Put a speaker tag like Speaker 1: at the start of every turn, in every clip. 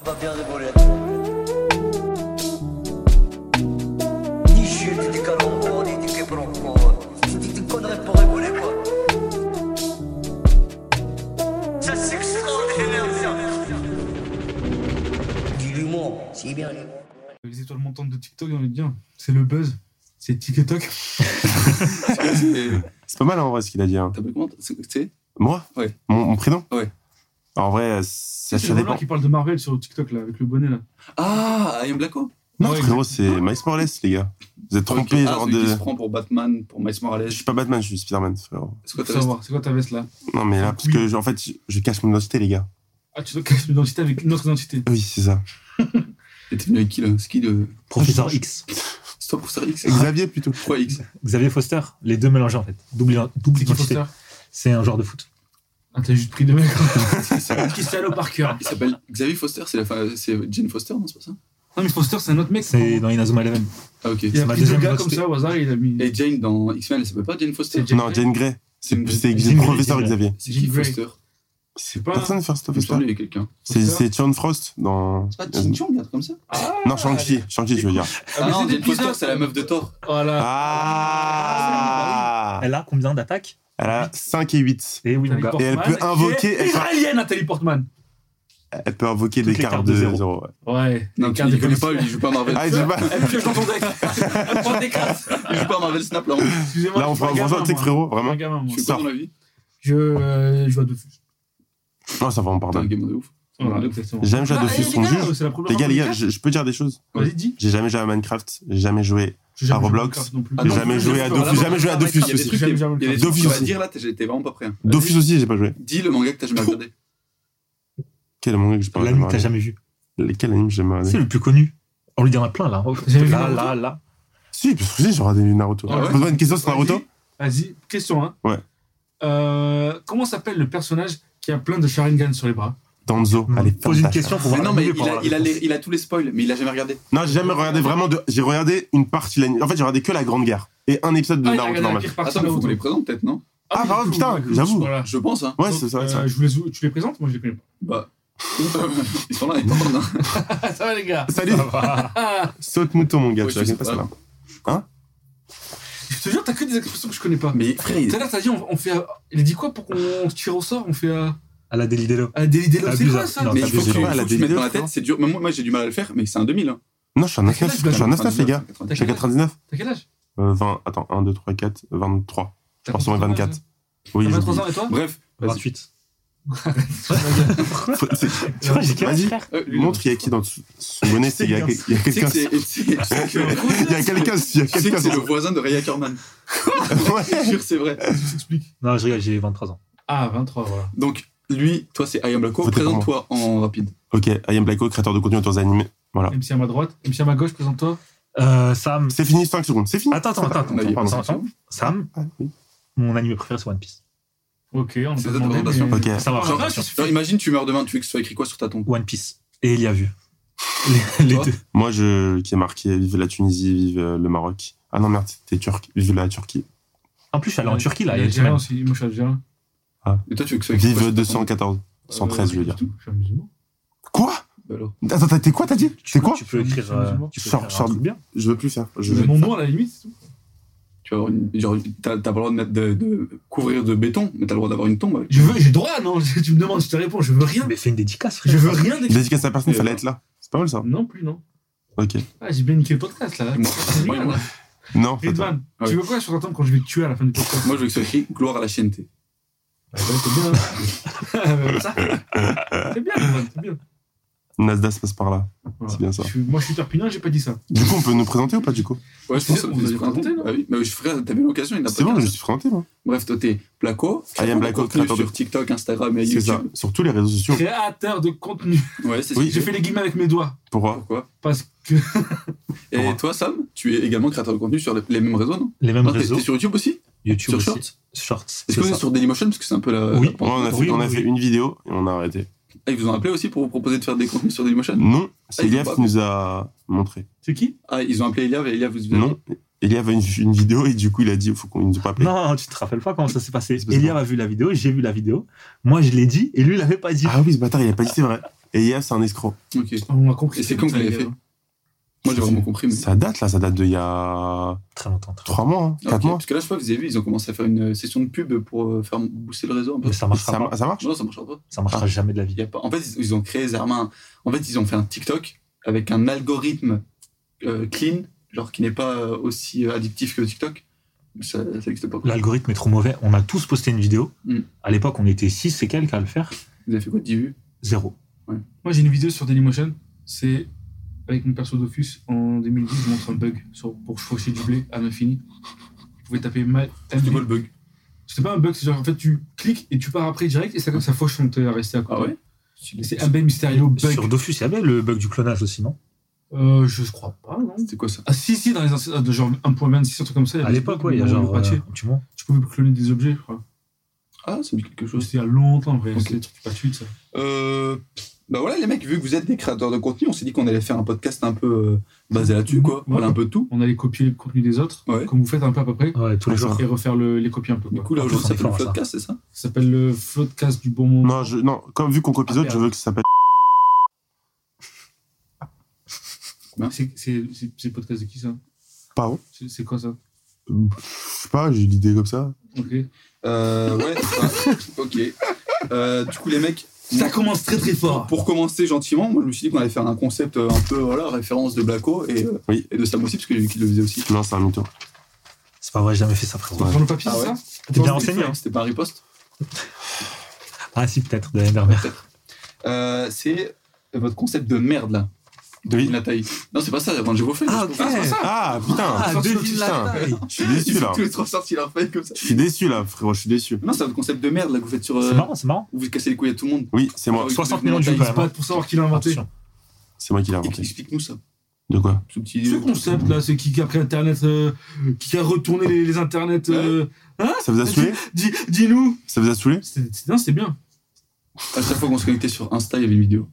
Speaker 1: On va bien rigoler. Ni chute, ni calembour, ni ni quiproquo. C'est des- des conneries pour rigoler, quoi. Ça, c'est extraordinaire, ça. Du l'humour, c'est bien l'humour.
Speaker 2: Les étoiles montantes de TikTok, j'ai envie de dire. C'est le buzz. C'est TikTok.
Speaker 3: T'as
Speaker 4: C'est pas mal en vrai ce qu'il a dit. hein.
Speaker 3: vu comment c'est- Tu sais
Speaker 4: Moi
Speaker 3: Ouais.
Speaker 4: Mon, mon prénom
Speaker 3: Ouais.
Speaker 4: En vrai, euh,
Speaker 2: C'est
Speaker 4: ça, ça
Speaker 2: le
Speaker 4: dépend.
Speaker 2: voleur qui parle de Marvel sur TikTok, là, avec le bonnet, là.
Speaker 3: Ah, I am Blacko
Speaker 4: Non,
Speaker 2: Ouais,
Speaker 4: frérot, c'est Miles Morales, les gars. Vous êtes trompés,
Speaker 3: Ok. Ah,
Speaker 4: genre
Speaker 3: celui qui
Speaker 4: de.
Speaker 3: se prend pour Batman, pour Miles Morales.
Speaker 4: Je suis pas Batman, je suis Spider-Man, frérot.
Speaker 3: C'est
Speaker 2: Faut
Speaker 3: quoi ta veste
Speaker 2: savoir, c'est quoi ta veste, là
Speaker 4: Non, mais là, parce
Speaker 2: Oui.
Speaker 4: que, je- en fait, je, je cache mon identité, les gars.
Speaker 2: Ah, tu dois cacher l'identité avec une autre identité.
Speaker 4: Oui, c'est ça.
Speaker 3: Et T'es venu avec qui là C'est qui le.
Speaker 5: Professeur X.
Speaker 3: C'est toi pour ça X
Speaker 4: Xavier, plutôt.
Speaker 3: Pourquoi X
Speaker 5: Xavier Foster, les deux mélangés en fait. Double, double
Speaker 2: C'est qui
Speaker 5: identité.
Speaker 2: Foster
Speaker 5: C'est un joueur de foot.
Speaker 2: Ah, t'as juste pris deux mecs. qui salaud par cœur.
Speaker 3: Il s'appelle Xavier Foster, c'est la fa- c'est Jane Foster, non, c'est pas ça
Speaker 2: Non, mais Foster, c'est un autre mec.
Speaker 5: C'est dans Inazuma Eleven.
Speaker 3: Ah, ok.
Speaker 2: Il
Speaker 5: c'est
Speaker 2: a
Speaker 5: ma
Speaker 2: pris deux
Speaker 5: deuxième
Speaker 2: gars comme
Speaker 5: identité.
Speaker 2: ça au hasard, il a mis. Ah,
Speaker 3: Et Jane dans X-Men, elle s'appelle pas Jane Foster
Speaker 2: C'est Jane
Speaker 4: non,
Speaker 2: Grey.
Speaker 4: Jane Grey.
Speaker 3: Jane
Speaker 4: C'est
Speaker 3: Grey.
Speaker 4: c'est
Speaker 5: Jane Grey,
Speaker 4: professeur
Speaker 5: Jane Grey.
Speaker 4: Xavier.
Speaker 3: C'est qui
Speaker 2: Jane Grey.
Speaker 3: Foster
Speaker 4: C'est
Speaker 2: pas-
Speaker 4: personne, First
Speaker 3: Il me
Speaker 4: Officer.
Speaker 3: semble qu'il y a quelqu'un.
Speaker 4: C'est
Speaker 2: Foster.
Speaker 4: c'est John Frost dans.
Speaker 3: C'est pas Jane Chung, un truc comme ça
Speaker 4: Non, Shang-Chi. Shang-Chi, je veux dire.
Speaker 2: Ah,
Speaker 3: Ah
Speaker 2: mais
Speaker 3: non,
Speaker 2: c'est
Speaker 3: Jane
Speaker 2: des
Speaker 3: Foster,
Speaker 2: bizarres,
Speaker 3: c'est la meuf de Thor.
Speaker 2: Voilà.
Speaker 4: Ah
Speaker 5: Elle a combien d'attaques
Speaker 4: Elle a 5 et 8.
Speaker 5: Et oui, mon
Speaker 2: Nathalie
Speaker 5: gars.
Speaker 4: Et elle
Speaker 2: Portman,
Speaker 4: peut invoquer-
Speaker 2: qui est
Speaker 4: elle peut-
Speaker 2: Israélienne, Nathalie Portman.
Speaker 4: Elle peut invoquer des
Speaker 5: Toutes les
Speaker 4: cartes
Speaker 5: cartes
Speaker 4: de
Speaker 5: de zéro.
Speaker 4: 0.
Speaker 2: Ouais.
Speaker 3: Non,
Speaker 2: Les
Speaker 3: tu
Speaker 2: cartes
Speaker 3: ne
Speaker 2: de
Speaker 3: connais pas, lui, il joue pas à Marvel.
Speaker 4: Ah, j'ai pas.
Speaker 2: Elle pioche dans ton deck. Elle prend des cartes.
Speaker 4: Ah,
Speaker 3: Il joue pas à Marvel Snap là. Je
Speaker 2: Excusez-moi.
Speaker 4: Là, on
Speaker 2: je suis
Speaker 4: fera un
Speaker 2: un
Speaker 4: bon
Speaker 2: gamin,
Speaker 4: jeu, tu sais, que,
Speaker 2: moi.
Speaker 4: frérot,
Speaker 2: Je suis
Speaker 4: vraiment.
Speaker 2: un gamin, moi.
Speaker 3: suis
Speaker 4: Sors.
Speaker 3: quoi dans la vie
Speaker 2: Je euh, je vois Dofus.
Speaker 4: Non, ça va, on
Speaker 3: T'es un
Speaker 4: pardonne.
Speaker 3: gamer de ouf.
Speaker 2: Voilà, exactement.
Speaker 4: J'aime jouer à
Speaker 2: Ah,
Speaker 4: Dofus,
Speaker 2: eh, les
Speaker 4: on
Speaker 2: gars,
Speaker 4: juge.
Speaker 2: c'est la première
Speaker 4: Les
Speaker 2: fois
Speaker 4: gars, les
Speaker 2: que
Speaker 4: gars, je je peux dire des choses
Speaker 2: je- Vas-y, dis.
Speaker 4: J'ai jamais joué à Minecraft, j'ai jamais joué.
Speaker 2: J'ai jamais
Speaker 4: À
Speaker 2: joué
Speaker 4: Roblox.
Speaker 2: Minecraft non plus.
Speaker 3: Ah
Speaker 4: J'ai
Speaker 3: non,
Speaker 4: jamais joué à
Speaker 3: Dofus,
Speaker 4: Dofus,
Speaker 3: voilà,
Speaker 4: jamais joué à
Speaker 3: Il
Speaker 4: Dofus
Speaker 3: y a des
Speaker 4: aussi.
Speaker 3: trucs
Speaker 2: J'aime,
Speaker 3: il y a
Speaker 2: j'aime
Speaker 3: des
Speaker 2: le
Speaker 3: trucs que tu vas
Speaker 4: Dofus.
Speaker 3: dire là, t'es- j'étais vraiment pas prêt. hein.
Speaker 4: Dofus aussi, j'ai pas joué.
Speaker 3: Dis le manga que t'as jamais regardé.
Speaker 4: Quel manga que j'ai pas
Speaker 5: L'anime euh, que t'as
Speaker 4: regardé
Speaker 5: jamais vu.
Speaker 4: Quel anime j'ai jamais
Speaker 5: C'est
Speaker 4: regardé
Speaker 5: le plus connu. On lui dit en a plein là.
Speaker 2: J'ai vu
Speaker 5: Là,
Speaker 2: Naruto.
Speaker 5: là, là.
Speaker 4: Si, parce que si, j'ai regardé Naruto.
Speaker 3: Ah ouais
Speaker 4: Pose-moi une question sur Naruto.
Speaker 2: Vas-y, vas-y, question 1.
Speaker 4: Ouais.
Speaker 2: comment s'appelle le personnage qui a plein de Sharingan sur les bras
Speaker 4: Danzo, allez, ferme
Speaker 5: Mm. Pose
Speaker 4: ta
Speaker 5: une
Speaker 4: gueule.
Speaker 5: question pour
Speaker 3: Mais
Speaker 5: voir.
Speaker 3: non, mais
Speaker 5: la
Speaker 3: il
Speaker 5: pour
Speaker 3: a-
Speaker 5: avoir la
Speaker 3: il a
Speaker 5: réponse.
Speaker 3: les- il a tous les spoils, mais il a jamais regardé.
Speaker 4: Non, j'ai jamais regardé vraiment de. J'ai regardé une partie de l'anime. En fait, j'ai regardé que la Grande Guerre et un épisode de
Speaker 2: Ah, il a
Speaker 4: Naruto
Speaker 2: regardé la
Speaker 4: normal.
Speaker 2: pire partie
Speaker 3: Attends, mais
Speaker 2: de
Speaker 3: faut qu'on les
Speaker 2: Naruto.
Speaker 3: présente peut-être, non
Speaker 4: Ah, pardon,
Speaker 2: oui,
Speaker 4: putain,
Speaker 2: faut-
Speaker 4: j'avoue.
Speaker 2: voilà.
Speaker 3: Je pense, hein.
Speaker 4: Ouais,
Speaker 2: Donc,
Speaker 4: c'est ça. c'est
Speaker 2: euh,
Speaker 4: vrai.
Speaker 2: je vous les ou- tu les présentes Moi, je les connais pas.
Speaker 3: Bah. Ils sont là, ils t'entendent. hein.
Speaker 2: Ah, ça va, les gars
Speaker 4: Salut,
Speaker 2: Ah,
Speaker 4: saute mouton, mon gars.
Speaker 3: Ouais,
Speaker 4: Tu
Speaker 3: je
Speaker 4: connais
Speaker 3: sais
Speaker 4: pas
Speaker 3: pas.
Speaker 4: ça là.
Speaker 2: Je te jure, t'as que des expressions que je connais pas.
Speaker 3: Mais frère,
Speaker 2: Tout
Speaker 3: il-
Speaker 2: à l'heure, t'as dit, on, on fait. euh, Il a dit quoi pour qu'on se tire au sort On fait. euh,
Speaker 5: À la Daily Delo.
Speaker 2: Ah, des idées c'est
Speaker 5: T'abuses,
Speaker 2: quoi
Speaker 5: hein.
Speaker 2: ça
Speaker 5: Non,
Speaker 2: Mais
Speaker 3: mais il
Speaker 4: t'abuses.
Speaker 3: faut que
Speaker 4: j'ai
Speaker 3: tu
Speaker 4: pas la
Speaker 3: faut que tu mettes dans la
Speaker 4: débileuse, non.
Speaker 3: tête, c'est dur. Même moi, moi, j'ai du mal à le faire, mais c'est un 2000. hein.
Speaker 4: Non, je suis un
Speaker 2: quel âge
Speaker 4: 99, je suis un 99, les gars.
Speaker 2: T'as
Speaker 4: Je suis un
Speaker 2: quel âge
Speaker 4: 99.
Speaker 2: T'as quel âge
Speaker 4: Euh, 20, attends, 1, 2, 3, 4, 23. Je
Speaker 2: T'as
Speaker 4: pense sur mes
Speaker 2: 23 ans,
Speaker 4: 24. Oui,
Speaker 2: T'as
Speaker 4: j'ai
Speaker 2: 23
Speaker 4: oublié.
Speaker 2: ans et toi
Speaker 3: Bref, vas-y.
Speaker 5: 28.
Speaker 4: Faut- c'est-
Speaker 5: Tu vois, j'ai quel âge,
Speaker 4: Vas-y.
Speaker 5: frère
Speaker 3: Euh, lui, non.
Speaker 4: Montre, il y a qui dans son son bonnet c'est- Il y a
Speaker 5: C'est
Speaker 4: il y a
Speaker 3: Tu sais
Speaker 4: quelqu'un.
Speaker 3: que c'est- tu sais- tu sais que-
Speaker 4: Il y a quelqu'un, il y a
Speaker 3: tu sais que c'est
Speaker 4: quelqu'un.
Speaker 3: le voisin de Ray Ackerman.
Speaker 4: Ouais.
Speaker 3: Je te jure, c'est vrai.
Speaker 2: Tu t'expliques.
Speaker 5: Non, je rigole, j'ai 23 ans.
Speaker 2: Ah, 23, voilà.
Speaker 3: Donc, lui, toi, c'est I am Blacko.
Speaker 4: Votez pour moi.
Speaker 3: Présente-toi en rapide.
Speaker 4: Ok, I am Blacko, créateur de contenu autour des animés. Voilà.
Speaker 2: MC à ma droite, MC à ma gauche, présente-toi.
Speaker 5: Euh, Sam.
Speaker 4: C'est fini, 5 secondes. C'est fini.
Speaker 5: Attends, attends, attends. attends,
Speaker 3: On a eu-
Speaker 5: attends,
Speaker 3: on a eu-
Speaker 5: attends. Sam,
Speaker 4: Ah, oui.
Speaker 5: mon anime préféré, c'est One Piece.
Speaker 2: Ok, on
Speaker 3: C'est
Speaker 2: va
Speaker 3: notre présentation.
Speaker 4: Ok.
Speaker 5: Ça va.
Speaker 3: Genre,
Speaker 5: bien
Speaker 3: genre,
Speaker 5: sûr.
Speaker 3: genre, imagine, tu meurs demain, tu veux que ce soit écrit quoi sur ta tombe
Speaker 5: One Piece. Et il y a vu. Les, les
Speaker 3: Toi
Speaker 5: deux.
Speaker 4: Moi, je, qui ai marqué, vive la Tunisie, vive euh, le Maroc. Ah non, merde, c'était turc. Vive la Turquie.
Speaker 5: En plus, je suis allé en Turquie, là, il y a une
Speaker 2: Algérien
Speaker 5: semaine.
Speaker 2: aussi, moi je suis algérien.
Speaker 3: Et toi, tu veux que ce soit écrit quoi
Speaker 4: Vive
Speaker 3: sur ta tombe
Speaker 4: 214. 113, je veux dire.
Speaker 2: Euh, Je suis un musulman.
Speaker 4: Quoi
Speaker 3: Bah alors.
Speaker 4: Attends, t'as- t'es quoi, t'as dit C'est quoi
Speaker 5: Tu peux écrire. euh, tu peux
Speaker 4: Sors-
Speaker 5: écrire un
Speaker 4: sors-
Speaker 5: truc bien.
Speaker 4: Je veux plus faire. Je
Speaker 2: Mais
Speaker 4: veux...
Speaker 2: mon nom à la limite, c'est tout.
Speaker 3: Tu vas avoir une. Genre, t'as t'as pas le droit de, mettre de, de couvrir de béton, mais t'as le droit d'avoir une tombe.
Speaker 2: Je veux, j'ai droit, non Tu me demandes, je te réponds, je veux rien.
Speaker 5: Mais fais une dédicace, frère.
Speaker 2: Je veux rien d'écrit.
Speaker 4: Dédicace à la personne, fallait être là. C'est pas mal ça.
Speaker 2: Non plus, non.
Speaker 4: Ok.
Speaker 2: Ah, j'ai bien niqué le podcast là.
Speaker 3: Moi,
Speaker 2: C'est
Speaker 3: moi,
Speaker 2: bien,
Speaker 3: moi,
Speaker 2: là.
Speaker 4: Non, c'est toi.
Speaker 2: Ridwan,
Speaker 3: Ah
Speaker 2: tu veux quoi sur ta tombe quand je vais te tuer à la fin du podcast
Speaker 3: Moi, je veux que ce soit écrit gloire à la chienneté.
Speaker 2: Bah, ouais, C'est bien. hein. Bah, ça. C'est bien, Ridwan, c'est bien.
Speaker 4: Nasdaq se passe par là.
Speaker 2: Voilà.
Speaker 4: C'est bien ça.
Speaker 2: Je suis- Moi je suis terpinien, j'ai pas dit ça.
Speaker 4: Du coup, on peut nous présenter ou pas du coup
Speaker 3: Ouais, je pense
Speaker 2: C'est-
Speaker 3: que
Speaker 2: on
Speaker 3: ça peut
Speaker 2: va
Speaker 3: se
Speaker 2: les
Speaker 3: présenter.
Speaker 2: présenter, non
Speaker 3: Ah oui, mais je- frère, t'avais l'occasion, il n'a pas
Speaker 4: C'est bon,
Speaker 3: de
Speaker 4: je me
Speaker 3: classe.
Speaker 4: suis présenté, moi.
Speaker 3: Bref, toi, t'es Placo.
Speaker 4: I am Blacko, créateur de-
Speaker 3: sur TikTok, Instagram et
Speaker 4: C'est ça.
Speaker 3: YouTube.
Speaker 4: Sur tous les réseaux sociaux.
Speaker 2: Créateur de contenu.
Speaker 3: Ouais, c'est
Speaker 4: Oui.
Speaker 3: ce
Speaker 2: J'ai
Speaker 3: que
Speaker 2: fait les guillemets avec mes doigts.
Speaker 4: Pourquoi
Speaker 3: Pourquoi
Speaker 2: Parce que.
Speaker 3: Et
Speaker 4: Pourquoi
Speaker 3: toi, Sam, tu es également créateur de contenu sur les- les mêmes réseaux, non
Speaker 5: Les mêmes
Speaker 3: Non, t'es-
Speaker 5: réseaux.
Speaker 3: T'es sur YouTube aussi
Speaker 5: YouTube
Speaker 3: Sur
Speaker 5: aussi.
Speaker 3: Shorts
Speaker 5: Shorts.
Speaker 3: Est-ce que
Speaker 5: c'est
Speaker 3: vous êtes
Speaker 5: ça.
Speaker 3: sur Dailymotion Parce que c'est un peu la.
Speaker 5: Oui.
Speaker 3: la
Speaker 4: Ouais,
Speaker 3: pente.
Speaker 4: on a, fait,
Speaker 5: Oui,
Speaker 4: on a
Speaker 5: oui,
Speaker 4: fait
Speaker 5: oui.
Speaker 4: une vidéo et on a arrêté.
Speaker 3: Ah, ils vous ont appelé aussi pour vous proposer de faire des contenus sur Dailymotion
Speaker 4: Non, c'est
Speaker 3: Ah, ils ont
Speaker 4: Eliav
Speaker 3: pas
Speaker 4: qui nous a montré.
Speaker 2: C'est qui
Speaker 3: Ah, ils ont appelé Eliav et Eliav vous vous-
Speaker 4: Non, Eliav a une, une vidéo et du coup, il a dit faut qu'on ne pas appelé.
Speaker 5: Non, tu te rappelles pas comment ça s'est passé.
Speaker 4: C'est parce que-
Speaker 5: Eliab a vu la vidéo, j'ai vu la vidéo. Moi, je l'ai dit et lui, il l'avait pas dit.
Speaker 4: Ah oui, ce Ah bâtard, il a pas dit c'est vrai. Et Yaf, c'est un escroc.
Speaker 3: Ok.
Speaker 2: On a compris.
Speaker 3: Et c'est quand que vous
Speaker 2: hein.
Speaker 3: l'avez fait Moi, j'ai vraiment compris. Mais...
Speaker 4: Ça date, là, ça date de il y a
Speaker 5: Très longtemps. très longtemps.
Speaker 4: 3 mois,
Speaker 3: Ah,
Speaker 4: 4
Speaker 3: ok.
Speaker 4: mois.
Speaker 3: Parce que là, je crois que vous avez vu, ils ont commencé à faire une session de pub pour euh, faire booster le réseau un peu.
Speaker 5: Mais ça marchera
Speaker 4: Ça,
Speaker 5: pas.
Speaker 4: ma- ça marche
Speaker 3: Non, ça marchera pas.
Speaker 5: Ça marchera jamais de la vie.
Speaker 3: Il y a pas- En fait, ils- ils ont créé Zermain. En fait, ils ont fait un TikTok avec un algorithme euh, clean, genre qui n'est pas euh, aussi euh, addictif que TikTok. Ça ça n'existe pas. quoi.
Speaker 5: L'algorithme est trop mauvais. On a tous posté une vidéo.
Speaker 3: Mm.
Speaker 5: À l'époque, on était 6 et quelques à le faire.
Speaker 3: Vous avez fait quoi 10 vues
Speaker 5: Zéro.
Speaker 2: Moi, j'ai une vidéo sur Dailymotion. C'est avec mon perso Dofus en 2010. Je montre un bug sur- pour faucher du blé à l'infini. Vous pouvez taper mal.
Speaker 3: C'était quoi le bug
Speaker 2: C'était pas un bug, c'est genre en fait tu cliques et tu pars après direct et ça comme ça fauche on te resté à côté.
Speaker 3: Ah ouais
Speaker 2: Et C'est un bel mystérieux bug.
Speaker 5: Sur Dofus, il y avait le bug du clonage aussi, non
Speaker 2: Euh, je crois pas, non
Speaker 3: C'était quoi ça
Speaker 2: Ah si, si, dans les anciens, ah, de genre 1.26, un truc comme ça. il y
Speaker 5: À
Speaker 2: avait
Speaker 5: l'époque,
Speaker 2: des
Speaker 5: ouais, il y a
Speaker 2: moments où
Speaker 5: genre.
Speaker 2: le patché,
Speaker 5: euh, un petit moment.
Speaker 2: Tu pouvais cloner des objets, je crois.
Speaker 3: Ah, ça me dit quelque chose.
Speaker 2: C'était il y a longtemps, en vrai.
Speaker 3: Ok.
Speaker 2: C'est des trucs pas de ça.
Speaker 3: Euh, bah voilà les mecs, vu que vous êtes des créateurs de contenu, on s'est dit qu'on allait faire un podcast un peu euh, basé là-dessus, quoi.
Speaker 2: Ouais.
Speaker 3: Voilà un peu de tout.
Speaker 2: On allait copier le contenu des autres,
Speaker 3: Ouais.
Speaker 2: comme vous faites un peu à peu près,
Speaker 5: Ouais, tous les jours.
Speaker 2: et refaire le- les copies un peu.
Speaker 3: Du
Speaker 2: quoi.
Speaker 3: coup là
Speaker 5: Ah,
Speaker 3: aujourd'hui
Speaker 5: ça,
Speaker 3: ça
Speaker 5: c'est
Speaker 3: fait le
Speaker 5: fort, ça.
Speaker 3: podcast, c'est ça
Speaker 2: Ça s'appelle le podcast du bon moment.
Speaker 4: Non, je, non, comme vu qu'on copie
Speaker 2: Ah,
Speaker 4: d'autres, je
Speaker 2: merde.
Speaker 4: veux que ça s'appelle.
Speaker 2: C'est c'est- c'est- c'est le podcast de qui ça
Speaker 4: Pardon
Speaker 2: C'est c'est quoi ça
Speaker 4: hein. Je sais pas, j'ai l'idée comme ça.
Speaker 2: Ok.
Speaker 3: Euh, ouais, c'est ça. ok. Euh, du coup les mecs,
Speaker 2: Ça commence très très fort.
Speaker 3: pour commencer gentiment, moi je me suis dit qu'on allait faire un concept euh, un peu voilà référence de Blacko et, euh,
Speaker 4: Oui.
Speaker 3: et de Sam aussi parce que j'ai vu qu'il le faisait aussi.
Speaker 4: Non, c'est un mytho.
Speaker 5: C'est pas vrai, j'ai jamais fait ça, frérot.
Speaker 4: Ouais.
Speaker 2: Dans le papier,
Speaker 3: Ah
Speaker 2: c'est
Speaker 3: ouais.
Speaker 2: ça
Speaker 5: T'es bien
Speaker 3: Attends, c'était
Speaker 5: renseigné,
Speaker 3: pas-
Speaker 5: hein.
Speaker 3: C'était pas un riposte.
Speaker 5: Ah, si, peut-être, de l'année dernière.
Speaker 3: Euh, c'est votre concept de merde là.
Speaker 4: Oui.
Speaker 3: La taille. Non c'est pas ça. Enfin, j'ai beau fait.
Speaker 5: Ah,
Speaker 3: je
Speaker 5: ok.
Speaker 3: comprends.
Speaker 4: Ah, putain
Speaker 5: Ah,
Speaker 4: putain,
Speaker 5: devine la
Speaker 4: putain.
Speaker 5: taille.
Speaker 4: Je suis déçu,
Speaker 3: Ils sont
Speaker 5: hein.
Speaker 4: là.
Speaker 3: tous les trois sortis leur feuille comme ça.
Speaker 4: Je suis déçu, là, frérot, je suis déçu.
Speaker 3: Non c'est votre concept de merde là que vous faites sur. euh,
Speaker 5: C'est marrant, c'est marrant.
Speaker 3: où vous cassez les couilles à tout le monde.
Speaker 4: Oui, c'est moi.
Speaker 3: Alors,
Speaker 5: 60 millions de vues,
Speaker 3: Ils se
Speaker 5: quand
Speaker 2: Pas
Speaker 5: même. hein.
Speaker 2: pour savoir qui l'a inventé.
Speaker 5: Attention.
Speaker 4: C'est moi qui l'ai
Speaker 5: Ah,
Speaker 3: Ex-
Speaker 4: inventé.
Speaker 3: Explique-nous ça.
Speaker 4: De quoi
Speaker 3: Ce petit.
Speaker 2: Ce concept là, c'est qui qui a pris internet, euh, qui a retourné les, les internets. euh,
Speaker 4: Ça vous a saoulé
Speaker 2: dis- Dis-nous
Speaker 4: Ça vous a saoulé
Speaker 2: C'est- c'est- Non, c'est bien.
Speaker 3: À chaque fois qu'on se connectait sur Insta, il y avait une vidéo.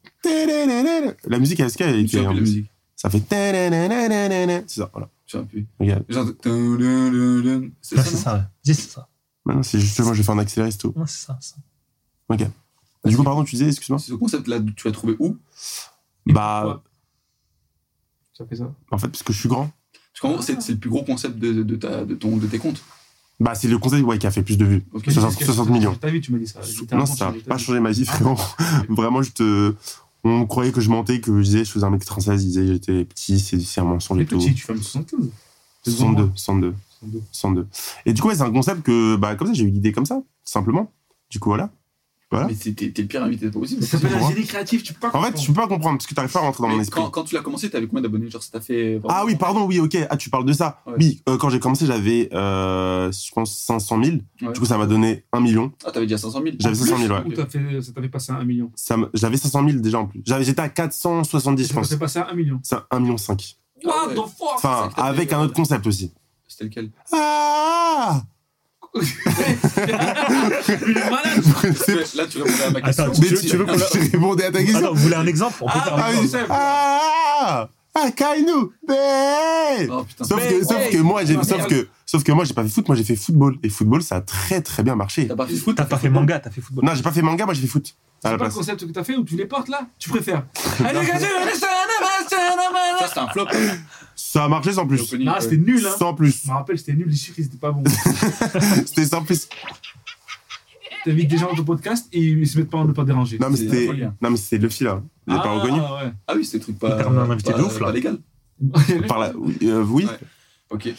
Speaker 4: La musique ASK, elle
Speaker 3: Tu
Speaker 4: était.
Speaker 3: rappelles la musique.
Speaker 4: Ça fait. C'est ça, voilà.
Speaker 3: Tu rappelles.
Speaker 4: Regarde.
Speaker 3: Genre. tadadadadun. C'est
Speaker 5: Ouais, C'est
Speaker 3: ça.
Speaker 5: ça, ouais. Dis, c'est ça.
Speaker 4: Maintenant, c'est justement, je vais faire un accéléré, c'est tout.
Speaker 5: Ouais, c'est ça, c'est ça.
Speaker 4: Du coup, pardon, tu disais, excuse-moi
Speaker 3: non C'est ce concept là, tu l'as trouvé où
Speaker 2: Et
Speaker 4: Bah,
Speaker 2: Ça fait ça.
Speaker 4: en fait, parce que je suis grand.
Speaker 3: Parce qu'en gros, c'est c'est le plus gros concept de, de, ta, de, ton, de tes comptes.
Speaker 4: Bah, c'est le conseil ouais, qui a fait plus de vues.
Speaker 3: Ok. Euh,
Speaker 4: Ça, 60 millions.
Speaker 2: T'as vu, tu m'as dit ça.
Speaker 4: Non, ça n'a pas changé ma vie, frérot. Vraiment, je te. On croyait que je mentais, que je disais, je faisais un mec 96, ils disaient, j'étais petit, c'est c'est un mensonge
Speaker 2: Les
Speaker 4: et tout.
Speaker 2: petits, tu fais un 75. C'est
Speaker 4: 102, 102,
Speaker 2: 102.
Speaker 4: 102. Et du coup, ouais, c'est un concept que, bah, comme ça, j'ai eu l'idée comme ça, simplement. Du coup, voilà. Voilà.
Speaker 3: Mais t'es t'es- t'es le pire invité possible.
Speaker 2: Ça s'appelle
Speaker 4: Pourquoi
Speaker 2: un génie créatif, tu peux pas
Speaker 4: En fait,
Speaker 2: comprendre.
Speaker 4: je peux pas comprendre, parce que t'arrives pas à rentrer dans mon
Speaker 3: Mais
Speaker 4: esprit.
Speaker 3: quand, quand tu l'as commencé, t'avais combien d'abonnés Genre, ça t'a fait. vraiment-
Speaker 4: Ah oui, pardon, oui, ok. Ah, tu parles de ça.
Speaker 3: Ouais.
Speaker 4: Oui, euh, quand j'ai commencé, j'avais, euh, je pense, 500 000.
Speaker 3: Ouais.
Speaker 4: Du coup, ça m'a donné 1 million.
Speaker 3: Ah, t'avais déjà 500 000.
Speaker 4: J'avais 500 000, ouais.
Speaker 2: Ou t'as fait- ça t'avait passé à 1 million.
Speaker 4: Ça me- J'avais 500 000 déjà en plus. J'avais- J'étais à 470, je
Speaker 2: Ça
Speaker 4: pense.
Speaker 2: t'avait passé à 1 million.
Speaker 4: C'est 1,5 million. cinq.
Speaker 3: Ah ouais.
Speaker 2: What the fuck
Speaker 4: Enfin,
Speaker 3: c'est que t'as
Speaker 4: avec
Speaker 3: fait,
Speaker 4: un
Speaker 3: euh,
Speaker 4: autre concept aussi.
Speaker 3: C'était lequel
Speaker 4: Ah
Speaker 2: Il est malade
Speaker 4: Vous connaissez-
Speaker 3: Là, tu répondais à ma question.
Speaker 5: Attends,
Speaker 4: Mais tu, tu veux qu'on
Speaker 3: l'a.
Speaker 4: j'ai répondu à ta
Speaker 5: Ah
Speaker 4: question
Speaker 5: non, vous voulez un exemple On peut faire un
Speaker 4: Ah oui
Speaker 5: exemple.
Speaker 4: Ah Ah Kainu Hey
Speaker 3: Oh putain.
Speaker 4: Sauf que, sauf que moi, j'ai, sauf que, sauf que moi, j'ai pas fait foot, moi j'ai fait football. Et football, ça a très très bien marché.
Speaker 3: T'as pas fait foot
Speaker 5: T'as pas fait manga, t'as fait football.
Speaker 4: Non, j'ai pas fait manga, moi j'ai fait foot. À
Speaker 2: C'est
Speaker 4: la
Speaker 2: pas le
Speaker 4: place.
Speaker 2: concept que t'as fait ou tu les portes là Tu préfères Allez,
Speaker 3: Ça, c'était un flop. hein,
Speaker 4: Ça a marché sans plus.
Speaker 3: L'opening, euh.
Speaker 2: Ah,
Speaker 3: ouais.
Speaker 2: c'était nul, hein
Speaker 4: Euh, Sans
Speaker 2: Je
Speaker 4: plus.
Speaker 2: me rappelle, c'était nul, les chiffres, ils étaient pas bons.
Speaker 4: C'était sans plus.
Speaker 2: T'invites des gens au podcast et ils se mettent pas à ne pas déranger.
Speaker 4: Non, mais
Speaker 3: C'est
Speaker 4: c'était,
Speaker 3: la folie, hein.
Speaker 4: non, mais c'était le fil là. J'ai pas reconnu.
Speaker 2: ouais.
Speaker 3: Ah oui, c'était le truc pas.
Speaker 5: Il t'a ramené un invité
Speaker 3: pas-
Speaker 5: de ouf, là.
Speaker 3: Pas légal.
Speaker 4: Par la- oui, euh, oui.
Speaker 3: Ouais. Ok.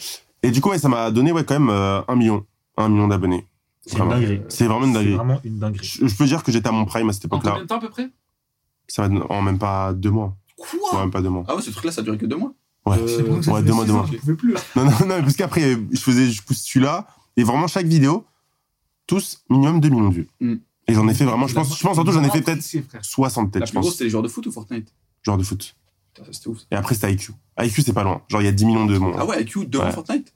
Speaker 4: Et du coup, ouais, ça m'a donné, ouais, quand même, euh, un million. Un million d'abonnés.
Speaker 5: C'est une dinguerie.
Speaker 4: C'est vraiment une
Speaker 5: C'est
Speaker 4: dinguerie.
Speaker 5: vraiment une dinguerie.
Speaker 4: Je, je peux dire que j'étais à mon prime à cette
Speaker 2: En
Speaker 4: époque-là.
Speaker 2: combien de temps à peu près
Speaker 4: Ça va en même pas deux mois.
Speaker 2: Quoi
Speaker 4: En même pas deux mois.
Speaker 3: Ah ouais, ce truc-là, ça a duré que deux mois.
Speaker 4: Ouais.
Speaker 3: Euh,
Speaker 4: ouais, deux mois, deux mois.
Speaker 2: Je pouvais plus. hein.
Speaker 4: Non, non, non, parce qu'après, je faisais du coup celui-là, et vraiment chaque vidéo, tous minimum 2 millions de vues.
Speaker 3: Mm.
Speaker 4: Et j'en ai fait vraiment, je pense, je pense surtout, j'en ai fait peut-être 60
Speaker 3: La
Speaker 4: peut-être, je
Speaker 3: plus grosse,
Speaker 4: pense,
Speaker 3: c'était les joueurs de foot ou Fortnite
Speaker 4: genre de foot.
Speaker 3: Putain, ça, C'était ouf. ça.
Speaker 4: Et après, c'était IQ. IQ, c'est pas loin. Genre, il y a 10 millions de monde.
Speaker 3: Ah ouais, IQ devant
Speaker 4: Ouais.
Speaker 3: Fortnite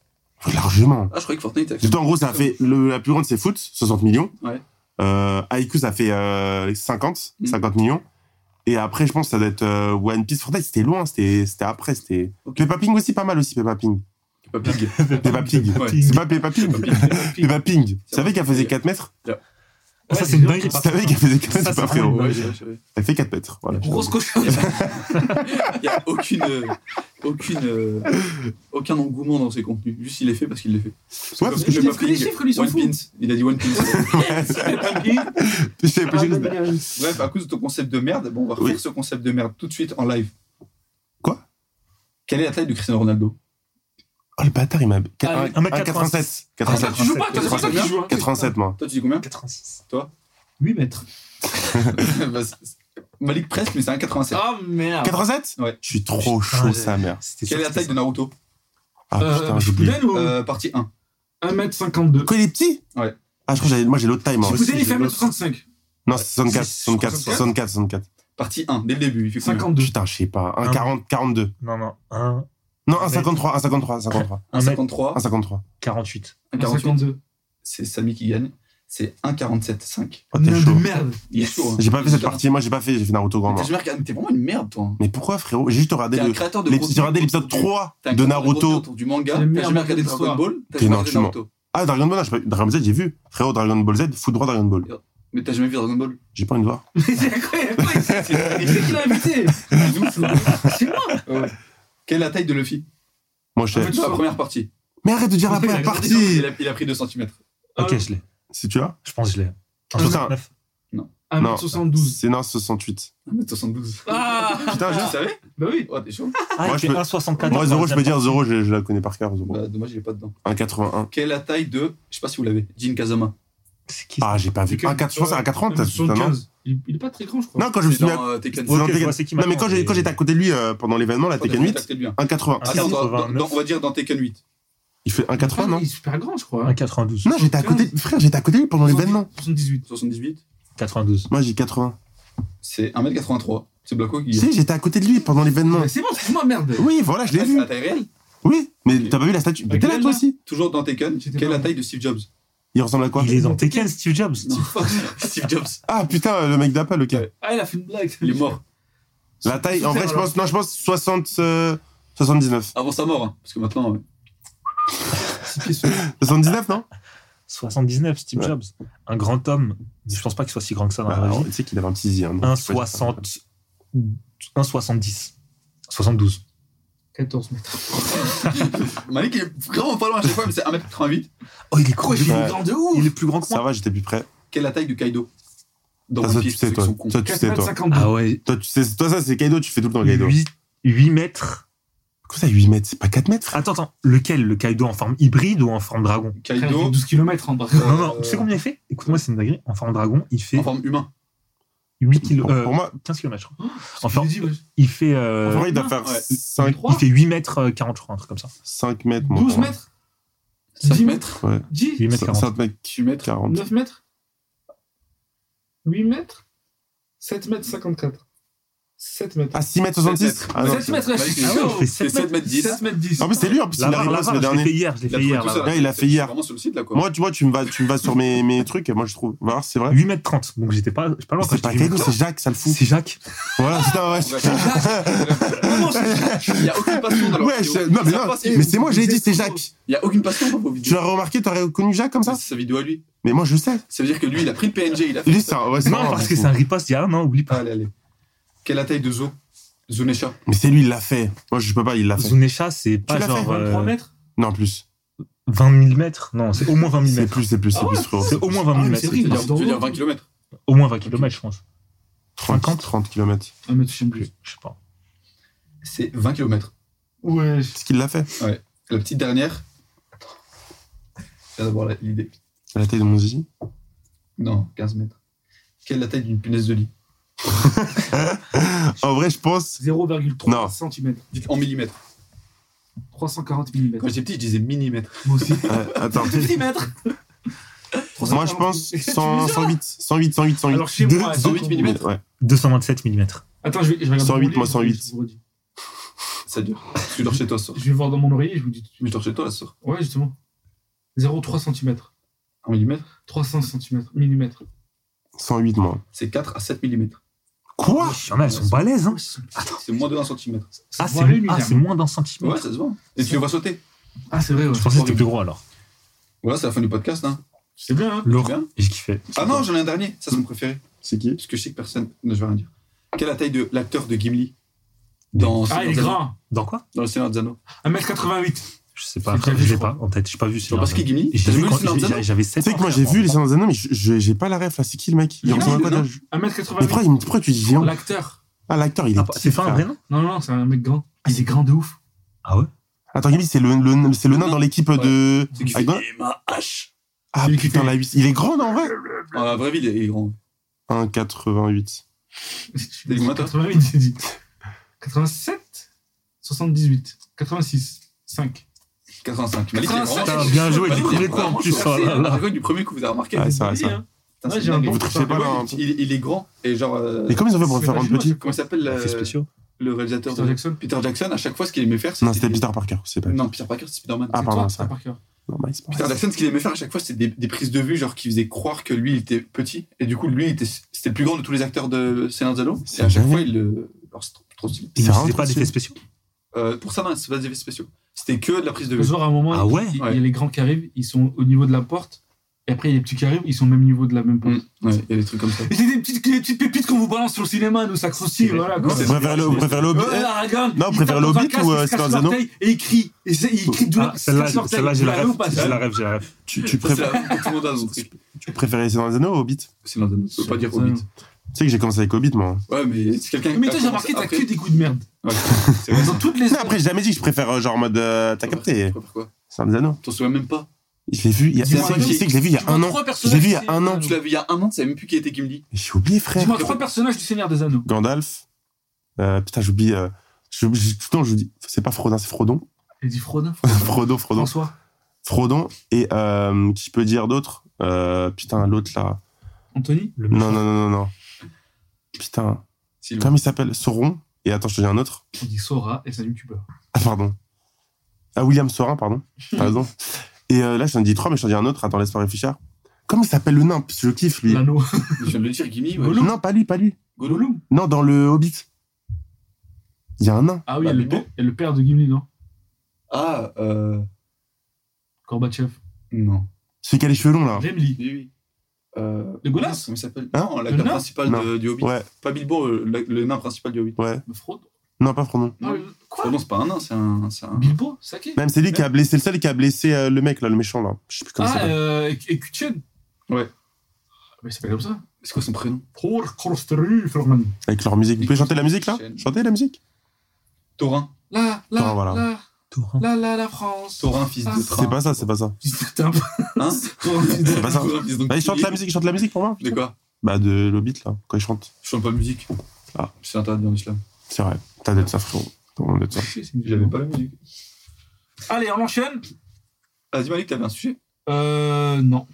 Speaker 4: Largement.
Speaker 3: Ah, je croyais que Fortnite. avait-
Speaker 4: Du coup, en gros, ça a fait, le- la plus grande, c'est foot, 60 millions.
Speaker 3: Ouais.
Speaker 4: Euh, IQ, ça fait euh, 50,
Speaker 3: Mm.
Speaker 4: 50 millions. Et après, je pense que ça doit être euh, One Piece. Fortnite, c'était loin, c'était c'était après. c'était
Speaker 3: Ok.
Speaker 4: Peppa Ping aussi, pas mal aussi, Peppa Ping.
Speaker 3: Pas Pig.
Speaker 4: Peppa Pig.
Speaker 3: Ouais.
Speaker 4: C'est pas Peppa Ping.
Speaker 3: Peppa Pig.
Speaker 4: Peppa Ping. Tu savais
Speaker 3: vrai.
Speaker 4: qu'elle faisait 4 mètres
Speaker 3: Yeah.
Speaker 5: Ah, ça,
Speaker 2: Ouais,
Speaker 5: c'est une
Speaker 2: les gens-
Speaker 5: dinguerie.
Speaker 4: Si
Speaker 5: par
Speaker 4: t'avais
Speaker 5: contre.
Speaker 4: qu'elle faisait comme ça,
Speaker 5: Ça,
Speaker 4: c'est
Speaker 5: c'est
Speaker 4: pas frérot.
Speaker 5: vraiment une
Speaker 3: Ah, Ouais,
Speaker 5: Ouais,
Speaker 3: j'ai- j'ai-
Speaker 4: Elle fait 4 mètres. Voilà, je
Speaker 2: Grosse
Speaker 4: t'avoue.
Speaker 2: cochonne.
Speaker 3: Il n'y a aucune, euh, aucune, euh, aucun engouement dans ses contenus. Juste, il les fait parce qu'il les fait. C'est comme
Speaker 4: Ouais, parce
Speaker 2: que
Speaker 3: le
Speaker 2: je- parce que les
Speaker 3: Papling,
Speaker 2: chiffres, lui, ils s'en
Speaker 3: One
Speaker 2: foutent.
Speaker 3: Piece. Il a dit One Piece.
Speaker 4: Je t'avais pas gêné.
Speaker 3: Bref, à cause de ton concept de merde, bon, on va refaire
Speaker 4: Oui.
Speaker 3: ce concept de merde tout de suite en live.
Speaker 4: Quoi
Speaker 3: Quelle est la taille de Cristiano Ronaldo
Speaker 4: Oh le bâtard, il m'a.
Speaker 2: Ah,
Speaker 5: un mec
Speaker 4: 87.
Speaker 2: Ah, non,
Speaker 4: 87.
Speaker 2: tu joues pas, toi, c'est pour ça que tu joues. hein.
Speaker 4: 87, moi.
Speaker 3: Toi, tu dis combien
Speaker 5: 86.
Speaker 2: 8 mètres.
Speaker 3: Bah, c'est- c'est- Malik presque, mais c'est un 87.
Speaker 2: Ah merde.
Speaker 4: 87
Speaker 3: Ouais.
Speaker 4: Je suis trop
Speaker 5: Putain,
Speaker 4: chaud,
Speaker 5: j'ai-
Speaker 4: sa mère.
Speaker 5: C'était
Speaker 3: Quelle est la taille de
Speaker 5: de
Speaker 3: Naruto
Speaker 4: Ah putain, Euh,
Speaker 2: Euh,
Speaker 4: j'oublie.
Speaker 2: Shippuden ou
Speaker 3: Euh, Partie 1.
Speaker 2: 1m52
Speaker 4: Quoi, il est petit
Speaker 3: Ouais.
Speaker 4: Ah, je crois que j'avais- moi j'ai l'autre taille, moi.
Speaker 2: Shippuden, il
Speaker 4: aussi.
Speaker 2: fait 1m65.
Speaker 4: Non, c'est 64,
Speaker 5: Si, si,
Speaker 4: 64,
Speaker 5: 64.
Speaker 4: 64, 64.
Speaker 3: Partie 1, dès le début. Il fait combien
Speaker 2: 52.
Speaker 4: Putain, je sais pas.
Speaker 3: Ah
Speaker 5: Un-
Speaker 4: 1, 40, 42.
Speaker 5: Non, non. 1,
Speaker 4: Non, 1,
Speaker 5: Un mètre.
Speaker 4: 53, 1, 53, 53.
Speaker 5: 1 mètre
Speaker 3: 53,
Speaker 4: 1, 53.
Speaker 5: 48.
Speaker 3: 48.
Speaker 2: 52.
Speaker 3: C'est Samy qui gagne. C'est 1,47,5.
Speaker 4: Oh, t'es
Speaker 2: Nain
Speaker 4: chaud.
Speaker 2: de merde.
Speaker 3: Il est chaud. hein.
Speaker 4: J'ai pas fait cette
Speaker 3: T'es-
Speaker 4: partie, moi j'ai pas fait, j'ai fait Naruto grand
Speaker 3: t'es-
Speaker 4: moi.
Speaker 3: T'es t'es vraiment une merde, toi. hein.
Speaker 4: Mais pourquoi frérot J'ai juste regardé
Speaker 3: T'es un
Speaker 4: le.
Speaker 3: créateur de
Speaker 4: l'ép-
Speaker 3: contenu.
Speaker 4: J'ai regardé l'épisode 3
Speaker 3: T'es un
Speaker 4: de
Speaker 3: créateur contenu
Speaker 4: Naruto.
Speaker 3: autour Du manga,
Speaker 2: C'est le
Speaker 3: t'as
Speaker 2: meilleur
Speaker 3: jamais regardé
Speaker 2: manga de
Speaker 3: Dragon Ball, t'as jamais
Speaker 4: T'es
Speaker 3: regardé
Speaker 4: non,
Speaker 3: Naruto.
Speaker 4: Ah, Dragon Ball, non, j'ai pas... Dragon Ball Z, j'ai vu. Frérot, Dragon Ball Z, foot droit Dragon Ball.
Speaker 3: Mais t'as jamais vu Dragon Ball
Speaker 4: J'ai pas envie de voir.
Speaker 2: C'est incroyable. Et c'est qui l'a invité
Speaker 3: C'est ouf.
Speaker 2: C'est moi.
Speaker 3: Ouais. Quelle est la taille de Luffy
Speaker 4: Moi je
Speaker 2: En
Speaker 4: sais.
Speaker 2: fait,
Speaker 3: Sur la première partie.
Speaker 4: Mais arrête de dire la
Speaker 2: Ouais,
Speaker 4: première
Speaker 2: il a
Speaker 4: partie
Speaker 3: Il a, il a pris 2 cm.
Speaker 5: Ok, je l'ai.
Speaker 4: Si tu as
Speaker 5: Je pense que je l'ai.
Speaker 4: Un mètre
Speaker 5: 69.
Speaker 2: 1m72.
Speaker 4: C'est non, 68.
Speaker 3: 72.
Speaker 2: Ah
Speaker 4: Putain,
Speaker 3: Tu
Speaker 4: je-
Speaker 3: savais
Speaker 2: Bah oui.
Speaker 3: Oh, t'es chaud
Speaker 4: Moi,
Speaker 5: Ah, il
Speaker 4: je
Speaker 5: fait
Speaker 4: peux-
Speaker 5: 1,64.
Speaker 4: Moi, Zoro, je peux
Speaker 5: Voilà.
Speaker 4: dire Zoro, je, je la connais par cœur, Zoro.
Speaker 3: Bah, Dommage, il est pas dedans.
Speaker 4: 1,81.
Speaker 3: Quelle est la taille de. Je sais pas si vous l'avez. Jin Kazama.
Speaker 5: C'est qui ça
Speaker 4: Ah, j'ai pas vu.
Speaker 2: C'est que-
Speaker 4: 1,4, je pense à 1,80, t'as putain, non
Speaker 2: 1m75. Il il est pas très grand, je crois.
Speaker 4: Non, quand je me
Speaker 3: C'est
Speaker 4: suis mis à-
Speaker 3: dans euh, Tekken.
Speaker 4: c'est dans
Speaker 5: Ok, je
Speaker 4: Tekken.
Speaker 5: vois c'est qui
Speaker 4: Non, mais
Speaker 5: maintenant,
Speaker 4: quand j'ai- quand j'étais à côté de lui euh, pendant l'événement, la
Speaker 3: Oh, t'as
Speaker 4: Tekken 8,
Speaker 3: contacté lui, hein.
Speaker 4: 1,80.
Speaker 3: Attends, dans- dans-
Speaker 5: 1,89.
Speaker 3: on va dire dans Tekken 8.
Speaker 4: Il fait 1,80, non
Speaker 2: Ah, Il est super grand, je crois.
Speaker 5: 92.
Speaker 4: Non, j'étais à côté. Frère, j'étais à côté de lui pendant l'événement.
Speaker 2: 78.
Speaker 3: 78.
Speaker 5: 92.
Speaker 4: Moi, j'ai 80.
Speaker 3: C'est 1m83. C'est Blacko qui.
Speaker 4: Tu sais, j'étais à côté de lui pendant l'événement.
Speaker 2: Mais C'est bon, c'est moi, merde.
Speaker 4: Oui, voilà, je l'ai
Speaker 3: Ah, c'est
Speaker 4: vu.
Speaker 3: la taille réelle.
Speaker 4: Oui, mais t'as pas vu la statue Mais
Speaker 2: Avec
Speaker 4: t'es là, toi
Speaker 2: elle,
Speaker 4: aussi
Speaker 3: Toujours dans Tekken.
Speaker 2: J'étais
Speaker 3: Quelle est la
Speaker 2: pas-
Speaker 3: taille de Steve Jobs
Speaker 4: Il ressemble à quoi
Speaker 5: Il est dans Tekken, Steve Jobs.
Speaker 3: Non. Steve Jobs.
Speaker 4: Ah putain, le mec d'Apple, ok.
Speaker 3: Ouais.
Speaker 2: Ah, il a fait une blague.
Speaker 3: Il est mort.
Speaker 4: La taille, en vrai, je pense, non, je pense 60, euh, 79.
Speaker 3: Avant sa mort. hein, Parce que maintenant. euh,
Speaker 4: 79, non
Speaker 5: 79, Steve
Speaker 4: Ouais.
Speaker 5: Jobs. Un grand homme. Je pense pas qu'il soit si grand que ça dans la
Speaker 4: Bah,
Speaker 5: vraie vie.
Speaker 4: Tu sais qu'il avait un petit zizi. Hein, donc tu peux dire ça.
Speaker 5: 1,60. 1,70. 72.
Speaker 2: 14 mètres.
Speaker 3: Malik, il est vraiment pas loin à chaque fois, mais c'est 1m88.
Speaker 5: Oh, il est
Speaker 2: Pourquoi
Speaker 5: gros.
Speaker 2: il
Speaker 5: Il,
Speaker 2: est
Speaker 4: Ouais.
Speaker 2: grand de
Speaker 5: il
Speaker 2: ouf
Speaker 5: est plus grand que
Speaker 4: Ça
Speaker 5: moi.
Speaker 4: va, j'étais plus près.
Speaker 3: Quelle est la taille de Kaido Dans
Speaker 4: Ah,
Speaker 3: One
Speaker 4: ça, tu
Speaker 3: Piece,
Speaker 4: sais,
Speaker 3: ceux qui
Speaker 4: toi.
Speaker 3: sont cons.
Speaker 4: Ça, tu sais, toi.
Speaker 2: 52.
Speaker 5: Ah
Speaker 3: Ah
Speaker 5: ouais.
Speaker 4: Toi, tu sais, toi, ça, c'est Kaido, tu fais tout le temps Kaido.
Speaker 5: 8, mètres.
Speaker 4: Comment ça, 8 mètres C'est pas 4 mètres frère
Speaker 5: Attends, attends. Lequel Le Kaido en forme hybride ou en forme dragon
Speaker 2: Après, il fait
Speaker 3: Kaido
Speaker 2: 12 km en bas.
Speaker 5: Non, non.
Speaker 3: Euh,
Speaker 5: Tu sais combien il fait Écoute-moi, c'est une dinguerie. En forme dragon, il fait
Speaker 3: en forme humain.
Speaker 5: 8 kilo,
Speaker 4: Pour-
Speaker 5: euh,
Speaker 4: Pour moi,
Speaker 5: 15 km, je crois.
Speaker 2: Je
Speaker 5: Enfin,
Speaker 2: l'ai dit, ouais.
Speaker 5: il fait,
Speaker 4: pour
Speaker 5: euh,
Speaker 4: moi, il doit
Speaker 2: non,
Speaker 4: faire
Speaker 3: ouais.
Speaker 4: 5,
Speaker 5: il
Speaker 2: Trois
Speaker 5: fait 8 mètres euh, 40, je crois, un truc comme ça.
Speaker 4: 5 mètres. moi,
Speaker 2: 12
Speaker 4: pour moi.
Speaker 2: mètres
Speaker 3: 5
Speaker 2: 10
Speaker 3: mètres
Speaker 2: 10
Speaker 5: 8 mètres 40.
Speaker 4: 5 mètres
Speaker 3: 8 mètres
Speaker 4: 40.
Speaker 2: 9 mètres 8 mètres 7 mètres 54. 7 mètres.
Speaker 4: Ah, 6 mètres 66
Speaker 3: Sept mètres.
Speaker 4: Ah non,
Speaker 2: 7 mètres, ouais, je suis
Speaker 3: Ah ouais,
Speaker 2: chaud.
Speaker 5: il fait
Speaker 3: C'est
Speaker 5: 7
Speaker 3: 7
Speaker 5: mètres.
Speaker 3: mètres 10.
Speaker 2: 7 mètres 10.
Speaker 4: En plus, c'est lui, en plus, il
Speaker 5: La barre,
Speaker 4: arrive
Speaker 5: la
Speaker 4: pas, c'est
Speaker 5: barre,
Speaker 4: le
Speaker 5: je l'ai fait
Speaker 4: dernier.
Speaker 5: hier, je l'ai
Speaker 3: Il a
Speaker 5: fait
Speaker 3: trouvé
Speaker 5: hier.
Speaker 3: tout seul.
Speaker 4: Là, il a
Speaker 3: C'est-
Speaker 4: fait
Speaker 3: c'est
Speaker 4: hier.
Speaker 3: Vraiment sur le site, là, quoi.
Speaker 4: Moi, tu vois, tu me vas, tu me vas sur mes, mes trucs et moi, je trouve. Va voir, c'est vrai.
Speaker 5: 8 mètres 30, donc j'étais pas, j'étais pas loin quand
Speaker 4: C'est pas Kaido, c'est Jacques, ça le fout.
Speaker 5: C'est Jacques.
Speaker 4: Voilà, putain, ouais.
Speaker 3: Ouais, Il n'y a aucune passion dans leur
Speaker 4: Ouais,
Speaker 3: vidéo.
Speaker 4: je- non, mais
Speaker 3: Ça
Speaker 4: non,
Speaker 3: passe-
Speaker 4: mais c'est moi, j'ai dit, c'est Jacques.
Speaker 3: Il n'y a aucune passion dans vos
Speaker 4: Tu
Speaker 3: vidéos.
Speaker 4: l'as remarqué, t'aurais reconnu Jacques comme ça
Speaker 3: C'est sa vidéo à lui.
Speaker 4: Mais moi, je sais.
Speaker 3: Ça veut dire que lui, il a pris le PNG, il a fait. Ah,
Speaker 4: Lui, c'est un. Ouais, c'est
Speaker 5: Non,
Speaker 4: marrant,
Speaker 5: parce
Speaker 4: du
Speaker 5: que
Speaker 4: coup.
Speaker 5: c'est un riposte, il y a un an, oublie pas.
Speaker 3: Allez, allez. Quelle est la taille de Zo Zo Nesha.
Speaker 4: Mais c'est lui, il l'a fait. Moi, je peux pas, il l'a fait.
Speaker 5: Zunesha, c'est pas
Speaker 4: l'as fait,
Speaker 5: genre euh,
Speaker 2: 23 mètres
Speaker 4: Non, plus.
Speaker 5: 20 000 mètres. Non, c'est au moins 20 000
Speaker 4: C'est
Speaker 5: mètres.
Speaker 4: plus, c'est plus,
Speaker 2: Ah
Speaker 4: c'est plus,
Speaker 2: ouais,
Speaker 4: frérot.
Speaker 5: C'est au moins 20
Speaker 2: Ah,
Speaker 5: 000
Speaker 2: mais
Speaker 5: mètres.
Speaker 2: c'est
Speaker 3: Tu
Speaker 2: Il
Speaker 3: veux
Speaker 2: a
Speaker 3: dire- tu veux dire 20 km
Speaker 5: Au moins 20 km, je pense.
Speaker 4: 30,
Speaker 5: 50.
Speaker 4: 30 km.
Speaker 2: 1 mètre, je sais
Speaker 5: Je
Speaker 2: plus.
Speaker 5: sais pas.
Speaker 3: C'est 20 km.
Speaker 2: Ouais.
Speaker 4: C'est ce qu'il l'a fait.
Speaker 3: La petite dernière. Attends. Je viens d'avoir la- l'idée.
Speaker 4: C'est la taille de mon zizi.
Speaker 3: Non, 15 mètres. Quelle est la taille d'une punaise de lit
Speaker 4: En vrai, je pense.
Speaker 2: 0,3
Speaker 4: Non.
Speaker 2: cm.
Speaker 3: Dites en millimètres.
Speaker 2: 340 mm.
Speaker 3: Quand j'étais petit, je disais millimètres.
Speaker 2: Moi aussi.
Speaker 4: Euh, attends.
Speaker 2: 10 mètres
Speaker 4: Moi, je pense 100, 108, 108, 108, 108.
Speaker 2: Alors, chez
Speaker 4: Deux-
Speaker 2: moi,
Speaker 3: 108
Speaker 2: 108
Speaker 3: millimètres.
Speaker 4: Ouais.
Speaker 5: 227 mm.
Speaker 2: Attends, je vais, je vais regarder
Speaker 4: 108,
Speaker 2: mon
Speaker 4: moi,
Speaker 2: lit,
Speaker 4: 108.
Speaker 2: je vous redis.
Speaker 3: Ça dure. Parce que je dors chez toi ce soir.
Speaker 2: Je vais voir dans mon oreiller, je vous dis tout de
Speaker 3: Mais
Speaker 2: suite.
Speaker 3: je dors chez toi ce soir.
Speaker 2: Ouais, justement. 0,3 cm.
Speaker 3: En millimètres,
Speaker 2: 300 cm. Mm.
Speaker 4: 108, moi.
Speaker 3: c'est 4 à 7 millimètres.
Speaker 4: Quoi
Speaker 5: Il y en a, elles sont balèzes. Hein.
Speaker 3: C'est moins de 1 cm.
Speaker 5: Ah, c'est
Speaker 2: voit l'œil,
Speaker 5: ah,
Speaker 2: William.
Speaker 5: c'est moins d'un centimètre.
Speaker 3: Ouais, ça se voit. hein. Et tu les vois sauter.
Speaker 2: Ah, c'est vrai, ouais.
Speaker 5: Je pensais que c'était plus gros alors.
Speaker 3: Voilà, c'est la fin du podcast. Hein.
Speaker 2: C'est bien, hein
Speaker 5: Lourd.
Speaker 3: bien.
Speaker 5: J'ai kiffé.
Speaker 3: Ah non, j'en ai un dernier. Ça, c'est mon préféré.
Speaker 4: C'est qui
Speaker 3: Parce que je sais que personne. Non, je vais rien dire. Quelle est la taille de l'acteur de Gimli dans
Speaker 2: Ah,
Speaker 3: Seigneur
Speaker 2: il est
Speaker 3: des Anneaux
Speaker 2: grand
Speaker 5: Dans quoi
Speaker 3: Dans le Seigneur des Anneaux.
Speaker 2: 1m88
Speaker 5: Je sais pas.
Speaker 2: C'est prévu,
Speaker 5: Je
Speaker 2: je
Speaker 5: l'ai
Speaker 2: crois.
Speaker 5: pas en tête. J'ai pas vu.
Speaker 3: Genre parce qu'il
Speaker 5: J'ai
Speaker 3: est Gimli. T'as
Speaker 5: vu
Speaker 3: vu le
Speaker 5: quand
Speaker 3: Seigneur des
Speaker 5: j'ai-
Speaker 3: Anneaux
Speaker 5: j'avais 7 ans.
Speaker 4: Tu sais que moi, j'ai vu les Seigneurs des Anneaux, mais je- je- j'ai pas la ref là. C'est qui le mec
Speaker 2: Il
Speaker 4: Il
Speaker 2: est
Speaker 4: ressemble à quoi
Speaker 3: mignon,
Speaker 4: déjà Mais pourquoi,
Speaker 2: 1m88
Speaker 4: il- pourquoi tu dis géant
Speaker 2: L'acteur
Speaker 4: Ah, l'acteur, il est.
Speaker 5: Ah,
Speaker 4: petit,
Speaker 5: C'est pas un
Speaker 4: frère.
Speaker 5: vrai nom
Speaker 2: Non, non, non, c'est un mec grand. Il est grand de ouf.
Speaker 5: Ah ouais
Speaker 4: Attends, Gimli, c'est le, le, c'est le nain dans l'équipe de.
Speaker 3: C'est qui fait
Speaker 4: avec Don-
Speaker 3: ma hache.
Speaker 4: Ah
Speaker 2: Celui qui
Speaker 4: putain,
Speaker 2: fait-
Speaker 4: la 8. Il est grand, non, en vrai
Speaker 3: Ah, la vraie vie, il est il est grand.
Speaker 4: 1,88.
Speaker 3: T'as dit combien, toi
Speaker 2: 88, j'ai dit. 87 78 86 5.
Speaker 3: 85. Malik, il est grand.
Speaker 2: 85.
Speaker 5: Putain, bien joué,
Speaker 3: Malik,
Speaker 5: du
Speaker 3: il est
Speaker 5: premier
Speaker 3: grand.
Speaker 5: coup en plus.
Speaker 3: Merci,
Speaker 5: oh là là.
Speaker 3: la règle du premier coup, vous avez remarqué.
Speaker 4: Ah,
Speaker 3: Putain,
Speaker 4: c'est vrai, ça.
Speaker 2: hein.
Speaker 3: c'est
Speaker 2: Ouais, j'ai un
Speaker 3: dingue.
Speaker 2: bon
Speaker 4: Vous
Speaker 2: point.
Speaker 4: touchez pas
Speaker 3: Mais
Speaker 4: là.
Speaker 3: ouais,
Speaker 4: un peu.
Speaker 3: il, il est grand et genre. euh,
Speaker 4: Et comment ils ont fait pour le faire en petit
Speaker 3: Comment il s'appelle euh,
Speaker 5: C'est spéciaux.
Speaker 3: le réalisateur
Speaker 2: Peter
Speaker 3: de-
Speaker 2: Jackson
Speaker 3: Peter Jackson, à chaque fois, ce qu'il aimait faire,
Speaker 4: Non, c'était Peter Parker. C'est pas.
Speaker 3: Non, Peter Parker, c'est Spider-Man.
Speaker 4: Ah,
Speaker 2: C'est
Speaker 4: pardon,
Speaker 2: toi,
Speaker 4: ça.
Speaker 2: t'as par cœur.
Speaker 4: Non, bah, c'est pas.
Speaker 3: Peter Jackson, ce qu'il aimait faire à chaque fois, c'était des, des prises de vue, genre qui faisaient croire que lui, il était petit. Et du coup, lui, il était- c'était le plus grand de tous les acteurs de Seigneur des Anneaux. Et
Speaker 4: C'est
Speaker 3: à chaque
Speaker 4: dingue.
Speaker 3: fois, il le. Alors, c'est trop, trop stylé.
Speaker 5: Ils
Speaker 4: C'est
Speaker 5: n'utilisaient
Speaker 4: un
Speaker 5: pas
Speaker 4: truc,
Speaker 5: d'effets spéciaux
Speaker 3: Euh, pour ça, non, c'est pas des effets spéciaux. C'était que de la prise de vue.
Speaker 2: Genre, à un moment,
Speaker 5: Ah ouais
Speaker 2: il, il y a
Speaker 3: Ouais.
Speaker 2: les grands qui arrivent, ils sont au niveau de la porte. Et après, il y a les petits qui arrivent, ils sont au même niveau de la même porte.
Speaker 3: Mm, ouais, il y a des trucs comme ça.
Speaker 2: Et c'est des petites, des petites pépites qu'on vous balance sur le cinéma, nous, ça
Speaker 5: C'est
Speaker 2: croustille,
Speaker 5: vrai.
Speaker 2: voilà.
Speaker 3: Non,
Speaker 2: quoi.
Speaker 3: c'est-
Speaker 4: Vous préférez le- vous préférez le
Speaker 2: Ouais,
Speaker 4: Hobbit
Speaker 2: la regarde,
Speaker 4: Non,
Speaker 2: il
Speaker 4: préfère
Speaker 2: tape dans
Speaker 4: le
Speaker 2: un
Speaker 4: Hobbit
Speaker 2: casque,
Speaker 4: ou,
Speaker 2: il se
Speaker 4: euh,
Speaker 2: casse
Speaker 4: Seigneur des
Speaker 2: l'orteil Et il crie. Et c'est- il crie de
Speaker 5: Ah, Celle-là, celle-là, j'ai la rêve. J'ai la
Speaker 2: rêve.
Speaker 5: rêve, j'ai la rêve.
Speaker 4: Tu tu
Speaker 3: Ça, c'est
Speaker 4: préfères-
Speaker 3: la- Tout le monde a son truc.
Speaker 4: tu préférais Seigneur des Anneaux ou Hobbit
Speaker 3: Seigneur des Anneaux, on peut pas dire Hobbit.
Speaker 4: Tu sais que j'ai commencé avec Hobbit, moi.
Speaker 3: Ouais, mais c'est quelqu'un
Speaker 2: Mais toi, j'ai remarqué, t'as
Speaker 3: Après-
Speaker 2: que des goûts de merde.
Speaker 3: Ouais, c'est vrai.
Speaker 2: Dans toutes les.
Speaker 4: Non, après, j'ai jamais dit que je préfère euh, genre en mode. euh, T'as capté
Speaker 3: Pourquoi, pourquoi
Speaker 4: Seigneur des Anneaux.
Speaker 3: T'en souviens même pas.
Speaker 4: Je l'ai vu. il y a-
Speaker 2: Dis-moi,
Speaker 4: c'est-
Speaker 2: Gimli.
Speaker 4: Je sais que je l'ai vu il y a
Speaker 2: Tu vois
Speaker 4: un an.
Speaker 2: trois
Speaker 4: Je l'ai vu il y a un an.
Speaker 3: Tu l'as vu il y a un an, tu savais même plus qui était Gimli.
Speaker 4: J'ai oublié, frère.
Speaker 2: Dis-moi trois personnages du Seigneur des Anneaux.
Speaker 4: Gandalf. Euh, Putain, j'oublie. euh, j'oublie- j'ai- Tout le temps, je vous dis. C'est pas Frodin, c'est Frodon.
Speaker 2: J'ai dit Frodin,
Speaker 4: Frodon, Frodon.
Speaker 2: François.
Speaker 4: Frodon et euh, qui peut dire d'autres euh, Putain, l'autre là.
Speaker 2: Anthony
Speaker 5: Le
Speaker 4: Non, non, non, non, non. Putain.
Speaker 3: Sylvain.
Speaker 4: Comment il s'appelle Sauron. Et attends, je te dis un autre.
Speaker 2: On dit Sora et c'est un youtubeur.
Speaker 4: Ah, pardon. Ah, William Sauron, pardon. T'as raison. Et euh, là, je t'en dis trois, mais je t'en dis un autre. Attends, laisse-moi réfléchir. Comment il s'appelle le nain Parce que je kiffe, lui.
Speaker 2: L'anneau.
Speaker 3: Je viens de le dire, Gimli. Ouais.
Speaker 2: Gollum.
Speaker 4: Non, pas lui, pas lui.
Speaker 3: Gollum.
Speaker 4: Non, dans le Hobbit. Il y a un nain.
Speaker 2: Ah oui, il
Speaker 3: Bah,
Speaker 2: y a le
Speaker 3: Bilbo.
Speaker 2: père- il y a le père de Gimli, non
Speaker 3: Ah, euh.
Speaker 2: Gorbatchev.
Speaker 3: Non.
Speaker 4: Celui qui a les cheveux longs, là.
Speaker 2: Gimli.
Speaker 3: Oui, oui. Euh,
Speaker 2: Le Golas
Speaker 3: Comment il s'appelle
Speaker 4: Hein
Speaker 3: Non,
Speaker 2: Le
Speaker 3: l'acteur
Speaker 2: nain
Speaker 3: principal
Speaker 4: Non.
Speaker 3: de- du Hobbit.
Speaker 4: Ouais,
Speaker 3: Pas Bilbo, euh, la- le nain principal du Hobbit.
Speaker 4: ouais.
Speaker 2: Le Frodo.
Speaker 4: Non, pas Frodon.
Speaker 2: Non,
Speaker 3: Non.
Speaker 2: le-
Speaker 3: Oh
Speaker 2: Euh, Quoi
Speaker 3: non, c'est pas un nain, c'est un. c'est un-
Speaker 2: Bilbo Saké
Speaker 4: Même c'est lui qui a blessé, le seul qui a blessé euh, le mec, là, le méchant, là. Je sais plus comment il
Speaker 2: Ah,
Speaker 4: s'appelle.
Speaker 2: euh, et- et Kutchen Ah,
Speaker 3: Ouais.
Speaker 2: Mais c'est pas comme ça.
Speaker 3: C'est quoi son prénom
Speaker 2: Thor Krosterul Florman.
Speaker 4: Avec leur musique. Vous pouvez chanter la musique, là Chantez la musique
Speaker 3: Thorin.
Speaker 2: Là,
Speaker 4: Ah,
Speaker 2: là,
Speaker 4: voilà.
Speaker 2: là,
Speaker 5: Torrent.
Speaker 2: là, là, la France.
Speaker 3: Thorin, fils
Speaker 2: Ah.
Speaker 3: de train.
Speaker 4: C'est pas ça, c'est pas ça.
Speaker 2: T'es un peu-
Speaker 3: Hein
Speaker 2: Thorin, fils de-
Speaker 4: C'est pas ça.
Speaker 3: Thorin, fils de-
Speaker 4: Bah, il chante la musique, il chante la musique pour moi.
Speaker 3: De quoi
Speaker 4: Bah, de l'Hobbit, là, quand il chante.
Speaker 3: Je chante pas de musique.
Speaker 4: Ah.
Speaker 3: C'est interdit en islam.
Speaker 4: C'est vrai. T'as d'être ça, frérot. T'as vraiment d'être ça.
Speaker 3: J'avais pas la musique.
Speaker 2: Allez, on enchaîne
Speaker 3: Vas-y, Malik, t'avais un sujet
Speaker 2: Euh. Non.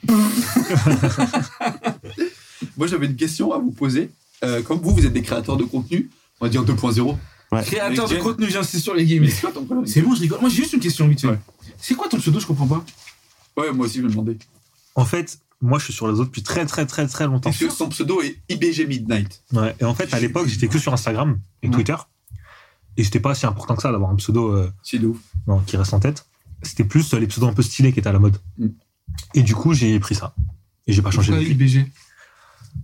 Speaker 3: Moi, j'avais une question à vous poser. Euh, comme vous, vous êtes des créateurs de contenu, on va dire 2.0.
Speaker 2: Créateur de
Speaker 3: Jane.
Speaker 2: contenu, j'insiste sur les games.
Speaker 3: Mais c'est quoi ton problème
Speaker 2: C'est bon, je rigole. Moi, j'ai juste une question vite fait.
Speaker 3: Ouais.
Speaker 2: C'est quoi ton pseudo Je comprends pas.
Speaker 3: Ouais, moi aussi, je me demandais.
Speaker 5: En fait, moi, je suis sur les autres depuis très, très, très, très longtemps.
Speaker 3: Parce que son pseudo est IBG Midnight.
Speaker 5: Ouais. Et en fait, à l'époque, j'étais que sur Instagram et
Speaker 2: Ouais.
Speaker 5: Twitter. Et c'était pas si important que ça d'avoir un pseudo euh,
Speaker 3: C'est de ouf.
Speaker 5: non, qui reste en tête. C'était plus euh, les pseudos un peu stylés qui étaient à la mode.
Speaker 3: Mm.
Speaker 5: Et du coup, j'ai pris ça. Et j'ai pas changé
Speaker 2: Pourquoi
Speaker 5: depuis.
Speaker 2: IBG.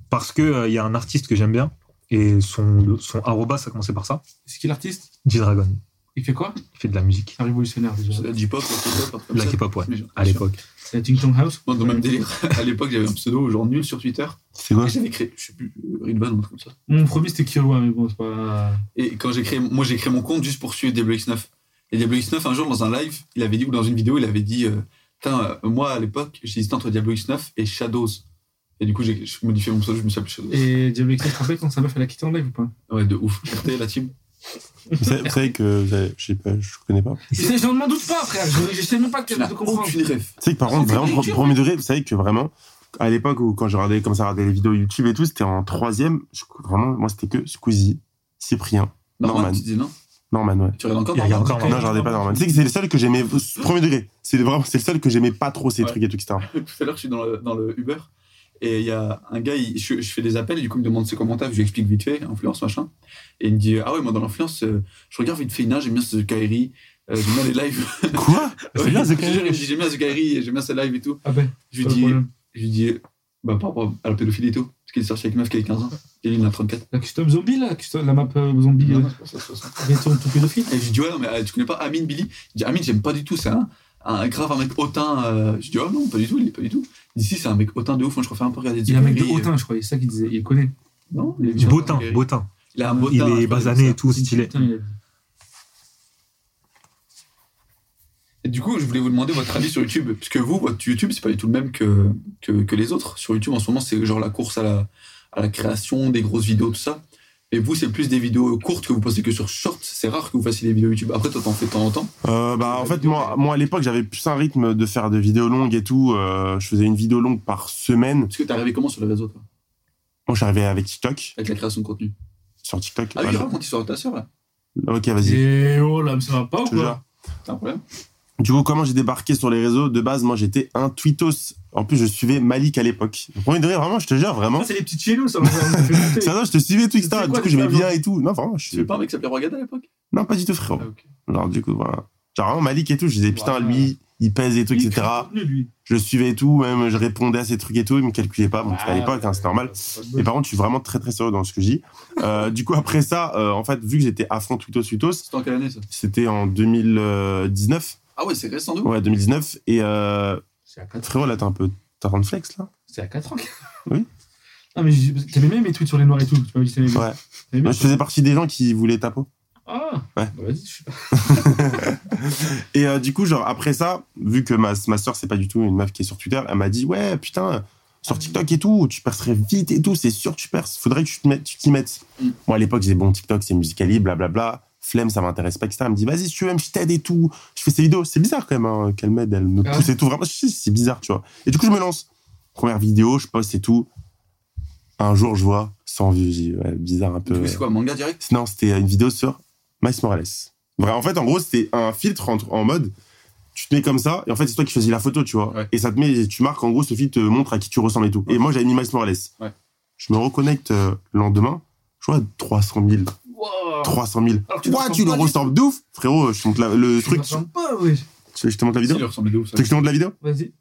Speaker 5: Parce que euh, il y a un artiste que j'aime bien. Et son, son arroba, ça commençait par ça.
Speaker 2: C'est qui l'artiste
Speaker 5: G-Dragon.
Speaker 2: Il fait quoi
Speaker 5: Il fait de la musique.
Speaker 2: Un révolutionnaire déjà.
Speaker 3: C'est de la J-pop, la K-pop, un truc comme
Speaker 5: De la
Speaker 3: ça.
Speaker 5: K-pop, ouais.
Speaker 3: Mais genre,
Speaker 5: À l'époque.
Speaker 2: C'est la Ting Tong House
Speaker 3: Moi, dans le même délire, à l'époque, j'avais un pseudo genre nul sur Twitter.
Speaker 4: C'est
Speaker 5: Hein.
Speaker 4: quoi
Speaker 3: Et j'avais créé, je sais plus, euh, Ridvan ou un truc comme ça.
Speaker 2: Mon premier c'était Kirwa, mais bon, c'est pas.
Speaker 3: Et quand j'ai créé, moi, j'ai créé mon compte juste pour suivre Diablo X9. Et Diablo X9, un jour, dans un live, il avait dit, ou dans une vidéo, il avait dit, euh, Putain, euh, moi, à l'époque, j'hésitais entre Diablo X9 et Shadows. Et du coup, j'ai j'ai modifié mon pseudo, je me suis appelé Shadows.
Speaker 2: Et Diablo X, tu te rappelles quand sa meuf elle a quitté en live ou pas
Speaker 3: Ouais, de ouf. RT, la team.
Speaker 4: Vous savez vous savez que. vous savez- Je sais pas, je connais pas.
Speaker 2: Je sais- je n'en demande pas, frère. Je, je sais même pas que
Speaker 3: Tu
Speaker 2: tu as
Speaker 3: n'as
Speaker 2: de comprendre.
Speaker 3: aucune rêve.
Speaker 4: Tu sais que par contre,
Speaker 2: C'est
Speaker 4: vraiment,
Speaker 2: des
Speaker 4: pro-
Speaker 2: lectures,
Speaker 4: premier degré, vous savez que vraiment, à l'époque où quand j'ai regardé, commencé à regarder les vidéos YouTube et tout, c'était en troisième. je- Vraiment, moi, c'était que Squeezie, Cyprien,
Speaker 3: Norman,
Speaker 4: Norman.
Speaker 3: tu dis non
Speaker 4: Norman, ouais.
Speaker 3: Tu regardes encore
Speaker 5: Il y a
Speaker 3: Norman
Speaker 2: Ouais,
Speaker 5: encore
Speaker 4: Non, je
Speaker 5: un.
Speaker 4: regardais pas Norman. Tu sais que c'est le seul que j'aimais, premier degré. C'est vraiment, c'est le seul que j'aimais pas trop ces
Speaker 3: Ouais.
Speaker 4: trucs et tout, etc.
Speaker 3: tout à l'heure, je suis dans le, dans le Uber et il y a un gars, il- je, je fais des appels, du coup, il me demande ses commentaires, je lui explique vite fait, influence, machin. Et il me dit Ah ouais, moi dans l'influence, euh, je regarde vite fait Ina, j'aime bien ce Kairi, euh, j'aime bien les lives.
Speaker 4: Quoi C'est bien,
Speaker 3: Ouais,
Speaker 4: c'est
Speaker 3: je te jure, il me dit, J'aime bien ce Kairi, j'aime bien ses lives et tout.
Speaker 2: Ah ben,
Speaker 3: Je lui
Speaker 2: pas de
Speaker 3: dis
Speaker 2: problème.
Speaker 3: Je lui dis, bah, par rapport à la pédophilie et tout, parce qu'il est sorti avec une meuf qui avait 15 ans, et lui, il en a 34.
Speaker 2: La custom zombie, là, custom- la map euh, zombie, euh,
Speaker 3: Non, non, c'est pas ça, c'est pas ça.
Speaker 2: ils sont tout pédophiles.
Speaker 3: Et je lui dis, ouais, non, mais euh, tu connais pas Amine Billy Je dis, Amine, j'aime pas du tout, c'est un, un grave un mec hautain. euh. Je dis, oh non, pas du tout, il est pas du tout. Il dit, si, c'est un mec hautain de ouf, moi je préfère un peu regarder des
Speaker 2: Il y a un mec de
Speaker 3: séries, euh,
Speaker 2: hautain, je crois, c'est ça qu'il disait, il connaît.
Speaker 3: Non, il est
Speaker 5: Du
Speaker 3: bien.
Speaker 5: beau teint, beau teint.
Speaker 3: Il a un beau
Speaker 5: Il
Speaker 3: teint, je
Speaker 5: est
Speaker 3: sais pas,
Speaker 5: basané
Speaker 3: ça.
Speaker 5: et tout, stylé.
Speaker 2: Putain, il a-
Speaker 3: Et du coup, je voulais vous demander votre avis sur YouTube, parce que vous, votre YouTube, c'est pas du tout le même que, que, que les autres. Sur YouTube, en ce moment, c'est genre la course à la, à la création, des grosses vidéos, tout ça. Et vous, c'est plus des vidéos courtes que vous postez que sur short. C'est rare que vous fassiez des vidéos YouTube. Après, toi, t'en fais de temps en temps.
Speaker 4: Euh, bah, en fait, moi, moi, à l'époque, j'avais plus un rythme de faire des vidéos longues et tout. Euh, je faisais une vidéo longue par semaine.
Speaker 3: Parce que t'es arrivé comment sur les réseaux, toi
Speaker 4: Moi, j'arrivais avec TikTok,
Speaker 3: Avec la création de contenu.
Speaker 4: sur TikTok.
Speaker 3: Ah oui,
Speaker 4: voilà.
Speaker 3: raconte l'histoire de ta sœur, là.
Speaker 4: Ok, vas-y.
Speaker 2: Et oh là, mais ça va pas ou
Speaker 4: Je te
Speaker 2: quoi
Speaker 4: jure.
Speaker 3: T'as un problème
Speaker 4: Du coup, comment j'ai débarqué sur les réseaux De base, moi, j'étais un tweetos. En plus, je suivais Malik à l'époque. Vous prenez de rire, vraiment, je te jure, vraiment.
Speaker 2: Ah, c'est les petits chelous, ça m'a ça m'a fait monter.
Speaker 4: Sérieux, je te suivais tout,
Speaker 2: C'est
Speaker 4: etc.
Speaker 2: quoi,
Speaker 4: Du coup,
Speaker 2: les
Speaker 4: j'aimais
Speaker 2: gens
Speaker 4: bien et tout. Non, vraiment, je
Speaker 3: Tu fais pas un mec qui s'appelait Rogada à l'époque
Speaker 4: Non, pas du tout, frérot.
Speaker 3: Ah, ok.
Speaker 4: Genre, du coup, voilà. Genre, vraiment, Malik et tout, je disais, putain,
Speaker 2: Voilà.
Speaker 4: lui, il pèse et tout,
Speaker 2: Il crée
Speaker 4: etc.
Speaker 2: le contenu, lui.
Speaker 4: Je le suivais et tout, même, je répondais à ses trucs et tout, il me calculait pas. Bon, c'était à l'époque, hein, c'est
Speaker 2: Ah,
Speaker 4: normal. Et par contre, je suis vraiment très, très sérieux dans ce que je dis. Euh, du coup, après ça, euh, en fait, vu que j'étais à fond tweetos, tweetos,
Speaker 3: C'était en quelle année, ça
Speaker 4: c'était en 2019.
Speaker 3: Ah ouais, c'est récent, de ouf.
Speaker 4: Ouais, 2019. Et euh,
Speaker 2: C'est à 4 ans.
Speaker 4: frérot, là, t'es un peu. T'as un flex, là
Speaker 2: C'est à 4 ans.
Speaker 4: Oui.
Speaker 2: Ah, mais j'ai- t'aimais même mes tweets sur les noirs et tout. Tu m'avais dit que t'aimais bien.
Speaker 4: Ouais.
Speaker 2: T'aimais
Speaker 3: Mmh.
Speaker 4: Moi,
Speaker 2: bien.
Speaker 4: je faisais partie des gens qui voulaient ta peau.
Speaker 2: Ah,
Speaker 4: Ouais.
Speaker 2: bah, vas-y, je suis pas.
Speaker 4: Et euh, du coup, genre, après ça, vu que ma, ma soeur, c'est pas du tout une meuf qui est sur Twitter, elle m'a dit Ouais, putain, sur TikTok et tout, tu percerais vite et tout, c'est sûr, tu perces, faudrait que tu te mettes- tu t'y mettes.
Speaker 3: Mm.
Speaker 4: Moi, à l'époque, j'ai Bon, TikTok, c'est musicali, blablabla, flemme, ça m'intéresse pas, etc. Elle me dit Vas-y, si tu veux, même, je t'aide et tout, je fais ces vidéos. C'est bizarre quand même hein, qu'elle m'aide, elle me
Speaker 2: Ah
Speaker 4: pousse et tout, vraiment, je sais, c'est bizarre, tu vois. Et du coup, je me lance. Première vidéo, je poste et tout. Un jour, je vois 100 vues, j'ai dit, ouais, bizarre un peu.
Speaker 3: Du coup, c'est quoi, manga direct
Speaker 4: Non, c'était une vidéo sur Miles Morales. Vrai, en fait, en gros, c'était un filtre en, en mode tu te mets comme ça, et en fait, c'est toi qui choisis la photo, tu vois.
Speaker 3: Ouais.
Speaker 4: Et ça te met, tu marques, en gros, ce filtre te montre à qui tu ressembles et tout. Et moi, j'avais mis Miles Morales.
Speaker 3: Ouais.
Speaker 4: Je me reconnecte euh, le lendemain, je vois 300 000. 300 000.
Speaker 2: Alors, tu
Speaker 4: Quoi,
Speaker 2: le
Speaker 4: tu le
Speaker 2: ressembles pas,
Speaker 4: ressembles de ouf Frérot, je te montre la- le
Speaker 2: Je me
Speaker 4: truc.
Speaker 2: sens pas, ouais.
Speaker 4: Tu veux que je te montre la
Speaker 3: Si,
Speaker 4: vidéo
Speaker 3: il ressemblait de ouf, ça.
Speaker 4: Tu veux que je te montre la vidéo
Speaker 2: Vas-y.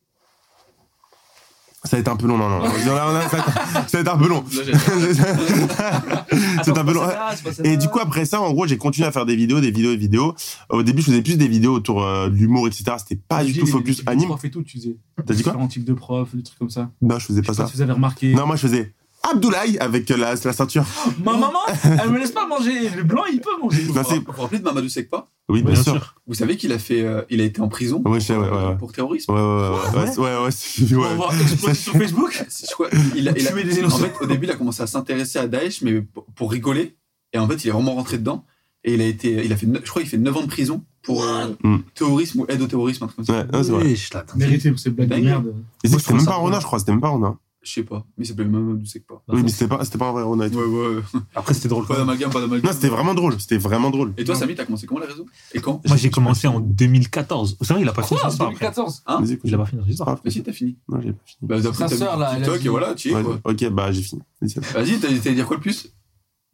Speaker 4: Ça va être un peu long, non, non. non. Non, non, non, ça, va être- ça va être un peu long.
Speaker 3: Là, j'ai-
Speaker 4: C'est un peu
Speaker 2: Attends,
Speaker 4: long.
Speaker 2: c'est pas ça, c'est pas ça.
Speaker 4: Et du coup, après ça, en gros, j'ai continué à faire des vidéos, des vidéos, des vidéos. Au début, je faisais plus des vidéos autour euh, de l'humour, etc. C'était pas
Speaker 2: Tu
Speaker 4: du
Speaker 2: dis
Speaker 4: tout
Speaker 2: les-
Speaker 4: focus
Speaker 2: les types de
Speaker 4: anime.
Speaker 2: profs et tout, tu faisais.
Speaker 4: T'as dit quoi
Speaker 2: Différents types de profs, des trucs comme ça.
Speaker 4: Non, je faisais
Speaker 2: Je
Speaker 4: pas
Speaker 2: sais
Speaker 4: ça.
Speaker 2: si vous avez remarqué.
Speaker 4: Non, moi, je faisais Abdoulaye avec euh, la, la ceinture.
Speaker 2: Ma maman, elle me laisse pas manger. Le blanc, il peut manger.
Speaker 4: Non, c'est-
Speaker 3: Vous vous rappelez de Mamadou Sekpa
Speaker 4: Oui, bien,
Speaker 5: Bien
Speaker 4: sûr.
Speaker 5: sûr.
Speaker 3: Vous savez qu'il a fait, euh, il a été en prison
Speaker 4: Ouais, je sais, ouais, ouais, ouais.
Speaker 3: pour terrorisme.
Speaker 4: Ouais, ouais, ouais, ouais, ouais, ouais, ouais, c'est- ouais.
Speaker 2: On va exploser sur Facebook.
Speaker 3: C'est- Je crois, il a, il a-
Speaker 2: Tuer des
Speaker 3: en
Speaker 2: innocents.
Speaker 3: fait, au début, il a commencé à s'intéresser à Daesh, mais pour pour rigoler. Et en fait, il est vraiment rentré dedans. Et il a été, il a fait, neuf- je crois, qu'il fait 9 ans de prison pour euh,
Speaker 4: Mm.
Speaker 3: terrorisme ou aide au terrorisme, un truc comme ça.
Speaker 4: Ouais, non, Ah, c'est vrai.
Speaker 5: Oui, je l'attendais.
Speaker 2: Mérité pour ces blagues de
Speaker 3: Dingue.
Speaker 2: merde.
Speaker 4: Et
Speaker 5: Moi,
Speaker 4: c'est-
Speaker 5: je
Speaker 4: c'était
Speaker 5: trouve
Speaker 4: même
Speaker 5: ça
Speaker 4: pas Rona,
Speaker 5: drôle.
Speaker 4: je crois. C'était même pas Rona.
Speaker 3: Je sais pas, mais il s'appelait Mamadou Sekpa.
Speaker 4: Oui, mais c'était pas, c'était pas un vrai Rona. et tout.
Speaker 3: Ouais, ouais.
Speaker 5: Après, c'était drôle.
Speaker 3: Pas d'amalgame, pas d'amalgame.
Speaker 4: Non, c'était vraiment drôle. C'était vraiment drôle.
Speaker 3: Et toi, Samy, t'as commencé comment les réseaux Et quand
Speaker 5: Moi, j'ai commencé en 2014. C'est vrai, il a pas fini son
Speaker 2: Quoi
Speaker 5: histoire. après.
Speaker 2: 2014
Speaker 4: Vas-y, écoute,
Speaker 5: Il
Speaker 4: j'ai
Speaker 5: a
Speaker 4: pas
Speaker 5: pas fini son histoire.
Speaker 4: grave.
Speaker 3: Mais si, t'as fini.
Speaker 4: Non, j'ai pas fini.
Speaker 3: Bah, après,
Speaker 2: Sa
Speaker 3: t'as vu
Speaker 2: sœur, là, elle a
Speaker 3: TikTok,
Speaker 2: dit-
Speaker 3: et voilà, tu y es,
Speaker 4: Ouais,
Speaker 3: quoi.
Speaker 4: ok, bah, j'ai fini. Vas-y.
Speaker 3: Vas-y, t'as t'allais dire quoi le plus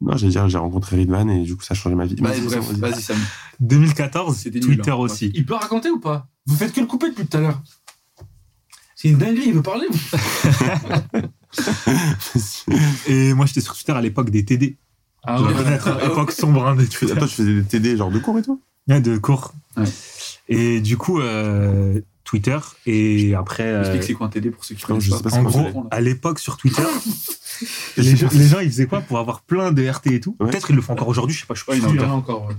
Speaker 4: Non, j'allais dire, j'ai rencontré Ridvan et du coup, ça a changé ma vie.
Speaker 3: Bah,
Speaker 4: Vas-y,
Speaker 3: bref,
Speaker 4: vas-y.
Speaker 3: vas-y, Samy.
Speaker 5: 2014,
Speaker 3: C'était
Speaker 5: Twitter
Speaker 3: nul, hein. Ouais.
Speaker 5: aussi.
Speaker 2: Il peut raconter ou pas Vous faites que le couper depuis tout à l'heure. C'est une dinguerie, il veut parler. vous
Speaker 5: Et moi, j'étais sur Twitter à l'époque des TD.
Speaker 2: Ah
Speaker 5: Je dois connaître l'époque sombre hein, de Twitter.
Speaker 4: Attends, tu faisais des TD genre de cours et tout
Speaker 5: Ouais, de cours.
Speaker 3: Ouais.
Speaker 5: Et du coup, euh, Twitter. Et après. euh,
Speaker 3: Explique c'est quoi un TD pour ceux qui
Speaker 4: Frérot,
Speaker 3: connaissent
Speaker 4: je
Speaker 3: pas.
Speaker 4: sais pas ce
Speaker 5: en
Speaker 4: qu'on
Speaker 5: gros,
Speaker 4: fait.
Speaker 5: à l'époque sur Twitter, les, gens, les gens, ils faisaient quoi pour avoir plein de RT et tout
Speaker 4: Ouais.
Speaker 5: Peut-être ils le font encore aujourd'hui, je sais pas, je suis pas
Speaker 3: Ouais,
Speaker 5: sûr.
Speaker 3: non.
Speaker 2: Il y en a encore. ouais.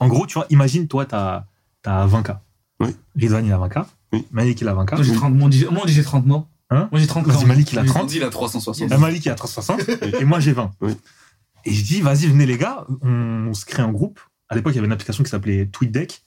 Speaker 5: En gros, tu vois, imagine, toi, t'as as 20K.
Speaker 4: Oui.
Speaker 5: Ridwan, il a 20K.
Speaker 4: Oui.
Speaker 5: Malik, il a 20K.
Speaker 2: Moi, j'ai 30, moi, j'ai- moi, j'ai 30 non
Speaker 5: Hein
Speaker 2: Moi, j'ai 30
Speaker 5: Vas-y,
Speaker 2: ans.
Speaker 5: Malik, il a
Speaker 2: Oui.
Speaker 5: 30.
Speaker 3: Andy, il a 360.
Speaker 5: Euh, Malik, il a 360. et moi, j'ai 20.
Speaker 4: Oui.
Speaker 5: Et je dis, vas-y, venez, les gars, on, on se crée un groupe. À l'époque, il y avait une application qui s'appelait TweetDeck.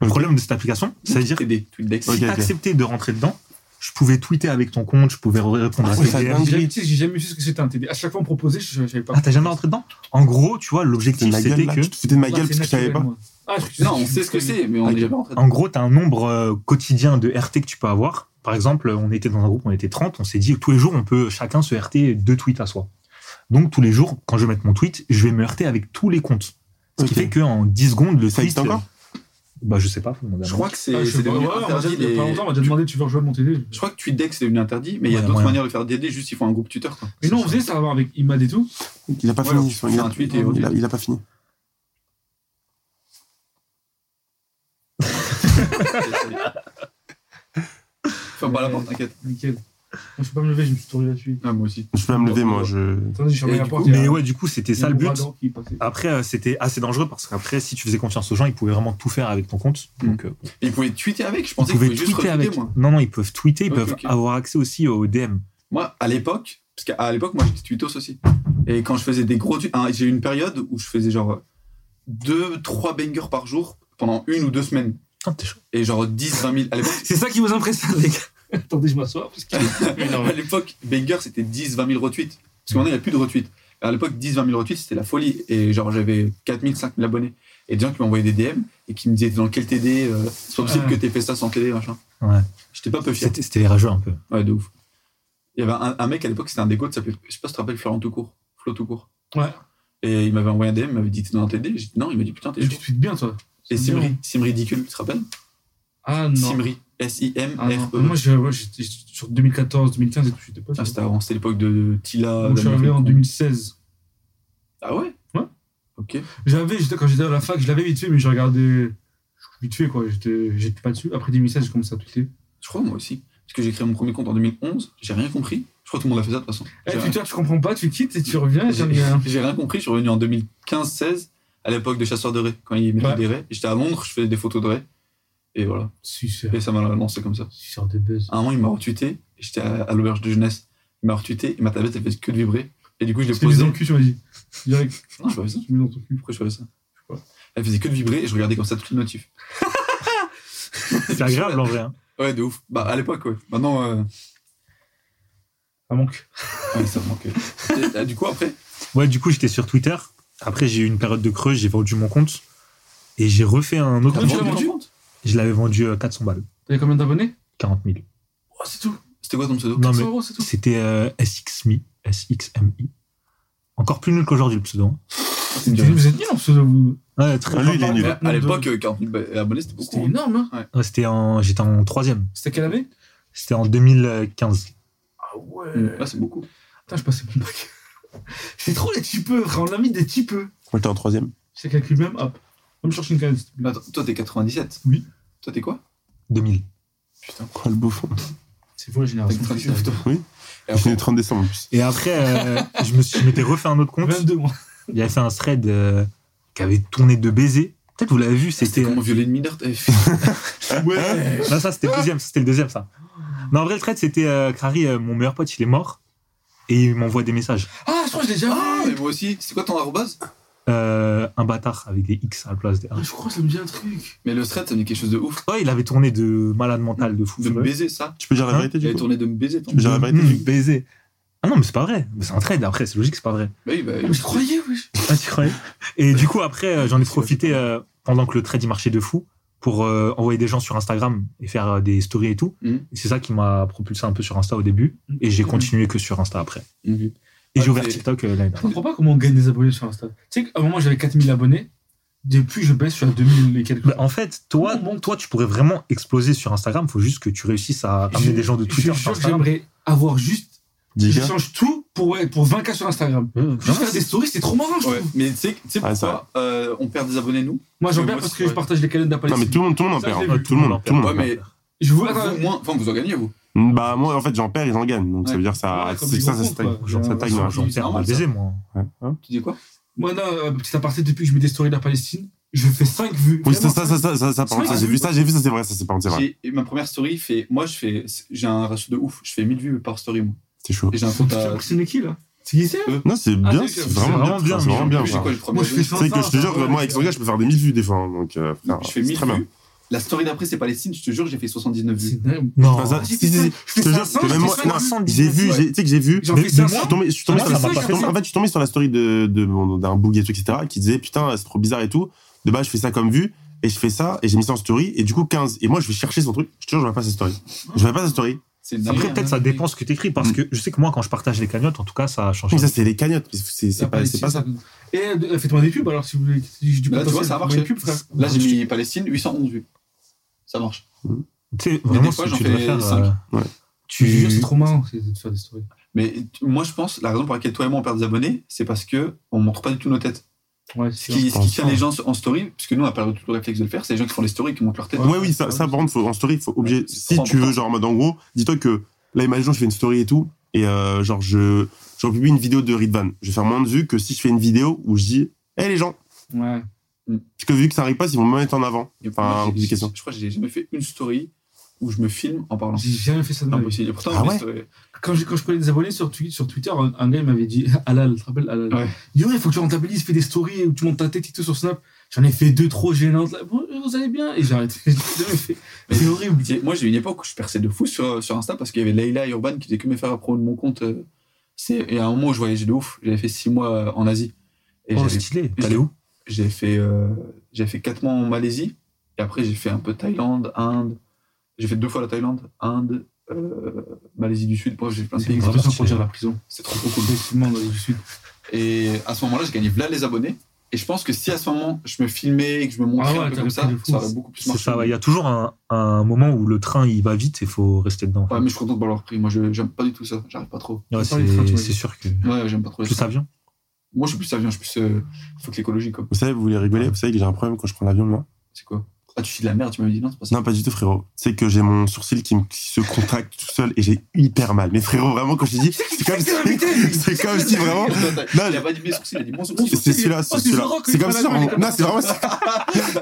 Speaker 5: Le
Speaker 4: Ok.
Speaker 5: problème de cette application, c'est-à-dire que
Speaker 3: TD, tweet deck.
Speaker 5: si
Speaker 4: Ok, ok.
Speaker 5: t'acceptais de rentrer dedans, je pouvais tweeter avec ton compte, je pouvais répondre à
Speaker 4: Ah,
Speaker 5: tes
Speaker 4: ça
Speaker 5: DM.
Speaker 4: dingue.
Speaker 2: J'ai jamais- tu sais, j'ai jamais su ce que c'était un TD. À chaque fois, on me proposait, je je savais pas.
Speaker 5: Ah, t'as jamais rentré dedans En gros, tu vois,
Speaker 4: C'était de
Speaker 5: l'objectif,
Speaker 4: ma gueule,
Speaker 5: c'était
Speaker 4: là
Speaker 5: que.
Speaker 4: Tu te foutais de ma
Speaker 2: Ah,
Speaker 4: gueule
Speaker 2: c'est
Speaker 4: parce que je savais
Speaker 2: naturel,
Speaker 4: pas
Speaker 2: moi. Ah, je crois que
Speaker 3: Non, on sait ce que c'est, mais on
Speaker 2: Ah,
Speaker 4: Ok.
Speaker 3: est jamais rentré.
Speaker 5: En gros, tu as un nombre euh, quotidien de RT que tu peux avoir. Par exemple, on était dans un groupe, on était 30, on s'est dit tous les jours, on peut chacun se RT deux tweets à soi. Donc tous les jours, quand je vais mettre mon tweet, je vais me RT avec tous les comptes. Ce
Speaker 4: Ok.
Speaker 5: qui fait qu'en 10 secondes, le
Speaker 4: Ça
Speaker 5: tweet.
Speaker 4: existe encore
Speaker 5: euh, Bah, je sais pas, faut demander à
Speaker 3: Je
Speaker 5: moi.
Speaker 3: crois que c'est
Speaker 2: Ah, je
Speaker 3: c'est
Speaker 2: sais pas,
Speaker 3: devenu
Speaker 2: ouais, on m'a dit il
Speaker 3: interdit.
Speaker 2: y a pas
Speaker 3: les-
Speaker 2: longtemps, on m'a déjà demandé Tu veux rejouer mon TD
Speaker 3: Je crois que TweetDeck c'est devenu interdit, mais il y a
Speaker 5: Ouais,
Speaker 3: d'autres
Speaker 5: ouais.
Speaker 3: manières de faire DD, juste il faut un groupe tuteur. quoi.
Speaker 2: Mais non, on faisait ça avant avec Imad et tout.
Speaker 4: Il a pas
Speaker 3: Ouais,
Speaker 4: fini.
Speaker 3: tu
Speaker 4: son- Il
Speaker 3: fais
Speaker 4: a,
Speaker 3: un tweet et on dit-
Speaker 4: il a- il a pas fini.
Speaker 3: Ferme pas la porte, t'inquiète.
Speaker 2: Nickel. Moi, je peux pas me lever, je me suis tourné là-dessus.
Speaker 3: Ah, moi aussi.
Speaker 4: Je peux pas me lever, moi. Je...
Speaker 2: Attendez, je fermé
Speaker 3: Et
Speaker 2: la
Speaker 3: du
Speaker 2: porte.
Speaker 3: coup,
Speaker 2: il y a-
Speaker 5: Mais ouais, du coup, c'était
Speaker 2: il y a
Speaker 5: ça le
Speaker 2: un
Speaker 5: but.
Speaker 2: ouragan qui est passé.
Speaker 5: Après, euh, c'était assez dangereux parce qu'après, si tu faisais confiance aux gens, ils pouvaient vraiment tout faire avec ton compte.
Speaker 3: Mm.
Speaker 5: Donc, euh,
Speaker 3: Et ils pouvaient tweeter avec, je
Speaker 5: ils
Speaker 3: pensais qu'ils
Speaker 5: pouvaient
Speaker 3: pouvaient juste
Speaker 5: tweeter
Speaker 3: retweeter,
Speaker 5: avec.
Speaker 3: moi.
Speaker 5: Non, non, ils peuvent tweeter, ils
Speaker 3: Ok,
Speaker 5: peuvent
Speaker 3: ok.
Speaker 5: avoir accès aussi au DM.
Speaker 3: Moi, à l'époque, parce qu'à l'époque, moi, j'étais tweetos aussi. Et quand je faisais des gros tweets, hein, j'ai eu une période où je faisais genre euh, deux, trois bangers par jour pendant une ou deux semaines.
Speaker 5: Putain, t'es chaud.
Speaker 3: Et genre 10, 20 000. À l'époque,
Speaker 5: C'est ça qui vous impressionne, les gars.
Speaker 2: Attendez, je m'assois. parce qu'il- Mais non,
Speaker 3: à l'époque, banger, c'était 10, 20 000 retweets. Parce que maintenant, il n'y a plus de retweets. À l'époque, 10, 20 000 retweets, c'était la folie. Et genre, j'avais 4 000, 5 000 abonnés. Et des gens qui m'envoyaient des DM et qui me disaient dans quel TD, euh, c'est pas possible
Speaker 2: Ouais.
Speaker 3: que t'aies fait ça sans TD, machin.
Speaker 5: Ouais.
Speaker 3: J'étais pas peu fier.
Speaker 5: C'était c'était les rageux un peu.
Speaker 3: Ouais, de ouf. Il y avait un, un mec à l'époque, c'était un déco, qui s'appelait, je sais pas si tu te rappelles, Florent Toucourt. Flo Toucourt.
Speaker 2: Ouais.
Speaker 3: Et il m'avait envoyé un DM, il m'avait dit, t'es dans un TD J'ai dit, non, il m'a dit, putain, t'es
Speaker 2: mais
Speaker 3: chaud.
Speaker 2: tu tweets bien, toi.
Speaker 3: Et
Speaker 2: C'est bien.
Speaker 3: Simri, Simri Ridicule, tu te rappelles
Speaker 2: Ah non.
Speaker 3: Simri, E.
Speaker 2: Ah, non.
Speaker 3: S-I-M-R-E.
Speaker 2: Moi, je- moi, j'étais sur 2014, 2015 et tout, j'étais pas.
Speaker 3: Ah, c'était avant, c'était l'époque de Tila.
Speaker 2: Moi, je suis arrivé en 2016.
Speaker 3: Ah ouais
Speaker 2: Ouais.
Speaker 3: Ok.
Speaker 2: J'avais, j'étais- quand j'étais à la fac, je l'avais vite fait, mais je regardais vite fait, quoi. J'étais, j'étais pas dessus. Après 2016, j'ai commencé à tweeter.
Speaker 3: Je crois, moi aussi. Parce que j'ai créé mon premier compte en 2011, j'ai rien compris. Je crois que tout le monde a fait ça de toute façon.
Speaker 2: Eh,
Speaker 3: J'ai-
Speaker 2: Twitter, tu comprends pas, tu quittes et tu reviens. j'aime bien.
Speaker 3: J'ai rien compris, je suis revenu en 2015-16, à l'époque de Chasseurs de Raies, quand il mettaient
Speaker 2: Ouais.
Speaker 3: des raies. J'étais à Londres, je faisais des photos de raies. Et voilà.
Speaker 2: Suceur,
Speaker 3: Et ça m'a lancé comme ça.
Speaker 2: suceur de buzz.
Speaker 3: À un moment, il m'a retweeté. J'étais à, à l'auberge de jeunesse. Il m'a retweeté et ma tablette, elle fait que de vibrer. Et du coup, je l'ai
Speaker 2: Je t'ai mis
Speaker 3: posée.
Speaker 2: dans le cul, tu m'as dit. Direct,
Speaker 3: Non, je pas fait ça.
Speaker 2: je t'ai mis dans ton cul.
Speaker 3: Pourquoi je fais ça
Speaker 2: Je sais
Speaker 3: Elle faisait que de vibrer et je regardais comme ça toutes les notifs.
Speaker 5: C'est agréable en vrai. hein.
Speaker 3: Ouais, de ouf. Bah, à l'époque, ouais. Maintenant, euh,
Speaker 2: Ça Ah, manque.
Speaker 3: ouais, ça me manquait. Et, euh, du coup, après,
Speaker 5: Ouais, du coup, j'étais sur Twitter. Après, j'ai eu une période de creux, j'ai vendu mon compte. Et j'ai refait un autre
Speaker 3: t'as
Speaker 2: Comment tu
Speaker 5: compte.
Speaker 2: l'as
Speaker 3: vendu
Speaker 2: vendu
Speaker 3: ton compte
Speaker 5: Je l'avais vendu euh, 400 balles,
Speaker 2: T'avais combien d'abonnés
Speaker 5: 40 000.
Speaker 2: Oh, c'est tout.
Speaker 3: C'était quoi ton pseudo
Speaker 5: Non,
Speaker 2: 100
Speaker 5: mais
Speaker 2: euros, c'est tout.
Speaker 5: c'était euh, SXMI. SXMI. Encore plus nul qu'aujourd'hui, le pseudo.
Speaker 3: C'est
Speaker 2: Vous
Speaker 3: dur.
Speaker 2: vous êtes bien, ce pseudo. vous.
Speaker 5: hein. Ouais, très
Speaker 4: Ah, lui, il est nul.
Speaker 3: Ouais, À l'époque, euh, 40 000 ba- abonnés, c'était beaucoup.
Speaker 2: C'était
Speaker 3: hein.
Speaker 2: énorme, hein.
Speaker 5: Ouais, c'était en, j'étais en troisième.
Speaker 2: C'était quelle année
Speaker 5: C'était en 2015.
Speaker 2: Ah ouais.
Speaker 3: Là, c'est beaucoup.
Speaker 2: Putain, je passais mon bac. C'est trop les typeux, frère. On a mis des typeux.
Speaker 4: Moi, j'étais en troisième.
Speaker 2: C'est calcul même, hop. Comme sur Shinkan. s'il te plaît.
Speaker 3: Attends, toi, t'es 97.
Speaker 2: Oui.
Speaker 3: Toi, t'es quoi
Speaker 5: 2000.
Speaker 3: Putain.
Speaker 4: Quoi, le beau fond.
Speaker 2: C'est vous la
Speaker 3: T'es
Speaker 2: génération.
Speaker 3: 39, toi.
Speaker 4: Oui.
Speaker 3: Et
Speaker 4: Je suis né
Speaker 3: après,
Speaker 4: le 30 décembre en plus.
Speaker 5: Et après, euh, je me suis, je m'étais refait un autre compte.
Speaker 2: 22 mois.
Speaker 5: Il avait fait un thread euh, qui avait tourné de baisers. Peut-être vous l'avez vu,
Speaker 3: Ah, c'était
Speaker 5: c'était. euh,
Speaker 3: comment violer une mineur t'avais fait
Speaker 4: Ouais.
Speaker 5: Non, ça, c'était le deuxième, ça, c'était le deuxième, ça. Non, en vrai, le thread, c'était euh, Crary, euh, mon meilleur pote, il est mort. Et il m'envoie des messages.
Speaker 2: Ah, je crois que je l'ai déjà
Speaker 3: Ah,
Speaker 2: vu.
Speaker 3: mais moi aussi. C'est quoi ton arrobase
Speaker 5: Euh, un bâtard avec des X à la place des
Speaker 2: Ah,
Speaker 5: R.
Speaker 2: je crois que ça me dit un truc.
Speaker 3: Mais le thread, ça me dit quelque chose de ouf.
Speaker 5: Ouais, il avait tourné de malade mental, de fou.
Speaker 3: De me baiser, ça.
Speaker 4: Tu peux dire la
Speaker 5: Hein
Speaker 4: vérité,
Speaker 3: Il
Speaker 4: du
Speaker 3: avait
Speaker 4: coup
Speaker 3: tourné de me baiser. ton-
Speaker 4: Tu peux dire la vérité,
Speaker 5: Mmh,
Speaker 4: du coup
Speaker 5: baiser. Ah non, mais c'est pas vrai. C'est un trade après, c'est logique, c'est pas vrai.
Speaker 3: Bah oui, bah,
Speaker 2: Mais je croyais, oui.
Speaker 5: Ah, tu croyais Et du coup, après, euh, j'en ai profité euh, pendant que le trade il marchait de fou pour euh, envoyer des gens sur Instagram et faire euh, des stories et tout.
Speaker 3: Mhm.
Speaker 5: Et c'est ça qui m'a propulsé un peu sur Insta au début. Et j'ai continué que sur Insta après.
Speaker 3: Mhm.
Speaker 5: Et j'ai
Speaker 3: Ah,
Speaker 5: ouvert
Speaker 3: c'est-
Speaker 5: TikTok euh, l'année
Speaker 2: Je
Speaker 5: dernière.
Speaker 2: comprends pas comment on gagne des abonnés sur Insta. Tu sais qu'à un moment, j'avais 4000 abonnés. Depuis, je baisse, je suis à 2000 et quelques.
Speaker 5: Bah, en fait, toi,
Speaker 2: Bon, bon.
Speaker 5: toi, tu pourrais vraiment exploser sur Instagram. Faut juste que tu réussisses à amener
Speaker 2: Je-
Speaker 5: des gens de
Speaker 2: je
Speaker 5: Twitter
Speaker 2: jure
Speaker 5: sur
Speaker 2: que
Speaker 5: Instagram.
Speaker 2: J'aimerais avoir juste. Je
Speaker 4: 10K
Speaker 2: change tout pour, ouais, pour 20K sur Instagram.
Speaker 5: Euh,
Speaker 2: Juste
Speaker 5: vraiment,
Speaker 2: faire des stories, c'est trop marrant, je
Speaker 3: Ouais,
Speaker 2: trouve.
Speaker 3: mais tu sais tu sais
Speaker 4: Ah, c'est
Speaker 3: pourquoi euh, on perd des abonnés, nous
Speaker 2: Moi, j'en
Speaker 3: Mais
Speaker 2: perds
Speaker 3: moi,
Speaker 2: parce que
Speaker 3: c'est-
Speaker 2: je partage les calendres d'Apple.
Speaker 4: Non, mais tout le monde, tout le monde en
Speaker 2: Ça,
Speaker 4: perd.
Speaker 2: je l'ai
Speaker 4: hein.
Speaker 2: vu.
Speaker 4: Tout le monde, tout le
Speaker 3: Ouais,
Speaker 4: monde. en perd.
Speaker 3: mais
Speaker 2: Je vous. Attends,
Speaker 3: vous, moins, enfin, vous en gagnez, vous.
Speaker 4: Bah, moi, en fait, j'en perds, ils en gagnent. Donc, ça
Speaker 3: Ouais.
Speaker 4: veut dire ça,
Speaker 2: Ouais, comme
Speaker 4: c'est
Speaker 2: des
Speaker 4: que ça,
Speaker 2: gros
Speaker 4: ça se
Speaker 2: cons,
Speaker 4: taille.
Speaker 2: quoi.
Speaker 4: Genre, ça
Speaker 2: Genre,
Speaker 4: taille,
Speaker 2: genre,
Speaker 4: moi.
Speaker 5: J'en perds un
Speaker 3: normal,
Speaker 5: baiser, moi.
Speaker 4: Ouais, hein.
Speaker 3: Tu dis quoi
Speaker 2: moi, non, euh, petit aparté, depuis que je mets des stories de la Palestine, je fais 5 vues.
Speaker 4: Oui, ça,
Speaker 2: Vraiment,
Speaker 4: ça, ça, ça, ça, ça, par
Speaker 2: vrai
Speaker 4: contre,
Speaker 2: que
Speaker 4: ça, j'ai
Speaker 2: j'ai
Speaker 4: vu
Speaker 2: vu.
Speaker 4: ça, j'ai vu ça, c'est vrai, ça, c'est par contre, c'est vrai.
Speaker 3: J'ai- Ma première story fait. Moi, je fais. J'ai un ratio de ouf. Je fais 1000 vues par story, moi.
Speaker 4: C'est chaud.
Speaker 3: Et j'ai un compte
Speaker 2: Putain,
Speaker 3: à.
Speaker 2: mais C'est qui, là C'est qui, c'est
Speaker 4: Non, c'est
Speaker 2: Ah,
Speaker 4: bien,
Speaker 2: c'est-
Speaker 4: c'est
Speaker 2: c'est
Speaker 4: vraiment bien.
Speaker 5: vraiment bien,
Speaker 4: frère, C'est vraiment bien.
Speaker 3: C'est
Speaker 4: frère.
Speaker 3: quoi le premier
Speaker 2: Moi, je fais
Speaker 4: Tu
Speaker 2: 500.
Speaker 4: sais que je te jure, moi, avec son gars, je peux faire des 1000 vues des fois. hein, Donc, euh, frère,
Speaker 3: Je fais
Speaker 4: c'est
Speaker 3: 1000
Speaker 4: très bien.
Speaker 3: vues. La story d'après, c'est Palestine. Je te jure, j'ai fait 79 vues.
Speaker 2: C'est dingue.
Speaker 5: Non.
Speaker 4: Enfin, ça-
Speaker 2: j'ai
Speaker 4: si, si,
Speaker 2: fait
Speaker 4: si,
Speaker 2: ça,
Speaker 4: je te
Speaker 2: j'ai fait
Speaker 4: jure, parce que
Speaker 2: ça,
Speaker 4: même moi,
Speaker 2: j'ai fait
Speaker 4: non,
Speaker 5: 70,
Speaker 4: j'ai vu,
Speaker 5: ouais.
Speaker 4: j'ai- tu sais que j'ai vu,
Speaker 2: J'en
Speaker 5: Mais-
Speaker 2: fais
Speaker 5: mais
Speaker 4: Je
Speaker 2: 500.
Speaker 4: suis tombé, je suis tombé
Speaker 5: Ah,
Speaker 4: sur
Speaker 5: ça
Speaker 4: je
Speaker 5: m'a
Speaker 4: suis
Speaker 5: pas
Speaker 4: tombé-
Speaker 5: fait.
Speaker 4: en fait, je suis tombé sur la story de, de mon- d'un bougue et tout, etc., qui disait Putain, c'est trop bizarre et tout. De base, je fais ça comme vue, et je fais ça, et j'ai mis ça en story, et du coup, 15. Et moi, je vais chercher son truc. Je te jure, je vois pas sa story. Je vois pas sa story.
Speaker 3: C'est une
Speaker 5: Après,
Speaker 3: dinguerie,
Speaker 5: peut-être
Speaker 3: hein.
Speaker 5: ça dépend ce que tu écris, parce
Speaker 4: Mm.
Speaker 5: que je sais que moi, quand je partage les cagnottes, en tout cas, ça a changé.
Speaker 4: Mais ça, c'est les cagnottes. C'est c'est
Speaker 2: La
Speaker 4: pas,
Speaker 2: Palestine,
Speaker 4: c'est pas ça.
Speaker 2: ça- Et euh, faites-moi des pubs alors si vous voulez. J'ai du
Speaker 3: Bah Là, tu
Speaker 2: potentiel
Speaker 3: vois, ça
Speaker 2: pour
Speaker 3: marche.
Speaker 2: des pubs, frère.
Speaker 3: Là, j'ai mis Palestine, 811 vues. Ça marche.
Speaker 5: Tu sais,
Speaker 3: Mais
Speaker 5: vraiment,
Speaker 3: des fois,
Speaker 5: si
Speaker 3: j'en
Speaker 5: tu devrais
Speaker 3: fais
Speaker 5: faire.
Speaker 3: cinq.
Speaker 5: euh,
Speaker 4: Ouais.
Speaker 2: Je te jure,
Speaker 5: Tu...
Speaker 2: c'est trop marrant c'est de faire des stories.
Speaker 3: Mais tu- moi, je pense, la raison pour laquelle toi et moi on perd des abonnés, c'est parce que on montre pas du tout nos têtes.
Speaker 2: Ouais,
Speaker 3: Ce
Speaker 2: c'est
Speaker 3: qui, ce
Speaker 4: pense
Speaker 3: qui tient
Speaker 4: pas.
Speaker 3: les gens en story, parce que nous, on n'a pas du tout le réflexe de le faire, c'est les gens qui font les stories qui montrent leur tête.
Speaker 4: Ouais, oui, ça, ça par contre, faut- en story, faut obligé.
Speaker 3: Ouais, c'est
Speaker 4: Si
Speaker 3: trop
Speaker 4: tu veux,
Speaker 3: important.
Speaker 4: genre, en mode, en gros, dis-toi que là, imaginons, je fais une story et tout, et euh, genre, je, je republie une vidéo de Ridvan. Je vais faire moins de vues que si je fais une vidéo où je dis, hé les gens,
Speaker 2: Ouais.
Speaker 4: parce que vu que ça arrive pas, ils vont me mettre en avant.
Speaker 3: Et
Speaker 4: Enfin,
Speaker 3: moi, j'ai-
Speaker 4: publication.
Speaker 3: Je crois que j'ai jamais fait une story où je me filme en parlant.
Speaker 2: J'ai jamais fait ça de
Speaker 3: C'est
Speaker 2: ma vie.
Speaker 3: impossible. Et pourtant,
Speaker 4: Ah
Speaker 3: les
Speaker 4: ouais
Speaker 3: stories-
Speaker 2: Quand je, quand je prenais des abonnés sur, Twi- sur Twitter, un, un gars il m'avait dit Alal, tu te rappelles Alal
Speaker 3: Ouais.
Speaker 2: Il dit Ouais, faut que tu rentres ta playlist, fais des stories où tu montes ta tête et tout sur Snap. J'en ai fait deux trop gênantes. Là. Bon, vous allez bien Et j'ai arrêté. J'ai jamais fait. C'est horrible.
Speaker 3: Et moi, j'ai eu une époque où je perçais de fou sur, sur Insta parce qu'il y avait Leila et Urban qui faisaient que me faire promo de mon compte. euh, C'est, et à un moment où je voyageais de ouf, j'avais fait six mois euh, en Asie. Et
Speaker 5: Oh,
Speaker 3: j'avais-
Speaker 5: stylé. T'allais où
Speaker 3: j'ai fait, euh, j'ai fait quatre mois en Malaisie. Et après, j'ai fait un peu Thaïlande, Inde. J'ai fait deux fois la Thaïlande, Inde, euh, Malaisie du Sud. Bref, j'ai fait plein de
Speaker 2: C'est une
Speaker 3: pays.
Speaker 2: expression pour dire la prison.
Speaker 3: C'est trop, trop cool.
Speaker 2: Effectivement, dans les sud.
Speaker 3: Et à ce moment-là, j'ai gagné là les abonnés. Et je pense que si à ce moment, je me filmais et que je me montrais
Speaker 2: Ah ouais,
Speaker 3: un peu
Speaker 2: t'aurais
Speaker 3: comme
Speaker 2: pris
Speaker 3: ça,
Speaker 2: de fou.
Speaker 3: ça aurait beaucoup plus
Speaker 5: C'est
Speaker 3: marché.
Speaker 5: ça, ouais, il y a toujours un, un moment où le train il va vite et faut rester dedans.
Speaker 3: Ouais, mais je suis content de m'avoir pris. Moi, je- j'aime pas du tout ça. J'arrive pas trop.
Speaker 5: Ouais,
Speaker 2: c'est pas les trains, tu
Speaker 5: c'est
Speaker 2: vois.
Speaker 5: c'est sûr que.
Speaker 3: Ouais, j'aime pas trop les
Speaker 5: Plus avion.
Speaker 3: Moi, je suis plus avion, je suis plus. euh, faut que l'écologie, quoi.
Speaker 4: Vous savez, vous voulez rigoler, vous savez que j'ai un problème quand je prends l'avion, moi.
Speaker 3: C'est quoi Ah, tu fais de la merde, tu m'avais dit non, c'est pas ça.
Speaker 4: Non, pas du tout, frérot. C'est que j'ai mon sourcil qui, me- qui se contracte tout seul et j'ai hyper mal. Mais frérot, vraiment, quand je te dis, c'est comme si, c'est comme si vraiment.
Speaker 3: Il a pas dit mes sourcils, il a dit mon sourcil.
Speaker 4: C'est celui-là, c'est
Speaker 2: Oh, c'est
Speaker 4: celui-là.
Speaker 2: Zorro que il
Speaker 4: C'est comme
Speaker 2: prend
Speaker 4: si,
Speaker 2: la
Speaker 4: vraiment.
Speaker 2: gueule.
Speaker 4: Non, c'est vraiment ça.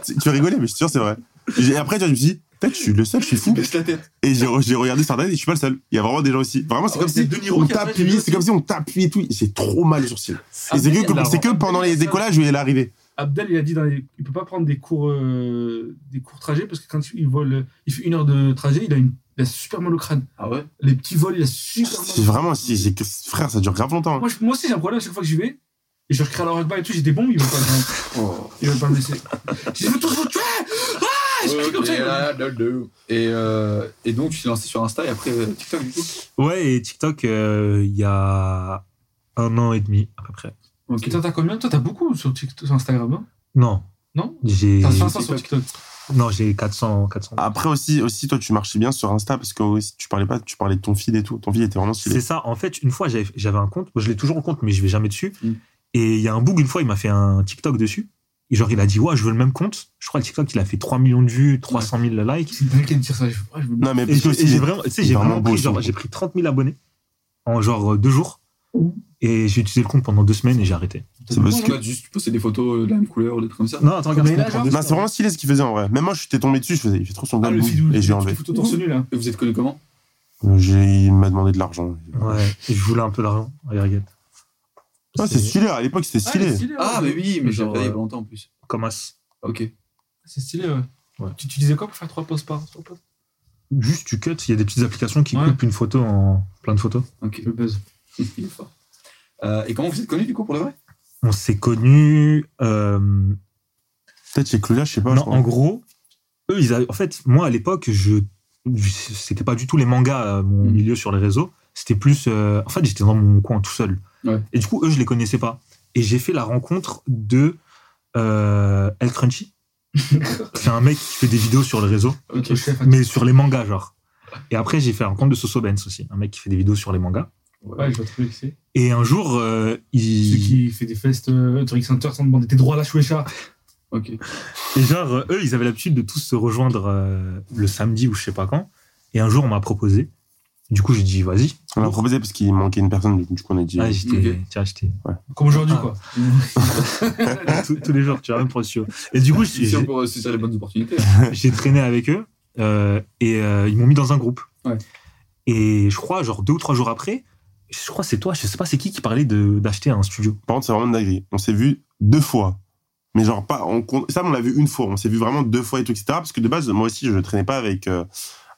Speaker 4: Tu tu vas rigoler, mais je suis sûr, c'est vrai. Et après, tu vois, je me suis dit, peut-être je suis le seul, je suis
Speaker 3: Il
Speaker 4: fou.
Speaker 3: baisse la tête.
Speaker 4: Et j'ai j'ai regardé certaines et je suis pas le seul. Il y a vraiment des gens aussi. Vraiment, c'est
Speaker 3: Ah
Speaker 4: comme
Speaker 3: ouais, c'est
Speaker 4: si
Speaker 3: De Niro
Speaker 4: on
Speaker 3: qui a fait des
Speaker 4: t'appuie,
Speaker 3: sourcils.
Speaker 4: c'est comme si on t'appuie et tout. J'ai trop mal aux sourcils.
Speaker 2: Ah,
Speaker 4: Et c'est
Speaker 2: mais
Speaker 4: que,
Speaker 2: là,
Speaker 4: c'est que
Speaker 2: on-
Speaker 4: pendant les décollages où il est arrivé.
Speaker 2: Abdel, il a dit dans les... il peut pas prendre des cours, euh, des cours trajets parce que quand il vole, il fait une heure de trajet, il a, une... il a super mal au crâne.
Speaker 3: Ah ouais
Speaker 2: Les petits vols, il a super mal.
Speaker 4: C'est vraiment, si, j'ai que- frère, ça dure grave longtemps. hein.
Speaker 2: Moi, je- moi aussi, j'ai un problème à chaque fois que j'y vais. Et je recrée à leur et tout, j'ai des bombes, ils veulent pas me-
Speaker 3: Oh.
Speaker 2: ils veulent pas me laisser. Je veux tous vous tuer Ah Je crie comme
Speaker 3: Ok,
Speaker 2: ça.
Speaker 3: là, là, là. Et euh, et donc, tu t'es lancé sur Insta et après euh, TikTok, du coup.
Speaker 5: Ouais, et TikTok, euh, il y a un an et demi à peu près.
Speaker 3: Ok.
Speaker 2: Et toi, t'as combien Toi, t'as beaucoup sur, TikTok, sur Instagram, non
Speaker 5: Non,
Speaker 2: Non
Speaker 5: j'ai
Speaker 2: T'as 500 sur TikTok.
Speaker 5: non j'ai 400 400.
Speaker 4: Après aussi, aussi, toi, tu marchais bien sur Insta parce que aussi, tu parlais pas, tu parlais de ton feed et tout. Ton feed était vraiment
Speaker 5: C'est
Speaker 4: stylé.
Speaker 5: ça. En fait, une fois, j'avais j'avais un compte. Moi, je l'ai toujours en compte, mais je vais jamais dessus.
Speaker 3: Mm.
Speaker 5: Et il y a un bug, une fois, il m'a fait un TikTok dessus. Et genre, il a dit, ouais, je veux le même compte. Je crois que le TikTok, il a fait 3 millions de vues, 300 000 likes.
Speaker 2: C'est dingue qu'elle me tire ça. Je ah, je veux
Speaker 4: Non, mais
Speaker 5: Et
Speaker 4: parce que
Speaker 5: j'ai
Speaker 4: aussi,
Speaker 5: et j'ai vraiment, tu sais,
Speaker 4: il est
Speaker 5: j'ai
Speaker 4: vraiment
Speaker 5: vraiment pris,
Speaker 4: beau,
Speaker 5: genre,
Speaker 4: son
Speaker 5: j'ai pris 30 000 abonnés en genre euh, deux jours.
Speaker 2: Mm.
Speaker 5: Et j'ai utilisé le compte pendant deux semaines et j'ai arrêté.
Speaker 4: c'est parce
Speaker 3: Parce que juste, tu postais des photos euh, de la même couleur, des trucs comme ça.
Speaker 5: Non, attends, regarde.
Speaker 2: Mais
Speaker 5: ce
Speaker 2: là,
Speaker 5: compte en
Speaker 2: genre-
Speaker 5: deux
Speaker 4: Non, c'est
Speaker 5: semaines.
Speaker 4: vraiment stylé ce qu'il faisait en vrai. Même moi, j'étais tombé dessus, je faisais, il fait trop son
Speaker 2: Ah,
Speaker 4: gars
Speaker 2: le feed où
Speaker 4: et j'ai enlevé.
Speaker 2: photo torse nu, là.
Speaker 3: Et vous êtes connu comment
Speaker 4: Euh, j'ai- Il m'a demandé de l'argent.
Speaker 5: Ouais, et je voulais un peu d'argent. Regarde, regarde.
Speaker 4: Ah, c'est
Speaker 5: C'est
Speaker 4: stylé, à l'époque, c'était
Speaker 2: Ah,
Speaker 4: stylé.
Speaker 2: c'est stylé, ouais.
Speaker 3: Ah, mais oui, mais j'ai
Speaker 5: Genre,
Speaker 3: regardé il y a
Speaker 5: euh,
Speaker 3: pas longtemps en plus.
Speaker 5: comme as.
Speaker 3: Ok.
Speaker 2: C'est stylé, ouais.
Speaker 5: Ouais.
Speaker 2: Tu utilisais quoi pour faire 3 posts par trois posts
Speaker 5: Juste, tu cuts. Il y a des petites applications qui
Speaker 2: Ouais.
Speaker 5: coupent une photo en plein de photos.
Speaker 3: Ok.
Speaker 2: Le buzz.
Speaker 3: Il est fort. Euh, et comment vous êtes connu du coup pour de vrai
Speaker 5: On s'est connus. euh,
Speaker 4: Peut-être chez Cloula, je sais pas. je
Speaker 5: non,
Speaker 4: crois.
Speaker 5: en gros, eux, ils avaient- en fait, moi à l'époque, je c'était pas du tout les mangas euh, mon
Speaker 3: Mm.
Speaker 5: milieu sur les réseaux. C'était plus, euh, en fait, j'étais dans mon coin tout seul.
Speaker 3: Ouais.
Speaker 5: Et du coup, eux, je les connaissais pas. Et j'ai fait la rencontre de euh, El Crunchy. C'est un mec qui fait des vidéos sur les réseaux,
Speaker 3: Ok.
Speaker 2: Notre chef.
Speaker 5: mais sur les mangas genre. Et après, j'ai fait la rencontre de Soso Benz aussi, un mec qui fait des vidéos sur les mangas.
Speaker 2: Ouais, je vois trouver qui c'est.
Speaker 5: Et un jour, euh, il...
Speaker 2: Celui qui fait des festes, euh, Tonic Center, sans demander tes droits à la chouécha.
Speaker 3: Ok.
Speaker 5: Et genre, euh, eux, ils avaient l'habitude de tous se rejoindre euh, le samedi ou je sais pas quand. Et un jour, on m'a proposé. Du coup, j'ai dit, vas-y.
Speaker 4: On l'a proposé parce qu'il manquait une personne, du coup, on a dit.
Speaker 5: Ah, j'étais,
Speaker 3: Ok.
Speaker 5: tiens, j'étais.
Speaker 2: Comme aujourd'hui,
Speaker 5: Ah.
Speaker 2: quoi.
Speaker 5: tous, tous les jours, tu vois, même pour le studio. Et du coup,
Speaker 3: Si
Speaker 5: j'ai
Speaker 3: on peut saisir les bonnes opportunités.
Speaker 5: j'ai traîné avec eux euh, et euh, ils m'ont mis dans un groupe.
Speaker 3: Ouais.
Speaker 5: Et je crois, genre deux ou trois jours après, je crois que c'est toi, je sais pas c'est qui qui parlait de- d'acheter un studio.
Speaker 4: Par contre, c'est vraiment de la grille. On s'est vu deux fois. Mais genre, pas. On, compte- ça, on l'a vu une fois. On s'est vu vraiment deux fois et tout, etc. Parce que de base, moi aussi, je traînais pas avec, euh,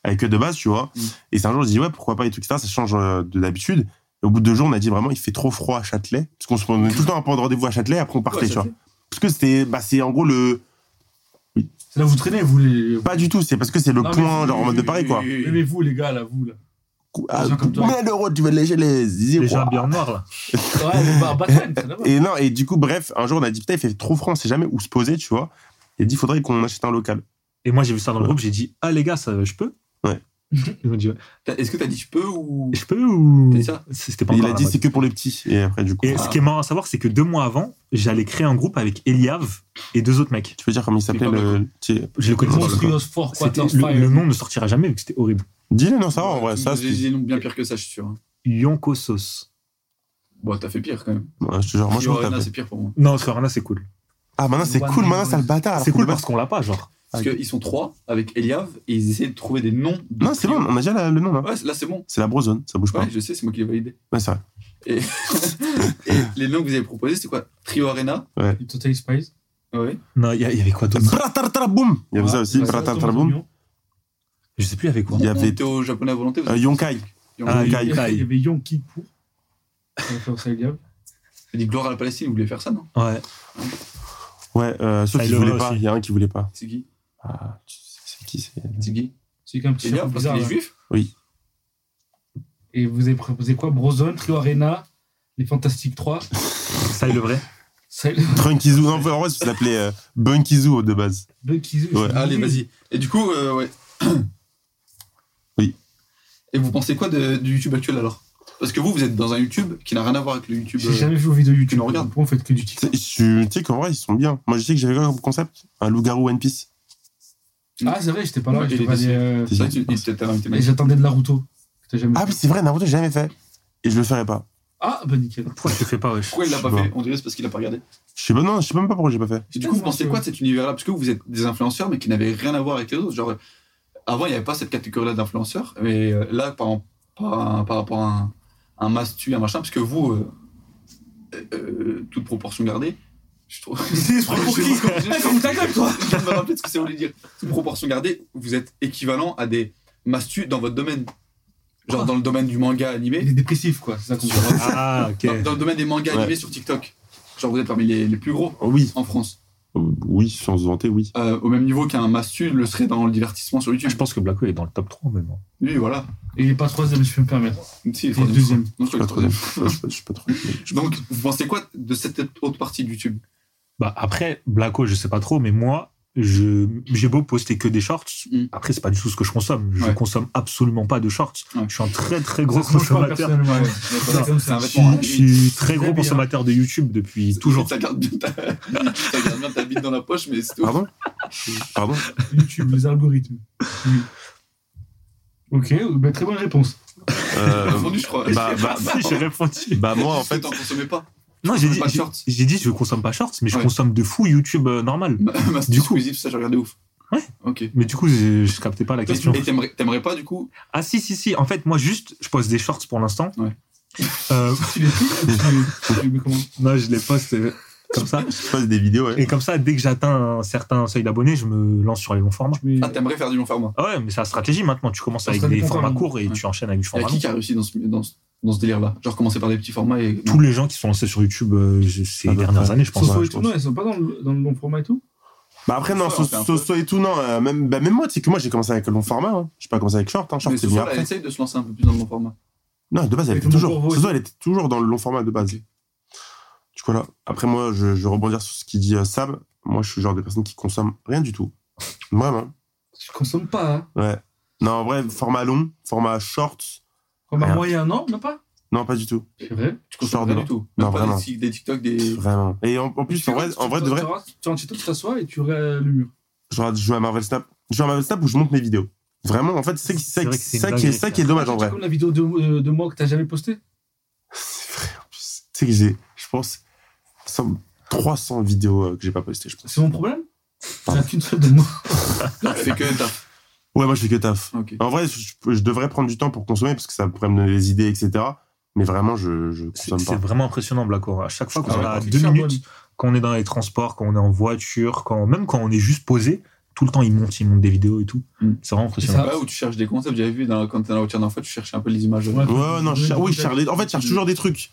Speaker 4: avec eux de base, tu vois.
Speaker 3: Mm.
Speaker 4: Et c'est un jour, je dis, ouais, pourquoi pas et tout, etc. Ça change euh, de d'habitude. Et au bout de deux jours, on a dit vraiment, il fait trop froid à Châtelet. Parce qu'on se prenait tout le temps un point de rendez-vous à Châtelet, après on partait,
Speaker 3: Ouais,
Speaker 4: tu
Speaker 3: ça
Speaker 4: vois.
Speaker 3: fait.
Speaker 4: Parce que c'était. Bah, c'est en gros le.
Speaker 2: C'est là où vous traînez, vous, les.
Speaker 4: Pas du tout, c'est parce que c'est le
Speaker 2: Non, mais
Speaker 4: point,
Speaker 2: oui,
Speaker 4: genre en mode de Paris, quoi.
Speaker 3: Oui, oui, oui.
Speaker 2: Mais vous, les gars, là, vous, là.
Speaker 4: cou- à
Speaker 2: gens comme toi.
Speaker 4: 1000 euros, tu veux lécher les zizi,
Speaker 5: Déjà
Speaker 4: quoi.
Speaker 5: bien noir là.
Speaker 2: Ouais, bah, Batman, ça va.
Speaker 4: Et non, et du coup, bref, un jour, on a dit, putain, il fait trop franc, on sait jamais où se poser, tu vois. Il a dit, faudrait qu'on achète un local.
Speaker 5: Et moi j'ai vu ça dans le
Speaker 4: Ouais.
Speaker 5: groupe, j'ai dit ah les gars ça je peux.
Speaker 4: Ouais.
Speaker 5: Ils m'ont dit
Speaker 3: T'as- Est-ce que t'as dit je peux ou.
Speaker 5: je peux ou
Speaker 3: C'est ça.
Speaker 5: C'était pas
Speaker 4: Et il
Speaker 5: encore
Speaker 4: a
Speaker 5: la
Speaker 4: dit,
Speaker 5: mode.
Speaker 4: c'est que pour les petits. Et après, du coup,
Speaker 5: Et
Speaker 4: tu
Speaker 5: ce qui est marrant à savoir, c'est que deux mois avant, j'allais créer un groupe avec Eliav et deux autres mecs.
Speaker 4: peux dire comment il s'appelait
Speaker 3: pas
Speaker 4: le. tu sais-
Speaker 5: Je le connaissais. pas.
Speaker 2: Monstruous Four
Speaker 5: C'était-
Speaker 2: Quarters
Speaker 5: Le, le
Speaker 2: Fire.
Speaker 5: nom ne sortira jamais vu que c'était horrible.
Speaker 4: Dis-le, non, ça va, en vrai, ça,
Speaker 3: J'ai
Speaker 4: c'est.
Speaker 3: des noms bien pire que ça, je suis sûr. hein.
Speaker 5: Yonko Sauce.
Speaker 3: Bon, t'as fait pire quand même.
Speaker 4: Ouais, je te jure, moi, je
Speaker 3: Yo,
Speaker 4: m'en
Speaker 3: Anna,
Speaker 4: tape.
Speaker 3: c'est pire pour moi.
Speaker 5: Non, Scorana c'est cool.
Speaker 4: Ah, maintenant, c'est
Speaker 2: One
Speaker 4: cool,
Speaker 2: Man
Speaker 4: maintenant, ça le
Speaker 2: Band.
Speaker 4: bâtard. Ah, alors
Speaker 5: C'est
Speaker 4: qu'on
Speaker 5: cool
Speaker 4: devait-
Speaker 5: parce qu'on l'a pas, genre.
Speaker 3: Parce
Speaker 4: Ah,
Speaker 3: qu'ils sont trois avec Eliav et ils essaient de trouver des noms. de
Speaker 4: Non, c'est
Speaker 3: trio.
Speaker 4: bon, Ah. on a déjà la- le nom, là.
Speaker 3: Ouais, là c'est bon.
Speaker 4: C'est la brozone, ça bouge pas.
Speaker 3: Ouais, je sais, c'est moi qui l'ai validé.
Speaker 4: Ouais, c'est vrai.
Speaker 3: Et, et les noms que vous avez proposés, c'est quoi Trio Arena
Speaker 2: Du Total Spice.
Speaker 3: Ouais.
Speaker 5: Non, il y, a- il y avait quoi d'autre
Speaker 4: Bratartraboum Il y avait ça aussi,
Speaker 3: Voilà,
Speaker 4: bratartraboum.
Speaker 5: Je sais plus, il y avait quoi.
Speaker 4: Il y avait-
Speaker 3: On était au japonais à volonté. vous
Speaker 4: Euh,
Speaker 3: avez-
Speaker 4: Yonkai.
Speaker 5: Ah,
Speaker 2: Il y
Speaker 4: Yonkai.
Speaker 2: avait il y avait Yonki pour. On va faire ça, Eliab.
Speaker 3: J'ai dit gloire à la Palestine, vous voulez faire ça, non
Speaker 5: Ouais.
Speaker 4: Ouais, euh, sauf
Speaker 5: Ah,
Speaker 4: qu'il
Speaker 5: il le
Speaker 4: voulait
Speaker 5: voit
Speaker 4: pas.
Speaker 5: aussi.
Speaker 4: Il y a un qui voulait pas.
Speaker 3: C'est qui
Speaker 4: Ah, tu sais- c'est qui c'est
Speaker 3: C'est qui
Speaker 2: C'est qu'un petit
Speaker 3: Eliav,
Speaker 2: chapeau
Speaker 3: parce qu'il
Speaker 2: bizarre.
Speaker 3: est
Speaker 2: là.
Speaker 3: juif
Speaker 2: Et vous avez proposé quoi Brozone, Trio Arena, les Fantastiques 3.
Speaker 5: Ça est le vrai.
Speaker 2: Ça, le-
Speaker 4: Trunkizoo. Non, en vrai, ça s'appelait euh, Bunkizoo de base.
Speaker 2: Bucky Zoo.
Speaker 4: Ouais,
Speaker 2: c'est
Speaker 3: Allez,
Speaker 2: nul.
Speaker 3: vas-y. Et du coup, euh, ouais.
Speaker 4: Oui.
Speaker 3: Et vous pensez quoi de- du YouTube actuel alors Parce que vous, vous êtes dans un YouTube qui n'a rien à voir avec le YouTube.
Speaker 2: J'ai
Speaker 3: euh,
Speaker 2: jamais vu vos vidéos YouTube.
Speaker 3: nous regardes.
Speaker 2: Pourquoi vous faites que du
Speaker 4: Tu sais-
Speaker 2: TikTok
Speaker 4: Tu tu sais qu'en vrai, ils sont bien. Moi, je sais que j'avais quoi comme concept Un loup-garou One Piece.
Speaker 2: Ah, c'est vrai, j'étais pas là.
Speaker 3: Ouais,
Speaker 2: j'étais
Speaker 3: il
Speaker 2: pas
Speaker 3: est
Speaker 2: allé, euh,
Speaker 3: C'est vrai que tu- il s'était invité,
Speaker 2: Et
Speaker 3: mais-
Speaker 2: j'attendais de Naruto. que t'as jamais
Speaker 4: Ah
Speaker 2: fait.
Speaker 4: oui, c'est vrai, Naruto, j'ai jamais fait. Et je le ferai pas.
Speaker 2: Ah, bah nickel.
Speaker 5: Pourquoi je te fais pas, wesh
Speaker 3: Pourquoi il l'a
Speaker 4: Je
Speaker 3: pas
Speaker 4: sais
Speaker 3: fait
Speaker 4: pas.
Speaker 3: On dirait c'est parce qu'il a pas regardé.
Speaker 4: Je sais pas, non, je sais même pas pourquoi j'ai pas fait.
Speaker 3: Et du coup, vous pensez quoi de cet univers-là Parce que vous êtes des influenceurs, mais qui n'avaient rien à voir avec les autres. Genre, euh, avant, il n'y avait pas cette catégorie-là d'influenceurs. Mais euh, là, par, en- par, un- par rapport à un, un mastu, un machin, parce que vous, euh, euh, toute proportion gardée, je trouve.
Speaker 2: C'est pour qui Eh, ferme ta gueule, toi
Speaker 3: Je viens de me rappeler de ce que ça voulait dire. Toute proportion gardée, vous êtes équivalent à des mastus dans votre domaine. Genre
Speaker 2: Quoi
Speaker 3: dans le domaine du manga
Speaker 2: Il
Speaker 3: animé.
Speaker 2: est dépressif, quoi. C'est ça qu'on
Speaker 3: Sur-
Speaker 2: voit.
Speaker 5: Ah, ok.
Speaker 3: Dans, dans le domaine des mangas
Speaker 4: Ouais.
Speaker 3: animés sur TikTok. Genre, vous êtes parmi les- les plus gros
Speaker 4: Oh oui,
Speaker 3: en France.
Speaker 4: Oh, oui, sans se vanter, oui.
Speaker 3: euh, au même niveau qu'un Mastu le serait dans le divertissement sur YouTube.
Speaker 5: Je pense que Blacko est dans le top 3 maintenant.
Speaker 3: Lui, voilà.
Speaker 2: Et il est pas troisième, si je peux me permettre.
Speaker 3: Si,
Speaker 2: Il est deuxième.
Speaker 3: Non, je
Speaker 4: Je suis
Speaker 3: crois
Speaker 4: pas
Speaker 3: que le
Speaker 4: troisième.
Speaker 3: troisième.
Speaker 4: Je suis pas- je suis pas troisième.
Speaker 3: Donc, vous pensez quoi de cette autre partie de YouTube
Speaker 5: Bah après, Blacko, je sais pas trop, mais moi, je j'ai beau poster que des shorts.
Speaker 3: Mm.
Speaker 5: Après, c'est pas du tout ce que je consomme. Je
Speaker 3: Ouais.
Speaker 5: consomme absolument pas de shorts.
Speaker 3: Ouais.
Speaker 5: Je suis un très très gros
Speaker 2: Ça se mange pas,
Speaker 5: consommateur.
Speaker 2: personnellement, ouais.
Speaker 3: C'est
Speaker 2: comme
Speaker 3: c'est
Speaker 2: ça.
Speaker 3: un
Speaker 5: Je suis-
Speaker 3: vêtement. hein.
Speaker 5: je suis très
Speaker 2: Très
Speaker 5: gros
Speaker 2: bien.
Speaker 5: consommateur de YouTube depuis toujours.
Speaker 3: Ça garde bien ta, ça garde bien ta bite dans la poche, mais c'est tout.
Speaker 4: Pardon Pardon
Speaker 2: YouTube, les algorithmes. Oui. Ok, bah, très bonne réponse.
Speaker 3: T'as
Speaker 4: Euh,
Speaker 3: répondu, je crois.
Speaker 4: bah, bah, bah,
Speaker 5: Si, j'ai répondu.
Speaker 4: bah, moi, en
Speaker 3: Parce que
Speaker 4: fait.
Speaker 3: t'en consommais pas.
Speaker 5: Non, j'ai dit,
Speaker 3: pas de
Speaker 5: j'ai-
Speaker 3: shorts.
Speaker 5: j'ai dit, je consomme pas shorts, mais je
Speaker 3: Ouais.
Speaker 5: consomme de fou YouTube euh, normal.
Speaker 3: Mastu
Speaker 5: Du coup.
Speaker 3: Squeezie, tout ça, j'ai regardé ouf.
Speaker 5: Ouais.
Speaker 3: Ok.
Speaker 5: Mais du coup, je, je captais pas la question.
Speaker 3: Et t'aimerais t'aimerais pas, du coup
Speaker 5: Ah si, si, si. En fait, moi, juste, je poste des shorts pour l'instant.
Speaker 3: Ouais.
Speaker 5: Euh,
Speaker 2: Tu l'es pris Tu- tu- mais comment
Speaker 5: non, je les poste euh, comme ça.
Speaker 4: Je passe des vidéos, ouais.
Speaker 5: Et comme ça, dès que j'atteins un certain seuil d'abonnés, je me lance sur les longs formats.
Speaker 2: Tu mets-
Speaker 3: Ah, t'aimerais faire du long format.
Speaker 5: Ah ouais, mais c'est la stratégie maintenant. Tu commences
Speaker 2: Ça
Speaker 5: avec
Speaker 2: serait
Speaker 5: des
Speaker 2: bon
Speaker 5: formats
Speaker 2: quand même.
Speaker 5: courts et
Speaker 3: Ouais.
Speaker 5: tu enchaînes avec du
Speaker 3: Y'a
Speaker 5: format
Speaker 3: qui
Speaker 5: long.
Speaker 3: qui a réussi dans ce, dans ce, dans ce délire-là Genre, commencer par des petits formats et.
Speaker 5: Tous les gens qui sont lancés sur YouTube euh, je- ces
Speaker 4: Ah bah,
Speaker 5: dernières
Speaker 4: ouais.
Speaker 5: années, je pense.
Speaker 4: Sauf-
Speaker 2: Soso
Speaker 4: ouais,
Speaker 2: et
Speaker 4: je
Speaker 2: tout,
Speaker 4: pense.
Speaker 2: non, ils sont pas dans le, dans le long format et tout
Speaker 4: Bah après, non,
Speaker 3: Soir, on fait un
Speaker 4: so- so et tout, non. euh, Même, bah, même moi, tu sais que moi, j'ai commencé avec le long format. hein. J'ai pas commencé avec short, hein.
Speaker 3: Mais
Speaker 4: Short, c'est
Speaker 3: ce
Speaker 4: venu
Speaker 3: soir, elle
Speaker 4: après.
Speaker 3: essaye de se lancer un peu plus dans le long format.
Speaker 4: Non, de base, elle
Speaker 2: Et
Speaker 4: était
Speaker 2: tout le
Speaker 4: toujours.
Speaker 2: monde
Speaker 4: Soso, elle était toujours dans le long format de base. Du coup, là, après, moi, je, je vais rebondir sur ce qu'il dit euh, Sam. Moi, je suis le genre de personne qui consomme rien du tout. Vraiment.
Speaker 2: Je consomme pas. hein.
Speaker 4: Ouais. Non, en vrai, format long, format short.
Speaker 2: Format
Speaker 4: Rien.
Speaker 2: moyen, non Même pas
Speaker 4: Non, pas du tout.
Speaker 2: C'est vrai.
Speaker 3: Tu consommes
Speaker 4: Sors
Speaker 3: rien
Speaker 4: de
Speaker 3: du tout.
Speaker 4: Non,
Speaker 3: Même pas
Speaker 4: vraiment.
Speaker 3: des tic- des TikTok, des.
Speaker 4: Vraiment. Et en, en plus, en vrai, en vrai de vrai,
Speaker 2: Tu rentres chez toi, tu t'assois et tu regardes le mur.
Speaker 4: je regarde- je joue à Marvel Snap. Je joue à Marvel Snap où je monte mes vidéos. Vraiment, en fait, c'est ça qui-
Speaker 5: C'est vrai que c'est
Speaker 4: c'est ça
Speaker 5: une
Speaker 4: qui est-
Speaker 5: dinguerie,
Speaker 4: ça qui est dommage en
Speaker 2: C'est
Speaker 4: vrai.
Speaker 2: comme la vidéo de, euh, de moi que t'as jamais postée.
Speaker 4: C'est vrai, en plus. Tu sais que j'ai, je pense, cent- 300 vidéos euh, que j'ai pas postées, je pense.
Speaker 2: C'est mon problème T'as qu'une seule de moi.
Speaker 3: Là, tu fais que ta.
Speaker 4: Ouais, moi, je fais que taf.
Speaker 3: Ok.
Speaker 4: En vrai, je, je devrais prendre du temps pour consommer parce que ça pourrait me donner des idées, etc. Mais vraiment, je, je
Speaker 5: C'est
Speaker 4: consomme
Speaker 5: c'est
Speaker 4: pas.
Speaker 5: vraiment impressionnant, Blacko. À chaque fois qu'on
Speaker 4: Ah ouais,
Speaker 5: a
Speaker 2: c'est
Speaker 5: deux
Speaker 2: charbonne.
Speaker 5: minutes, quand on est dans les transports, quand on est en voiture, quand même quand on est juste posé, tout le temps il monte, il monte des vidéos et tout.
Speaker 3: Mm.
Speaker 5: C'est vraiment impressionnant.
Speaker 2: Ah.
Speaker 3: Là où tu cherches des concepts, j'avais vu dans, quand t'es dans la voiture d'un fois, tu cherchais un peu les images.
Speaker 2: Ouais.
Speaker 4: Ouais, ouais, non, je cher- oui, je cherche, des- en fait, je cherche
Speaker 3: Mm.
Speaker 4: toujours des trucs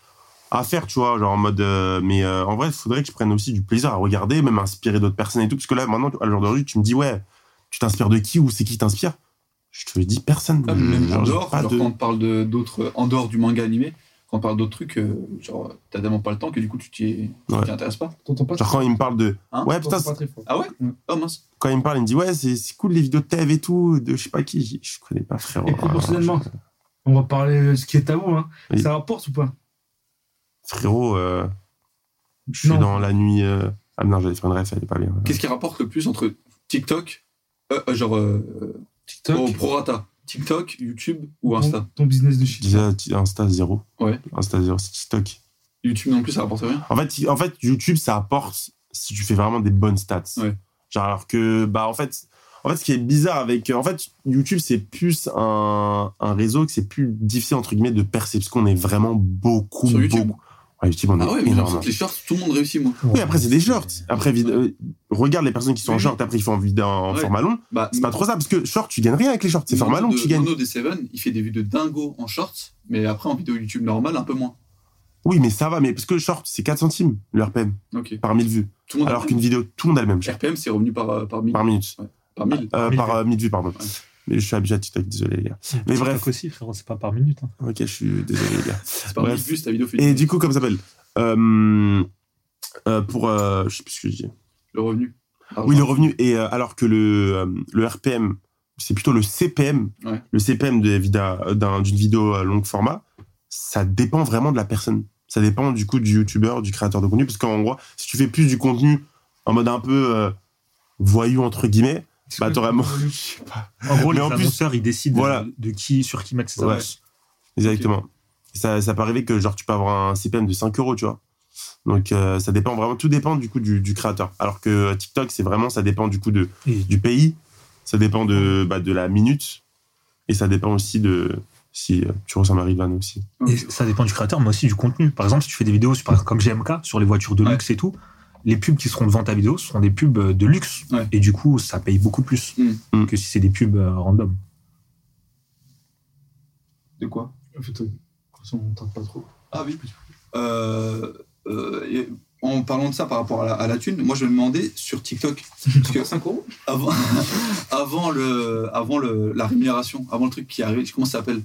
Speaker 4: à faire, tu vois, genre en mode. euh, mais euh, en vrai, il faudrait que je prenne aussi du plaisir à regarder, même à inspirer d'autres personnes et tout. Parce que là, maintenant, à l'heure d'aujourd'hui, tu me dis, ouais, tu t'inspires de qui ou c'est qui t'inspire Je te le dis, personne.
Speaker 3: Ah, même
Speaker 4: genre,
Speaker 3: en
Speaker 4: Mmh, j'ai
Speaker 3: dehors,
Speaker 4: pas
Speaker 3: genre,
Speaker 4: de-
Speaker 3: quand on parle de- d'autres, en dehors du manga animé, quand on parle d'autres trucs, euh, genre, t'as tellement pas le temps que du coup, tu t'y tu
Speaker 4: Ouais.
Speaker 3: t'y intéresses pas.
Speaker 2: T'entends pas
Speaker 4: Genre quand il me parle de.
Speaker 3: Hein
Speaker 4: ouais, putain,
Speaker 2: T'entends
Speaker 4: c'est-
Speaker 2: pas très fort.
Speaker 3: Ah ouais Oh mince.
Speaker 4: quand il me parle, il me dit ouais, c'est c'est cool les vidéos de Tev et tout, de je sais pas qui. Je dis, Je connais pas, frérot.
Speaker 2: Et proportionnellement, on va parler de ce qui est tabou. Hein.
Speaker 4: Oui.
Speaker 2: Ça rapporte ou pas
Speaker 4: Frérot, euh, je suis
Speaker 2: Non.
Speaker 4: dans la nuit. euh, Ah non, j'allais faire une ref, elle est pas bien.
Speaker 3: Qu'est-ce qui rapporte le plus entre TikTok, euh, euh, genre, euh,
Speaker 2: TikTok
Speaker 3: au prorata, TikTok, YouTube Oh, ou
Speaker 2: ton-
Speaker 3: Insta
Speaker 2: Ton business de shit.
Speaker 4: Déjà, t- euh, Insta zéro.
Speaker 3: Ouais.
Speaker 4: Insta zéro, c'est TikTok.
Speaker 3: YouTube non plus, ça rapporte rien.
Speaker 4: En fait, en fait, YouTube, ça apporte si tu fais vraiment des bonnes stats.
Speaker 3: Ouais.
Speaker 4: Genre, alors que, bah, en fait, en fait, ce qui est bizarre avec. euh, En fait, YouTube, c'est plus un, un réseau que c'est plus difficile, entre guillemets, de percer, parce qu'on est vraiment beaucoup.
Speaker 3: Sur YouTube
Speaker 4: beaucoup. Ouais, YouTube, on est
Speaker 3: Ah ouais, mais j'ai l'impression
Speaker 4: énormément.
Speaker 3: que les shorts, tout le monde réussit, moi.
Speaker 4: Oui, après, c'est des shorts. Après, vid- euh, regarde les personnes qui sont en
Speaker 3: Oui,
Speaker 4: short, après, ils font en, vid- en
Speaker 3: Ouais.
Speaker 4: format long.
Speaker 3: Bah,
Speaker 4: C'est pas trop ça, parce que short, tu gagnes rien avec les shorts. C'est format long que tu gagnes.
Speaker 3: Mono des Seven, il fait des vues de dingo en shorts, mais après en vidéo YouTube normale, un peu moins.
Speaker 4: Oui, mais ça va, mais parce que short, c'est 4 centimes, le RPM,
Speaker 3: Ok.
Speaker 4: par 1000 vues.
Speaker 3: Tout le monde a
Speaker 4: Alors
Speaker 3: le même.
Speaker 4: qu'une vidéo, tout le monde a le même short,
Speaker 3: RPM, c'est revenu par, euh, par, mille,
Speaker 4: par minute.
Speaker 3: par mille.
Speaker 4: Euh,
Speaker 5: Mille
Speaker 4: par
Speaker 5: vues.
Speaker 4: euh, 1000 vues, pardon. Mais je suis habitué à TikTok, désolé les gars. Mais bref,
Speaker 5: aussi, frérot, c'est pas par minute. hein.
Speaker 4: ok, je suis désolé les gars.
Speaker 3: C'est par
Speaker 4: bref.
Speaker 3: mille vues, ta vidéo fait
Speaker 4: Et du coup, comme ça s'appelle euh, euh, Pour. euh, je sais plus ce que je dis.
Speaker 3: le revenu. Ah,
Speaker 4: Oui, le revenu. Et euh, alors que le, euh, le RPM, c'est plutôt le CPM,
Speaker 3: Ouais.
Speaker 4: le CPM de la vida- d'un- d'une vidéo à long format, ça dépend vraiment de la personne. Ça dépend du coup du youtubeur, du créateur de contenu, parce qu'en gros, si tu fais plus du contenu en mode un peu euh, voyou entre guillemets, bah t'auras moins. Je sais pas.
Speaker 5: En gros,
Speaker 4: Mais
Speaker 5: les
Speaker 4: en plus-
Speaker 5: annonceurs, ils décident
Speaker 4: Voilà.
Speaker 5: de, de qui, sur qui mettre ses
Speaker 4: Ouais.
Speaker 5: annonces.
Speaker 4: Exactement. Ça, ça peut arriver que genre tu peux avoir un CPM de 5 euros, tu vois. Donc euh, ça dépend vraiment, tout dépend du coup du, du créateur. Alors que euh, TikTok, c'est vraiment, ça dépend du coup de,
Speaker 5: Et
Speaker 4: du pays, ça dépend de, bah, de la minute, et ça dépend aussi de si euh, tu ressens Marie Van aussi.
Speaker 5: Et ça dépend du créateur, mais aussi du contenu. Par exemple, si tu fais des vidéos sur- par exemple, comme GMK sur les voitures de
Speaker 3: Ouais.
Speaker 5: luxe et tout, les pubs qui seront devant ta vidéo seront des pubs euh, de luxe.
Speaker 3: Ouais.
Speaker 5: Et du coup, ça paye beaucoup plus
Speaker 4: Mm.
Speaker 5: que si c'est des pubs euh, random.
Speaker 3: De quoi
Speaker 2: En fait, euh, comme ça, on tente pas trop.
Speaker 3: Ah oui. Euh, euh, et en parlant de ça par rapport à la, à la thune, moi je me demandais sur TikTok, parce que 5 euros avant, avant, le, avant le, la rémunération, avant le truc qui arrive, comment ça s'appelle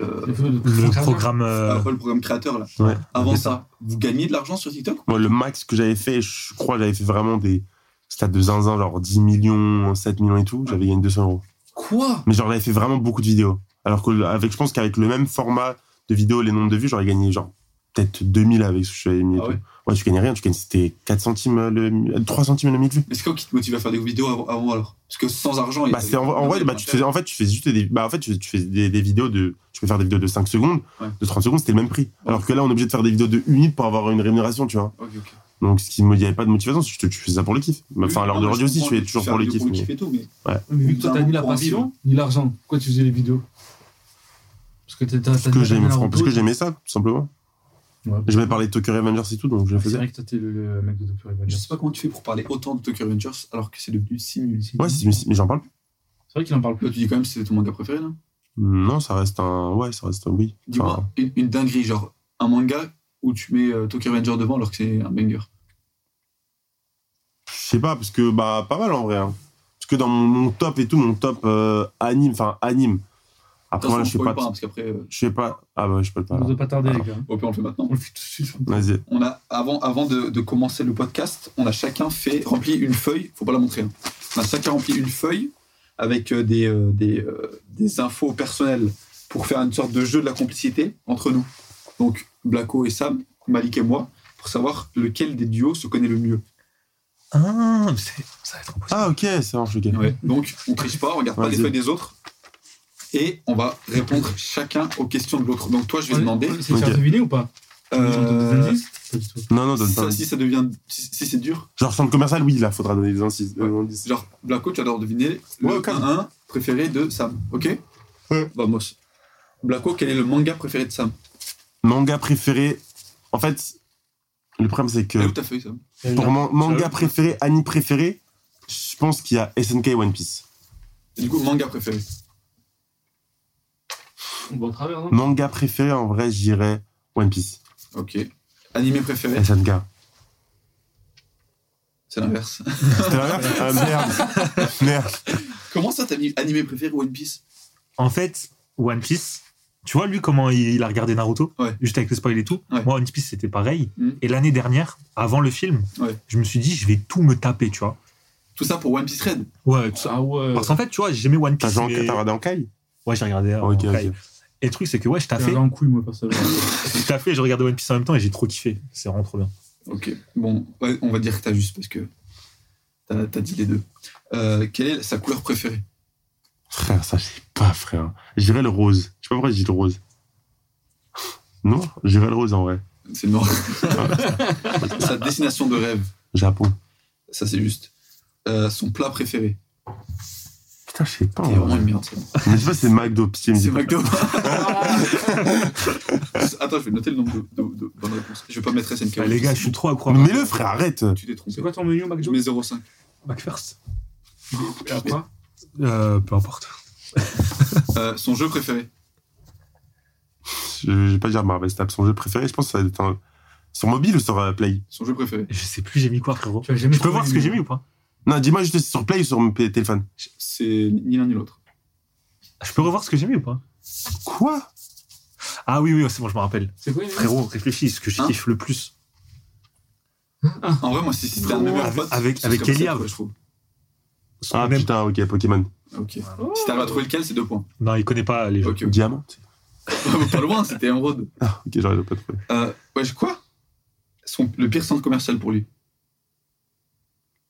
Speaker 3: Euh,
Speaker 2: Les photos de-
Speaker 5: Le
Speaker 2: Frère,
Speaker 5: programme. euh,
Speaker 3: Après le programme créateur là.
Speaker 4: Ouais.
Speaker 3: Avant
Speaker 5: Ouais.
Speaker 3: ça, vous gagnez de l'argent sur TikTok
Speaker 4: Moi, le max que j'avais fait, je crois, j'avais fait vraiment des stats de zinzin, genre 10 millions, 7 millions et tout, j'avais gagné 200 euros.
Speaker 3: Quoi
Speaker 4: Mais genre, j'avais fait vraiment beaucoup de vidéos. Alors que, avec, je pense qu'avec le même format de vidéo, les nombres de vues, j'aurais gagné genre peut-être 2000 avec ce que j'avais mis. et
Speaker 3: Ah
Speaker 4: tout.
Speaker 3: ouais
Speaker 4: Ouais, tu gagnais rien, tu gagnais, c'était 4 centimes, le, euh, 3 centimes le minute vue.
Speaker 3: Mais c'est quoi qui te motive à faire des vidéos avant, avant, alors Parce que sans argent, il y a-
Speaker 4: Bah, c'est en, en vrai, bah, tu faisais, en fait, tu fais juste des, bah, en fait, tu, tu fais des, des vidéos de, tu peux faire des vidéos de 5 secondes,
Speaker 3: Ouais.
Speaker 4: de 30 secondes, c'était le même prix. Alors que là, on est obligé de faire des vidéos de 1 minute pour avoir une rémunétion, tu vois.
Speaker 3: Ok, ok.
Speaker 4: Donc, ce qui me, il n'y avait pas de motivation, c'est que tu, tu fais ça pour le kiff. Mais, Bah, Enfin,
Speaker 3: Oui,
Speaker 4: l'heure
Speaker 3: non,
Speaker 4: de
Speaker 3: mais
Speaker 4: radio aussi,
Speaker 3: comprends
Speaker 4: tu fais
Speaker 3: que
Speaker 4: toujours
Speaker 3: fais
Speaker 4: pour
Speaker 3: la
Speaker 4: le
Speaker 3: vidéo
Speaker 4: kiff. mais-
Speaker 3: et tout, mais
Speaker 2: Mais vu que
Speaker 3: T'as
Speaker 2: toi,
Speaker 3: un
Speaker 2: t'as ni la
Speaker 3: bon point de vue,
Speaker 2: passion, ni l'argent, pourquoi tu faisais les vidéos Parce que t'as t'as-
Speaker 4: Parce
Speaker 2: t'as
Speaker 4: que
Speaker 2: déjà mis
Speaker 4: j'aimais,
Speaker 2: la
Speaker 4: franchement, parce que
Speaker 2: route.
Speaker 4: j'aimais ça, tout simplement.
Speaker 2: Ouais.
Speaker 4: J'aimais parler de Tokyo Revengers et tout, donc je le
Speaker 2: Ah, C'est
Speaker 4: faisais.
Speaker 2: vrai que toi, t'es le, le mec de Tokyo Revengers.
Speaker 3: je sais pas comment tu fais pour parler autant de Tokyo Revengers alors que c'est devenu si nul.
Speaker 4: Ouais, c'est- mais, mais j'en parle plus.
Speaker 2: C'est vrai qu'il en parle
Speaker 3: Là,
Speaker 2: plus.
Speaker 3: tu dis quand même que c'est ton manga préféré là
Speaker 4: Non, ça reste un, ouais, ça reste un oui.
Speaker 3: Dis-moi
Speaker 4: Enfin,
Speaker 3: une, une dinguerie, genre un manga où tu mets euh, Tokyo Revenger devant alors que c'est un banger.
Speaker 4: je sais pas, parce que, bah, pas mal en vrai. hein. Parce que dans mon, mon top et tout, mon top euh, anime, enfin, anime. Après,
Speaker 3: Attention,
Speaker 4: moi,
Speaker 3: on
Speaker 4: je suis
Speaker 3: spoil
Speaker 4: pas
Speaker 3: pas, hein, parce qu'après, euh,
Speaker 4: Je sais pas. Ah bah, je peux pas.
Speaker 2: On ne doit pas tarder,
Speaker 4: Ah.
Speaker 2: les gars.
Speaker 3: au pire, on le fait maintenant.
Speaker 2: On le fait tout de suite. je crois.
Speaker 4: Vas-y.
Speaker 3: On a, avant avant de, de commencer le podcast, on a chacun fait, rempli une feuille, faut pas la montrer. hein. On a chacun rempli une feuille avec euh, des, euh, des, euh, des infos personnelles pour faire une sorte de jeu de la complicité entre nous. Donc, Blacko et Sam, Malik et moi, pour savoir lequel des duos se connaît le mieux.
Speaker 5: Ah, mais c'est- ça va être impossible.
Speaker 4: Ah ok, ça marche, ok.
Speaker 3: Donc, on triche pas, on regarde pas les
Speaker 4: Vas-y.
Speaker 3: feuilles des autres. Et on va répondre chacun aux questions de l'autre. Donc, toi, je vais demander.
Speaker 2: C'est faire
Speaker 4: Ok.
Speaker 2: deviner ou pas On donne des
Speaker 3: euh,
Speaker 2: indices Pas du tout.
Speaker 4: Non, non, donne pas.
Speaker 3: ça, si ça devient. Si, si c'est dur.
Speaker 4: Genre centre commercial, oui, là, faudra donner des indices.
Speaker 3: Ouais.
Speaker 4: des indices.
Speaker 3: Genre, Blacko, tu adores deviner
Speaker 4: Ouais,
Speaker 3: le
Speaker 4: ok.
Speaker 3: 1 préféré de Sam, ok Bah,
Speaker 4: Ouais.
Speaker 3: Vamos. Blacko, quel est le manga préféré de Sam
Speaker 4: Manga préféré. En fait, le problème c'est
Speaker 3: Elle est
Speaker 4: que
Speaker 3: où ta feuille, Ah, Sam
Speaker 4: pour man- manga
Speaker 5: j'avoue.
Speaker 4: préféré, anime préféré, je pense qu'il y a SNK et One Piece.
Speaker 3: Et Du coup, manga préféré.
Speaker 2: On va au travers, hein. non
Speaker 4: Manga préféré, en vrai, j'irais One Piece.
Speaker 3: Ok. Animé préféré
Speaker 4: SNK.
Speaker 3: C'est l'inverse.
Speaker 4: C'était l'inverse Ah merde. Merde.
Speaker 3: Comment ça, t'as mis animé préféré One Piece
Speaker 5: En fait, One Piece, tu vois, lui, comment il, il a regardé Naruto,
Speaker 3: Ouais.
Speaker 5: juste avec le spoil et tout.
Speaker 3: Ouais.
Speaker 5: Moi, One Piece, c'était pareil.
Speaker 3: Mhm.
Speaker 5: Et l'année dernière, avant le film,
Speaker 3: Ouais.
Speaker 5: je me suis dit, je vais tout me taper, tu vois.
Speaker 3: Tout ça pour One Piece Red
Speaker 5: Ouais, tout ça.
Speaker 2: Ah ouais.
Speaker 5: Parce qu'en fait, tu vois, j'aimais One
Speaker 4: T'as
Speaker 5: Piece.
Speaker 4: genre-
Speaker 5: mais-
Speaker 4: t'as regardé en caille
Speaker 5: Ouais, j'ai regardé. en
Speaker 4: Ok, ok.
Speaker 5: vrai. Et le truc, c'est que ouais, je
Speaker 2: J'ai
Speaker 5: taffais.
Speaker 2: regardé en couille, moi, personnellement.
Speaker 5: Je taffais, je regardais One Piece en même temps et j'ai trop kiffé. C'est vraiment trop bien.
Speaker 3: Ok, bon, ouais, on va dire que t'as juste parce que t'as t'as dit les deux. Euh, quelle est sa couleur préférée
Speaker 4: Frère, ça, je sais pas, frère. J'irais le rose. Je sais pas pourquoi je dis le rose. Non, j'irais le rose en vrai.
Speaker 3: C'est noir. sa destination de rêve,
Speaker 4: Japon.
Speaker 3: ça c'est juste. Euh, son plat préféré.
Speaker 4: Putain, je sais pas.
Speaker 3: C'est
Speaker 4: en
Speaker 3: vraiment
Speaker 4: vrai.
Speaker 3: une merde. ça.
Speaker 4: Mais je sais pas, c'est McDo. Pitié, me dis
Speaker 3: C'est
Speaker 4: pas.
Speaker 3: McDo. Attends, je vais noter le nombre de, de- de bonnes réponses. Je vais pas mettre SNK.
Speaker 5: Ah, les gars, je suis trop accro.
Speaker 4: Mais le frère, arrête.
Speaker 3: Tu t'es
Speaker 2: C'est
Speaker 3: trompé.
Speaker 2: quoi ton menu,
Speaker 3: Je
Speaker 2: McDo
Speaker 3: mets 0,5.
Speaker 5: McFirst
Speaker 2: Ah, quoi
Speaker 5: euh, Peu importe.
Speaker 3: Euh, son jeu préféré.
Speaker 4: Je je vais pas dire Marvel Snap. Son jeu préféré, je pense que ça va être un- sur mobile ou sur euh, Play
Speaker 3: Son jeu préféré.
Speaker 5: Je sais plus, j'ai mis quoi, frérot.
Speaker 2: Tu vas jamais
Speaker 5: Je peux
Speaker 2: trouver
Speaker 5: voir
Speaker 2: le
Speaker 5: ce que j'ai
Speaker 2: menu.
Speaker 5: mis ou pas
Speaker 4: Non, dis-moi juste si c'est sur Play ou sur mon p- téléphone.
Speaker 3: C'est ni l'un ni l'autre.
Speaker 5: Je peux revoir ce que j'ai mis ou pas
Speaker 4: Quoi
Speaker 5: Ah oui, oui, c'est bon, je me rappelle.
Speaker 2: C'est quoi le menu
Speaker 5: Frérot, réfléchis, ce que je
Speaker 3: Hein
Speaker 5: kiffe le plus.
Speaker 2: Ah.
Speaker 3: En vrai, moi, si c'était un de mes meilleurs
Speaker 5: Avec-
Speaker 3: potes.
Speaker 5: avec-
Speaker 3: ce
Speaker 5: avec
Speaker 3: serait pas
Speaker 5: Elia,
Speaker 3: ça,
Speaker 5: ouais.
Speaker 3: je trouve.
Speaker 4: Ah
Speaker 5: Même-
Speaker 4: putain, ok, Pokémon.
Speaker 3: Ok. Si t'arrives à trouver lequel, c'est deux points.
Speaker 5: Non, il connaît pas les jeux.
Speaker 3: Ok.
Speaker 4: Diamant
Speaker 3: pas loin, c'était Emerald.
Speaker 4: Ah, ok, j'aurais pas trouvé.
Speaker 3: Euh, ouais, je- quoi Son- Le pire centre commercial pour lui.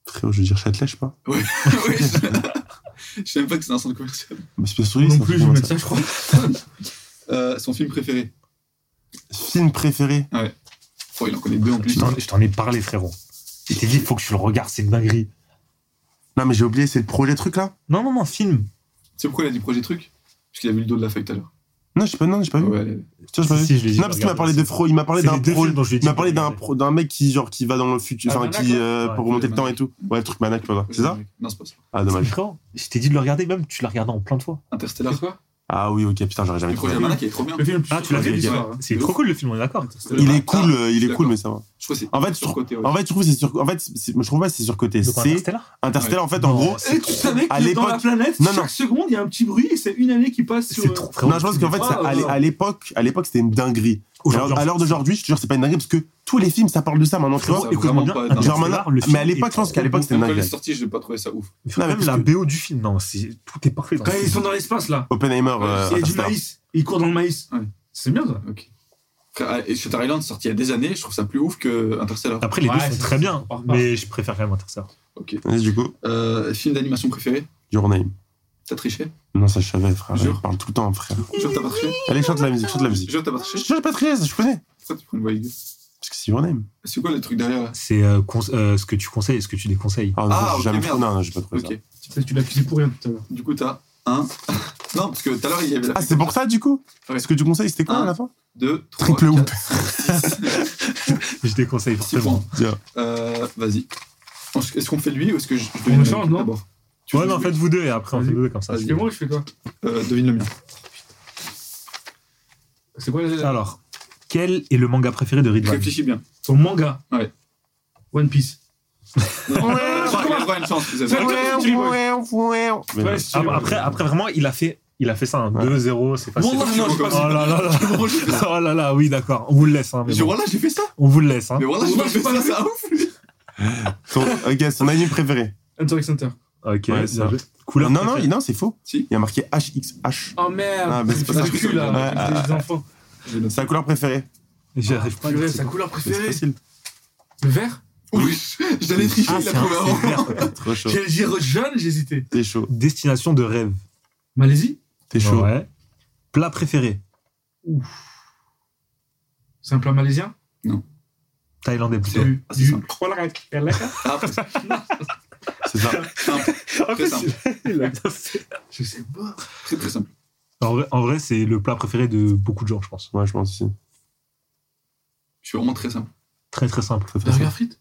Speaker 4: Frérot, je veux dire Châtelet, je sais pas.
Speaker 3: Oui, je... je sais même pas que c'est un centre commercial.
Speaker 4: Mais Bah, c'est pas sur lui,
Speaker 2: Non
Speaker 4: c'est un
Speaker 2: plus,
Speaker 4: truc
Speaker 2: je vais mettre
Speaker 4: comme ça.
Speaker 2: ça, je crois.
Speaker 3: Euh, son film préféré.
Speaker 4: Film préféré
Speaker 3: Oh, il en connaît deux en plus.
Speaker 5: Je t'en- je t'en ai parlé, frérot. Je t'ai dit, faut que tu le regardes, c'est une dinguerie.
Speaker 4: Non, mais j'ai oublié, c'est le projet truc là
Speaker 5: Non, non, non, film.
Speaker 3: Tu sais pourquoi il a dit projet truc Parce qu'il a vu le dos de la feuille tout à l'heure.
Speaker 4: Non, j'ai pas, non, j'ai pas vu.
Speaker 3: Ouais, allez.
Speaker 4: Tiens, je pas
Speaker 5: Si,
Speaker 4: vu.
Speaker 5: si, je l'ai dit,
Speaker 4: non, parce qu'il m'a
Speaker 5: regarde,
Speaker 4: parlé de
Speaker 5: c'est-
Speaker 4: Fro, il m'a parlé
Speaker 5: c'est
Speaker 4: d'un
Speaker 5: les deux
Speaker 4: pro,
Speaker 5: films dont je lui ai
Speaker 4: il m'a
Speaker 5: dit
Speaker 4: parlé
Speaker 5: de
Speaker 4: d'un
Speaker 5: regarder.
Speaker 4: pro- d'un mec qui genre qui va dans le futur,
Speaker 2: Ah,
Speaker 4: enfin
Speaker 2: Manak,
Speaker 4: qui
Speaker 2: ouais.
Speaker 4: euh,
Speaker 5: Ouais,
Speaker 4: pour remonter le temps et
Speaker 3: Manak.
Speaker 4: tout. Ouais, le truc manac, toi. là. C'est ça
Speaker 3: Non, c'est pas ça.
Speaker 4: Ah
Speaker 5: Mais
Speaker 4: dommage.
Speaker 5: frérot, je t'ai dit de le regarder même, tu l'as regardé en plein de fois.
Speaker 3: Interstellar.
Speaker 2: C'est quoi
Speaker 4: Ah oui, ok, putain, j'aurais jamais
Speaker 3: Le projet
Speaker 4: trouvé.
Speaker 3: Manak, il est trop bien.
Speaker 2: Le film le plus
Speaker 5: Ah, tu l'as
Speaker 2: surcoté
Speaker 5: vu,
Speaker 2: de
Speaker 4: les gars.
Speaker 2: l'histoire, hein.
Speaker 5: C'est
Speaker 3: de
Speaker 5: trop
Speaker 3: ouf.
Speaker 5: cool le film, on est d'accord.
Speaker 4: Il est cool,
Speaker 3: Ah,
Speaker 4: euh, il est
Speaker 3: d'accord.
Speaker 4: cool, mais ça va.
Speaker 3: Je crois que c'est
Speaker 4: En fait, je trouve,
Speaker 3: surcoté. ouais.
Speaker 4: en fait, je trouve que c'est sur, en fait, c'est- moi, je trouve pas que c'est surcoté.
Speaker 5: Donc,
Speaker 4: C'est
Speaker 5: Interstellar
Speaker 4: Interstellar, en fait, en
Speaker 5: Non,
Speaker 4: gros.
Speaker 5: c'est-
Speaker 2: Eh, tu savais
Speaker 4: À
Speaker 2: que dans la
Speaker 4: l'époque-
Speaker 2: planète,
Speaker 4: Non, non.
Speaker 2: chaque seconde, il y a un petit bruit et c'est une année qui passe sur. euh,
Speaker 5: C'est trop, frérot.
Speaker 4: Non, je pense qu'en fait, ça, à l'é- à l'époque, à l'époque, c'était une dinguerie. Mais
Speaker 5: Aujourd'hui,
Speaker 4: alors- À l'heure d'aujourd'hui, je te jure, c'est pas une dinguerie parce que tous les films, ça parle de ça maintenant, tu
Speaker 5: Frérot,
Speaker 4: vois.
Speaker 3: Ça a
Speaker 5: écoute-moi
Speaker 3: vraiment
Speaker 5: bien,
Speaker 3: pas-
Speaker 4: Genre
Speaker 5: Interstellar,
Speaker 4: maintenant-
Speaker 5: le film
Speaker 4: mais à l'époque,
Speaker 5: est
Speaker 4: je pense qu'à l'époque, c'était une
Speaker 3: Même quand il est
Speaker 4: dinguerie.
Speaker 3: sorti, je n'ai pas trouvé ça ouf.
Speaker 5: Mais frère,
Speaker 4: Non, mais
Speaker 5: Même la
Speaker 4: parce
Speaker 5: BO du film, non, c'est- tout est parfait. dans
Speaker 2: Quand
Speaker 5: ce
Speaker 2: ils
Speaker 5: film.
Speaker 2: sont dans l'espace, là,
Speaker 4: Oppenheimer, euh,
Speaker 2: il y a du
Speaker 4: Interstellar.
Speaker 2: maïs, ils courent dans le maïs.
Speaker 3: Ouais.
Speaker 2: C'est bien, ça.
Speaker 3: Ok. Frère, Et Shutter Island, sorti il y a des années, je trouve ça plus ouf que Interstellar.
Speaker 5: Après, les
Speaker 2: Ouais,
Speaker 5: deux
Speaker 2: c'est-
Speaker 5: sont très bien,
Speaker 2: par- par-
Speaker 5: mais je préfère quand même Interstellar.
Speaker 4: Et du coup,
Speaker 3: Euh, film d'animation préféré
Speaker 4: Your Name.
Speaker 3: T'as triché
Speaker 4: Non, ça, je savais, frère.
Speaker 3: Jure.
Speaker 4: Il parle tout le temps, frère.
Speaker 3: Je jure que t'as pas triché
Speaker 4: Allez, chante la musique, chante la
Speaker 3: Je
Speaker 4: musique.
Speaker 3: jure que t'as pas triché
Speaker 4: Je je l'ai pas triché, ça, je connais.
Speaker 3: Pourquoi tu prends une voix aiguë
Speaker 4: Parce que c'est Your Name.
Speaker 3: C'est quoi le truc derrière là
Speaker 5: C'est euh, cons- euh, ce que tu conseilles et ce que tu déconseilles.
Speaker 4: Ah, non,
Speaker 3: Ah,
Speaker 4: j'ai
Speaker 3: ok,
Speaker 4: jamais
Speaker 3: merde.
Speaker 4: trouvé. Non, non, j'ai pas trouvé
Speaker 3: Ok.
Speaker 2: Parce que Tu l'as accusé pour rien tout à l'heure.
Speaker 3: Du coup, t'as un. non, parce que tout à l'heure, il y avait
Speaker 4: ça.
Speaker 3: la.
Speaker 4: Ah, c'est pour ça, du coup
Speaker 3: Ouais.
Speaker 4: Ce que tu conseilles, c'était quoi à la fin
Speaker 3: 2,
Speaker 4: Triple hoop.
Speaker 5: Je déconseille
Speaker 3: 6 points.
Speaker 5: forcément.
Speaker 4: Tiens.
Speaker 3: Euh, Vas-y. On- Est-ce qu'on fait lui ou est-ce que je, je
Speaker 2: On
Speaker 3: devine
Speaker 2: change,
Speaker 3: mien
Speaker 2: non
Speaker 3: d'abord Tu
Speaker 5: Ouais,
Speaker 3: veux
Speaker 5: non,
Speaker 3: jouer
Speaker 5: faites vous deux et après on fait
Speaker 2: Vas-y.
Speaker 5: vous deux comme ça.
Speaker 2: Parce que moi, je fais quoi
Speaker 3: Euh, Devine le mien.
Speaker 2: C'est quoi la-
Speaker 5: Alors, quel est le manga préféré de Ridwan
Speaker 3: Réfléchis bien.
Speaker 2: Ton manga
Speaker 3: Ouais.
Speaker 2: One Piece.
Speaker 3: Ouais,
Speaker 2: ouais,
Speaker 3: je crois avoir une chance, vous avez.
Speaker 2: Ouais, ouais,
Speaker 4: Mais
Speaker 2: Ouais,
Speaker 4: non.
Speaker 2: si tu veux.
Speaker 5: Ah, Après, après, vraiment, il a fait, il a fait ça, hein,
Speaker 4: Ouais.
Speaker 5: 2-0, c'est facile.
Speaker 3: Wallah, non, je
Speaker 5: oh
Speaker 3: commence
Speaker 5: là là là. Oh là là, oui, d'accord. On vous le laisse. Hein, mais
Speaker 3: Je
Speaker 5: bon.
Speaker 3: voilà, j'ai fait ça.
Speaker 5: On vous le laisse. Hein.
Speaker 3: Mais voilà,
Speaker 2: Ouais,
Speaker 3: j'ai fait
Speaker 2: j'ai pas
Speaker 3: ça,
Speaker 2: vu.
Speaker 3: ça ouf.
Speaker 4: Son- Ok, son anime préféré.
Speaker 2: Hunter x Hunter.
Speaker 5: Ok,
Speaker 4: Ouais,
Speaker 5: bien
Speaker 4: ça.
Speaker 5: joué. Couleur
Speaker 4: Non, non,
Speaker 5: préférée.
Speaker 4: il- non, c'est faux.
Speaker 3: Si.
Speaker 4: Il y a marqué HXH.
Speaker 2: Oh merde
Speaker 4: Ah, mais c'est pas
Speaker 2: Le
Speaker 4: ça.
Speaker 2: cul, là,
Speaker 4: Ouais,
Speaker 2: avec les enfants. Ah,
Speaker 3: Je note.
Speaker 4: Sa couleur préférée.
Speaker 5: J'y arrive pas.
Speaker 2: Purée,
Speaker 5: c'est-
Speaker 2: sa couleur
Speaker 4: Mais C'est
Speaker 2: préférée
Speaker 4: facile.
Speaker 2: Le vert
Speaker 3: Oui, je l'avais triché,
Speaker 5: Ah,
Speaker 3: il a
Speaker 5: c'est un-
Speaker 3: trouvé avant.
Speaker 4: Trop chaud.
Speaker 2: J'ai j'ai re- jeune, j'hésitais.
Speaker 4: T'es chaud.
Speaker 5: Destination de rêve.
Speaker 2: Malaisie
Speaker 4: T'es chaud.
Speaker 5: Ouais. Plat préféré.
Speaker 2: C'est un plat malaisien
Speaker 5: Thaïlandais plutôt.
Speaker 3: C'est-
Speaker 2: Du-
Speaker 3: ah, c'est
Speaker 2: du-
Speaker 3: simple. Ah, parce que
Speaker 4: C'est ça.
Speaker 3: c'est un-
Speaker 5: En
Speaker 3: Très
Speaker 5: fait,
Speaker 3: simple.
Speaker 5: il a bien fait.
Speaker 2: Je sais pas.
Speaker 3: Très très simple.
Speaker 5: En vrai, en vrai, c'est le plat préféré de beaucoup de gens, je pense.
Speaker 4: Ouais, je pense aussi.
Speaker 3: Je suis vraiment très simple.
Speaker 5: Très très simple.
Speaker 4: Très, très chaud.
Speaker 2: Burger frites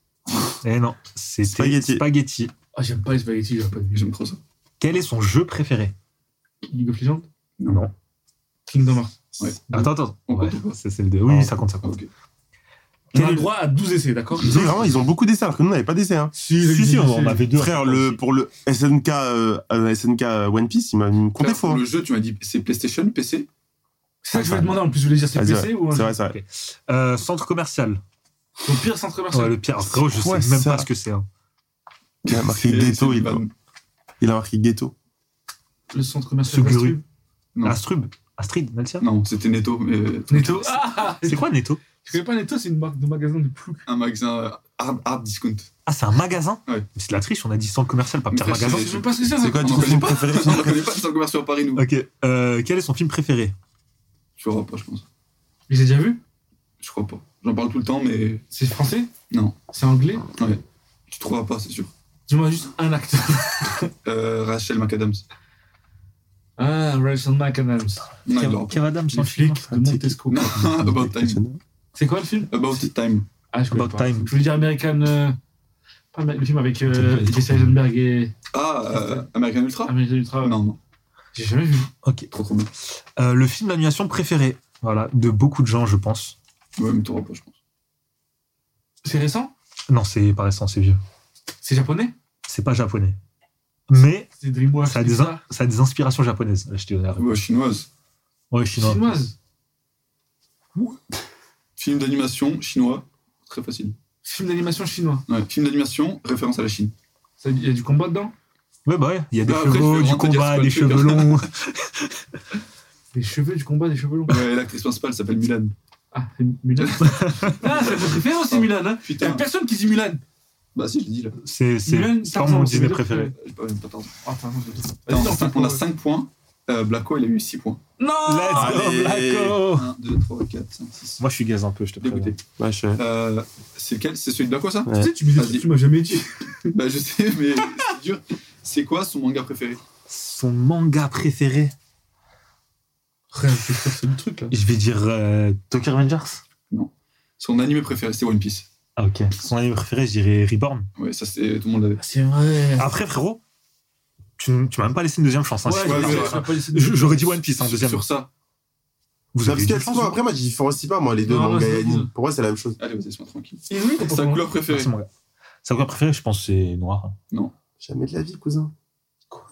Speaker 5: Eh non, c'était
Speaker 4: Spaghetti.
Speaker 5: spaghetti.
Speaker 2: Ah, j'aime pas les spaghettis, j'aime pas les
Speaker 3: J'aime trop ça.
Speaker 5: Quel est son jeu préféré
Speaker 2: League of Legends
Speaker 5: Non.
Speaker 2: Kingdom Hearts.
Speaker 5: Attends, attends.
Speaker 3: On
Speaker 5: Ouais,
Speaker 3: compte ou pas
Speaker 5: ça, c'est le deux. Oui,
Speaker 4: Ah.
Speaker 5: ça compte, ça
Speaker 3: Ah,
Speaker 5: compte.
Speaker 3: ok.
Speaker 2: On
Speaker 5: Quel
Speaker 2: a
Speaker 5: est
Speaker 2: le
Speaker 5: le-
Speaker 2: droit à 12 essais, d'accord
Speaker 4: Ils ont, vraiment, ils ont beaucoup d'essais, alors que nous, on n'avait pas d'essais. Hein.
Speaker 2: Si,
Speaker 5: Si, si, on en avait deux.
Speaker 4: Frère, le, pour le SNK, euh, euh, SNK One Piece, il m'a il me comptait
Speaker 3: Frère,
Speaker 4: faux. hein.
Speaker 3: Le jeu, tu m'as dit, c'est PlayStation, PC
Speaker 2: C'est ça que je voulais demander en plus, je voulais dire c'est
Speaker 4: Ah,
Speaker 2: PC ou un-
Speaker 4: C'est vrai, c'est vrai.
Speaker 5: Euh, centre commercial.
Speaker 2: Au pire centre
Speaker 5: Ouais,
Speaker 2: commercial.
Speaker 5: le pire. Frérot, je sais
Speaker 4: quoi,
Speaker 5: même
Speaker 4: ça
Speaker 5: pas ce que c'est. hein.
Speaker 4: Il
Speaker 5: bah,
Speaker 4: a marqué
Speaker 3: C'est-
Speaker 4: ghetto,
Speaker 3: c'est
Speaker 4: il,
Speaker 3: pas-
Speaker 4: il a marqué ghetto.
Speaker 2: Le centre commercial.
Speaker 5: Suguru.
Speaker 2: d'Astrid.
Speaker 3: Non.
Speaker 5: Astrub. Astrid, Nelsia.
Speaker 3: Non, c'était Netto. mais-
Speaker 2: Netto. Ah
Speaker 5: C'est quoi Netto
Speaker 2: Tu connais pas Netto, c'est une marque de magasin de plouc.
Speaker 3: Un magasin euh, hard, hard discount.
Speaker 5: Ah, c'est un magasin
Speaker 3: Ouais.
Speaker 5: Mais C'est de la triche, on a dit centre commercial, pas
Speaker 3: Mais
Speaker 5: pire
Speaker 3: frère,
Speaker 5: magasin.
Speaker 2: Je sais même pas ce que c'est.
Speaker 4: C'est quoi, du
Speaker 3: on
Speaker 4: coup,
Speaker 3: connaît
Speaker 4: film
Speaker 3: pas.
Speaker 4: préféré
Speaker 3: On ne connaît pas de centre commercial à Paris, nous.
Speaker 5: Ok. Euh, quel est son film préféré
Speaker 3: Je crois pas, je pense.
Speaker 2: Je les ai déjà vus
Speaker 3: Je crois pas. J'en parle tout le temps, mais
Speaker 2: C'est français
Speaker 3: Non.
Speaker 2: C'est anglais
Speaker 3: tu trouveras pas, c'est sûr.
Speaker 2: Dis-moi juste un acteur.
Speaker 3: Euh, Rachel McAdams.
Speaker 2: Ah, Rachel McAdams.
Speaker 3: Non, il
Speaker 5: Kev-
Speaker 3: l'aura pas.
Speaker 5: Kev Adams,
Speaker 2: Les
Speaker 5: son film.
Speaker 2: flics de Montesco.
Speaker 3: Non, About Time.
Speaker 2: C'est quoi le film
Speaker 3: About Time.
Speaker 2: Ah, je connais
Speaker 5: About
Speaker 2: pas.
Speaker 5: Time.
Speaker 2: Je voulais dire American. euh, Pas Amer- le film avec euh, Jesse Eisenberg et
Speaker 3: Ah, euh, American Ultra
Speaker 2: American Ultra.
Speaker 3: Non, non.
Speaker 2: J'ai jamais vu.
Speaker 5: Ok.
Speaker 3: Trop, trop bien.
Speaker 5: Euh, le film d'animation préféré. Voilà, de beaucoup de gens, je pense.
Speaker 3: Ouais, mais t'auras pas, je pense.
Speaker 2: C'est récent
Speaker 5: Non, c'est pas récent, c'est vieux.
Speaker 2: C'est japonais
Speaker 5: C'est pas japonais. Mais
Speaker 2: C'est DreamWorks.
Speaker 5: ça a des, in-
Speaker 2: Pixar.
Speaker 5: ça a des inspirations japonaises. Là, je te donne la-
Speaker 3: Ouais, chinoise.
Speaker 5: Ouais, chinois.
Speaker 2: Chinoise.
Speaker 3: Film d'animation chinois. Très facile.
Speaker 2: Film d'animation chinois.
Speaker 3: Ouais, film d'animation, référence à la Chine.
Speaker 2: Ça- Il y a du combat dedans
Speaker 5: Ouais, bah ouais. Il y a des
Speaker 3: Bah, après, je
Speaker 5: chevaux,
Speaker 3: vais
Speaker 5: du
Speaker 3: vraiment te dire
Speaker 5: combat,
Speaker 3: ce que
Speaker 5: des
Speaker 3: le truc,
Speaker 5: cheveux longs.
Speaker 2: Des cheveux, du combat, des cheveux longs.
Speaker 3: Ouais, L'actrice principale s'appelle Milan.
Speaker 2: Ah, c'est Mulan. ah, c'est votre préféré aussi, Mulan. Hein. Il y a
Speaker 3: Putain.
Speaker 2: personne qui dit Mulan.
Speaker 3: Bah si, je l'ai dit là.
Speaker 5: C'est
Speaker 2: Mulan,
Speaker 5: c'est- c'est pas
Speaker 2: Tarzan,
Speaker 5: mon
Speaker 2: c'est
Speaker 5: Disney
Speaker 2: mes deux
Speaker 5: préféré.
Speaker 3: J'ai pas- pas tort.
Speaker 2: Ah, pardon, je-
Speaker 3: Attends,
Speaker 2: Vas-y,
Speaker 3: on a
Speaker 2: t'en fais
Speaker 3: cinq-
Speaker 2: pour-
Speaker 3: on a 5 points. Euh, Blacko, il a eu 6 points.
Speaker 2: Non
Speaker 5: Let's go,
Speaker 4: Allez.
Speaker 5: Blacko
Speaker 3: 1, 2, 3, 4, 5, 6.
Speaker 5: Moi, je suis gaze un peu, je te préviens.
Speaker 3: Dégoûté.
Speaker 4: Ouais, je-
Speaker 3: Euh, c'est lequel C'est celui de Blacko, ça
Speaker 2: Tu sais, tu me dis des
Speaker 3: Vas-y.
Speaker 2: trucs que tu m'as jamais dit.
Speaker 3: Bah je sais, mais c'est dur. C'est quoi son manga préféré
Speaker 5: Son manga préféré
Speaker 2: Rien, c'est sûr, c'est le truc là.
Speaker 5: Je vais dire euh, Tokyo Revengers.
Speaker 3: Son anime préféré, c'est One Piece.
Speaker 5: Ah, ok. Son anime préféré, je dirais Reborn.
Speaker 3: Ouais, ça c'est tout le monde l'avait.
Speaker 2: C'est vrai.
Speaker 5: Après, frérot, tu, n- tu m'as même pas laissé une deuxième chance. hein, si tu veux.
Speaker 3: ouais,
Speaker 5: Ah,
Speaker 3: ouais.
Speaker 5: J- J'aurais dit One Piece en
Speaker 3: Sur-
Speaker 5: deuxième.
Speaker 3: Sur ça.
Speaker 5: Vous
Speaker 4: Non, parce
Speaker 5: avez
Speaker 4: qu'il
Speaker 5: dit
Speaker 4: y a tout, après, moi, je différencie pas, moi, les deux
Speaker 2: Non, non,
Speaker 4: mangas et
Speaker 2: c'est
Speaker 4: animes.
Speaker 2: bon.
Speaker 4: Pour moi, c'est la même chose.
Speaker 3: Allez, vas-y, c'est un tranquille.
Speaker 2: Et Eh oui, t'as pas hein.
Speaker 3: Sa
Speaker 2: compris.
Speaker 3: couleur préférée.
Speaker 5: Merci, mon gars. hein, Sa couleur préférée, je pense, c'est noir. hein.
Speaker 4: Jamais de la vie, cousin. Quoi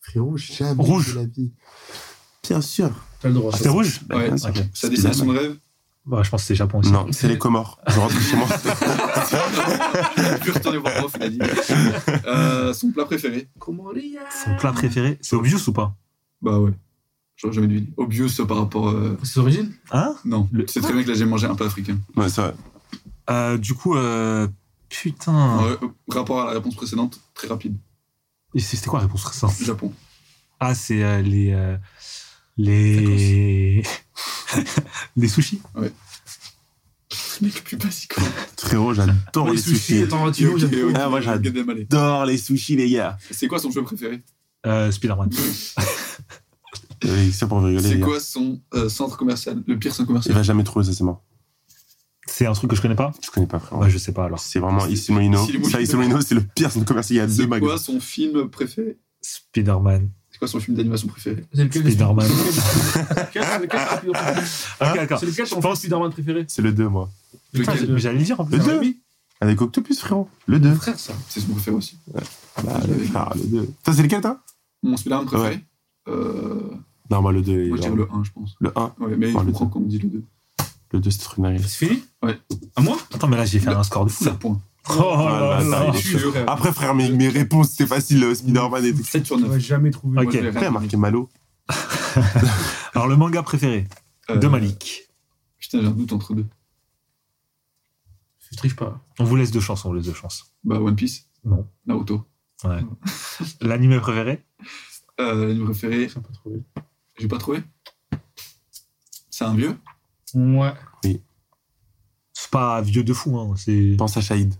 Speaker 4: Frérot, jamais
Speaker 5: Rouge.
Speaker 4: de la vie. Bien sûr.
Speaker 2: T'as le droit.
Speaker 5: Ah, c'était rouge
Speaker 3: Ouais,
Speaker 4: bien sûr.
Speaker 5: Ok.
Speaker 3: Sa destination de rêve.
Speaker 5: Bah, Je pense que c'est Japon aussi.
Speaker 4: Non, c'est les Comores. Je rentre chez moi.
Speaker 3: Je retourner voir prof, il a dit. Euh, son plat préféré.
Speaker 2: hein.
Speaker 5: Son plat préféré, c'est Obvious ou pas
Speaker 3: Bah ouais. J'aurais jamais deviné. Obvious par rapport. euh,
Speaker 2: Ses origines
Speaker 5: Hein
Speaker 3: Non.
Speaker 5: Le-
Speaker 3: C'est très bien que là j'ai mangé un peu africain.
Speaker 4: Ouais, c'est vrai.
Speaker 5: Euh, Du coup, euh,
Speaker 4: Ah.
Speaker 5: putain.
Speaker 3: Ouais, euh, rapport à la réponse précédente, très rapide.
Speaker 5: Et c'est- C'était quoi la réponse récente
Speaker 3: Japon.
Speaker 5: Ah, c'est euh, les. euh, les. les sushis
Speaker 3: Mec, plus basique. quoi.
Speaker 4: Frérot, j'adore les sushis.
Speaker 2: Attends, tu vois,
Speaker 3: Ok,
Speaker 2: j'aime
Speaker 3: ok,
Speaker 4: Ah, moi, j'adore.
Speaker 3: Gad Elmaleh.
Speaker 4: J'adore les sushis, les gars.
Speaker 3: C'est quoi son jeu préféré
Speaker 5: euh, Spider-Man.
Speaker 4: Euh, C'est pour rigoler,
Speaker 3: C'est
Speaker 4: les gars.
Speaker 3: quoi son euh, centre commercial Le pire centre
Speaker 4: Il
Speaker 3: commercial
Speaker 4: va jamais trouver ça, c'est mort.
Speaker 5: C'est un truc que je connais pas
Speaker 4: Je connais pas, frérot.
Speaker 5: Bah, je sais pas alors.
Speaker 4: C'est vraiment
Speaker 3: C'est-
Speaker 4: Issey Molino.
Speaker 3: c'est les
Speaker 4: Ça, Issey Molino, c'est le pire centre commercial. Il y a deux
Speaker 3: C'est quoi
Speaker 4: magasins.
Speaker 3: son film préféré
Speaker 5: Spider-Man.
Speaker 3: C'est quoi son film d'animation préféré
Speaker 2: C'est lequel le
Speaker 5: Spider-Man.
Speaker 2: Quel- C'est lequel ton film préféré
Speaker 5: Ok, d'accord.
Speaker 2: C'est lequel ton
Speaker 5: Je
Speaker 2: film
Speaker 5: pense-
Speaker 2: Spider-Man préféré
Speaker 4: C'est le 2, moi.
Speaker 5: Putain,
Speaker 2: Lequel
Speaker 5: J'allais le dire en plus.
Speaker 4: Le 2 Avec Octopus, frérot. Le 2.
Speaker 2: Frère, ça.
Speaker 3: C'est son préféré aussi.
Speaker 4: Bah, le, frère, le 2. Toi, c'est lequel, toi
Speaker 3: Mon Spider-Man préféré euh,
Speaker 4: Non, moi, le 2.
Speaker 3: Moi
Speaker 4: il
Speaker 3: je
Speaker 4: est
Speaker 3: dirais
Speaker 4: vraiment-
Speaker 3: le 1, je pense.
Speaker 4: Le 1.
Speaker 3: Ouais, mais je
Speaker 4: Ouais, le
Speaker 3: comprends
Speaker 4: deux.
Speaker 3: quand on me dit le 2.
Speaker 4: Le 2, c'est trop une
Speaker 2: C'est fini
Speaker 3: Ouais.
Speaker 2: À moi
Speaker 5: Ah, Attends, mais là, j'ai fait
Speaker 3: Le-
Speaker 5: un score de fou.
Speaker 3: Ça
Speaker 5: Là.
Speaker 3: pointe.
Speaker 5: Oh là
Speaker 4: Ah,
Speaker 5: là.
Speaker 4: bah,
Speaker 2: Je
Speaker 4: il est
Speaker 2: suis
Speaker 3: sûr.
Speaker 2: frère.
Speaker 4: Après, frère, mes, mes réponses, c'était facile, euh, Spider-Man et tout.
Speaker 3: 7 sur
Speaker 2: On
Speaker 3: 9.
Speaker 2: n'aurait jamais trouvé.
Speaker 5: Ok.
Speaker 4: Après, il a marqué Malo.
Speaker 5: Alors, le manga préféré
Speaker 3: Euh.
Speaker 5: de Malik.
Speaker 3: Putain, j'ai un doute entre deux.
Speaker 2: Je triche pas.
Speaker 5: On vous laisse deux chances, on vous laisse deux chances.
Speaker 3: Bah, One Piece.
Speaker 5: Non.
Speaker 3: Naruto.
Speaker 5: Ouais. L'anime préféré
Speaker 3: Euh, L'anime préféré,
Speaker 2: Je sais pas trouvé.
Speaker 3: j'ai pas trouvé. C'est un vieux
Speaker 2: Ouais.
Speaker 5: C'est pas vieux de fou, hein. C'est
Speaker 4: Pense à Shahid.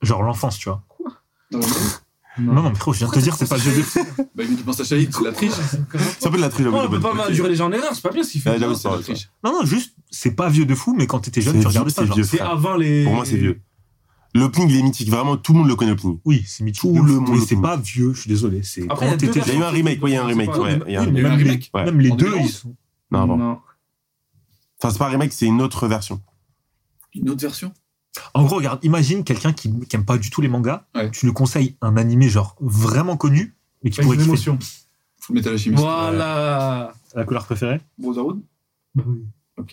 Speaker 5: genre l'enfance, tu vois.
Speaker 3: Non, non.
Speaker 5: Non, non, mais frérot, je viens de te dire, c'est pas vieux de fou.
Speaker 3: Bah, il me dit pense à Shahid, c'est la triche.
Speaker 4: C'est un peu de la trilogie.
Speaker 2: Oh, on peut pas mal durer les gens en erreur, c'est pas bien ce qu'il
Speaker 4: Ah,
Speaker 2: fait.
Speaker 4: j'avoue,
Speaker 3: c'est
Speaker 4: c'est
Speaker 3: la
Speaker 4: vrai,
Speaker 3: triche.
Speaker 5: Non, non, juste, c'est pas vieux de fou, mais quand t'étais jeune,
Speaker 4: C'est
Speaker 5: tu regardais
Speaker 4: vieux,
Speaker 5: ça.
Speaker 4: c'est
Speaker 5: genre.
Speaker 4: vieux.
Speaker 2: C'est
Speaker 4: frère.
Speaker 2: avant les.
Speaker 4: Pour moi, c'est vieux. L'opening, il est mythique. Vraiment, tout le monde le connaît, l'opening.
Speaker 5: Oui, c'est mythique.
Speaker 4: Tout
Speaker 5: de
Speaker 4: le
Speaker 5: ouf,
Speaker 4: monde
Speaker 5: Mais
Speaker 4: le
Speaker 5: c'est
Speaker 4: connaît.
Speaker 5: pas vieux, je suis désolé. C'est
Speaker 2: Après, il y a
Speaker 5: quand
Speaker 2: deux
Speaker 5: t'étais
Speaker 4: Il y a eu un remake, ouais, il y a un remake.
Speaker 2: Oui,
Speaker 4: Ouais, il y a un
Speaker 5: Oui,
Speaker 4: remake.
Speaker 5: mais
Speaker 3: Il y a eu un
Speaker 5: même, les,
Speaker 3: remake,
Speaker 4: ouais.
Speaker 5: même les
Speaker 3: En
Speaker 5: deux,
Speaker 3: 2011.
Speaker 5: ils sont.
Speaker 4: Non, avant.
Speaker 2: Non.
Speaker 4: Enfin, c'est pas un remake, c'est une autre version.
Speaker 3: Une autre version
Speaker 5: En gros, regarde, imagine quelqu'un qui n'aime pas du tout les mangas,
Speaker 3: Ouais.
Speaker 5: tu lui conseilles un animé genre vraiment connu, mais qui
Speaker 2: Avec
Speaker 5: pourrait
Speaker 2: une
Speaker 5: kiffer.
Speaker 2: émotion.
Speaker 3: Full Metal Alchemist.
Speaker 2: Voilà. Bah
Speaker 5: La couleur préférée
Speaker 3: Brotherhood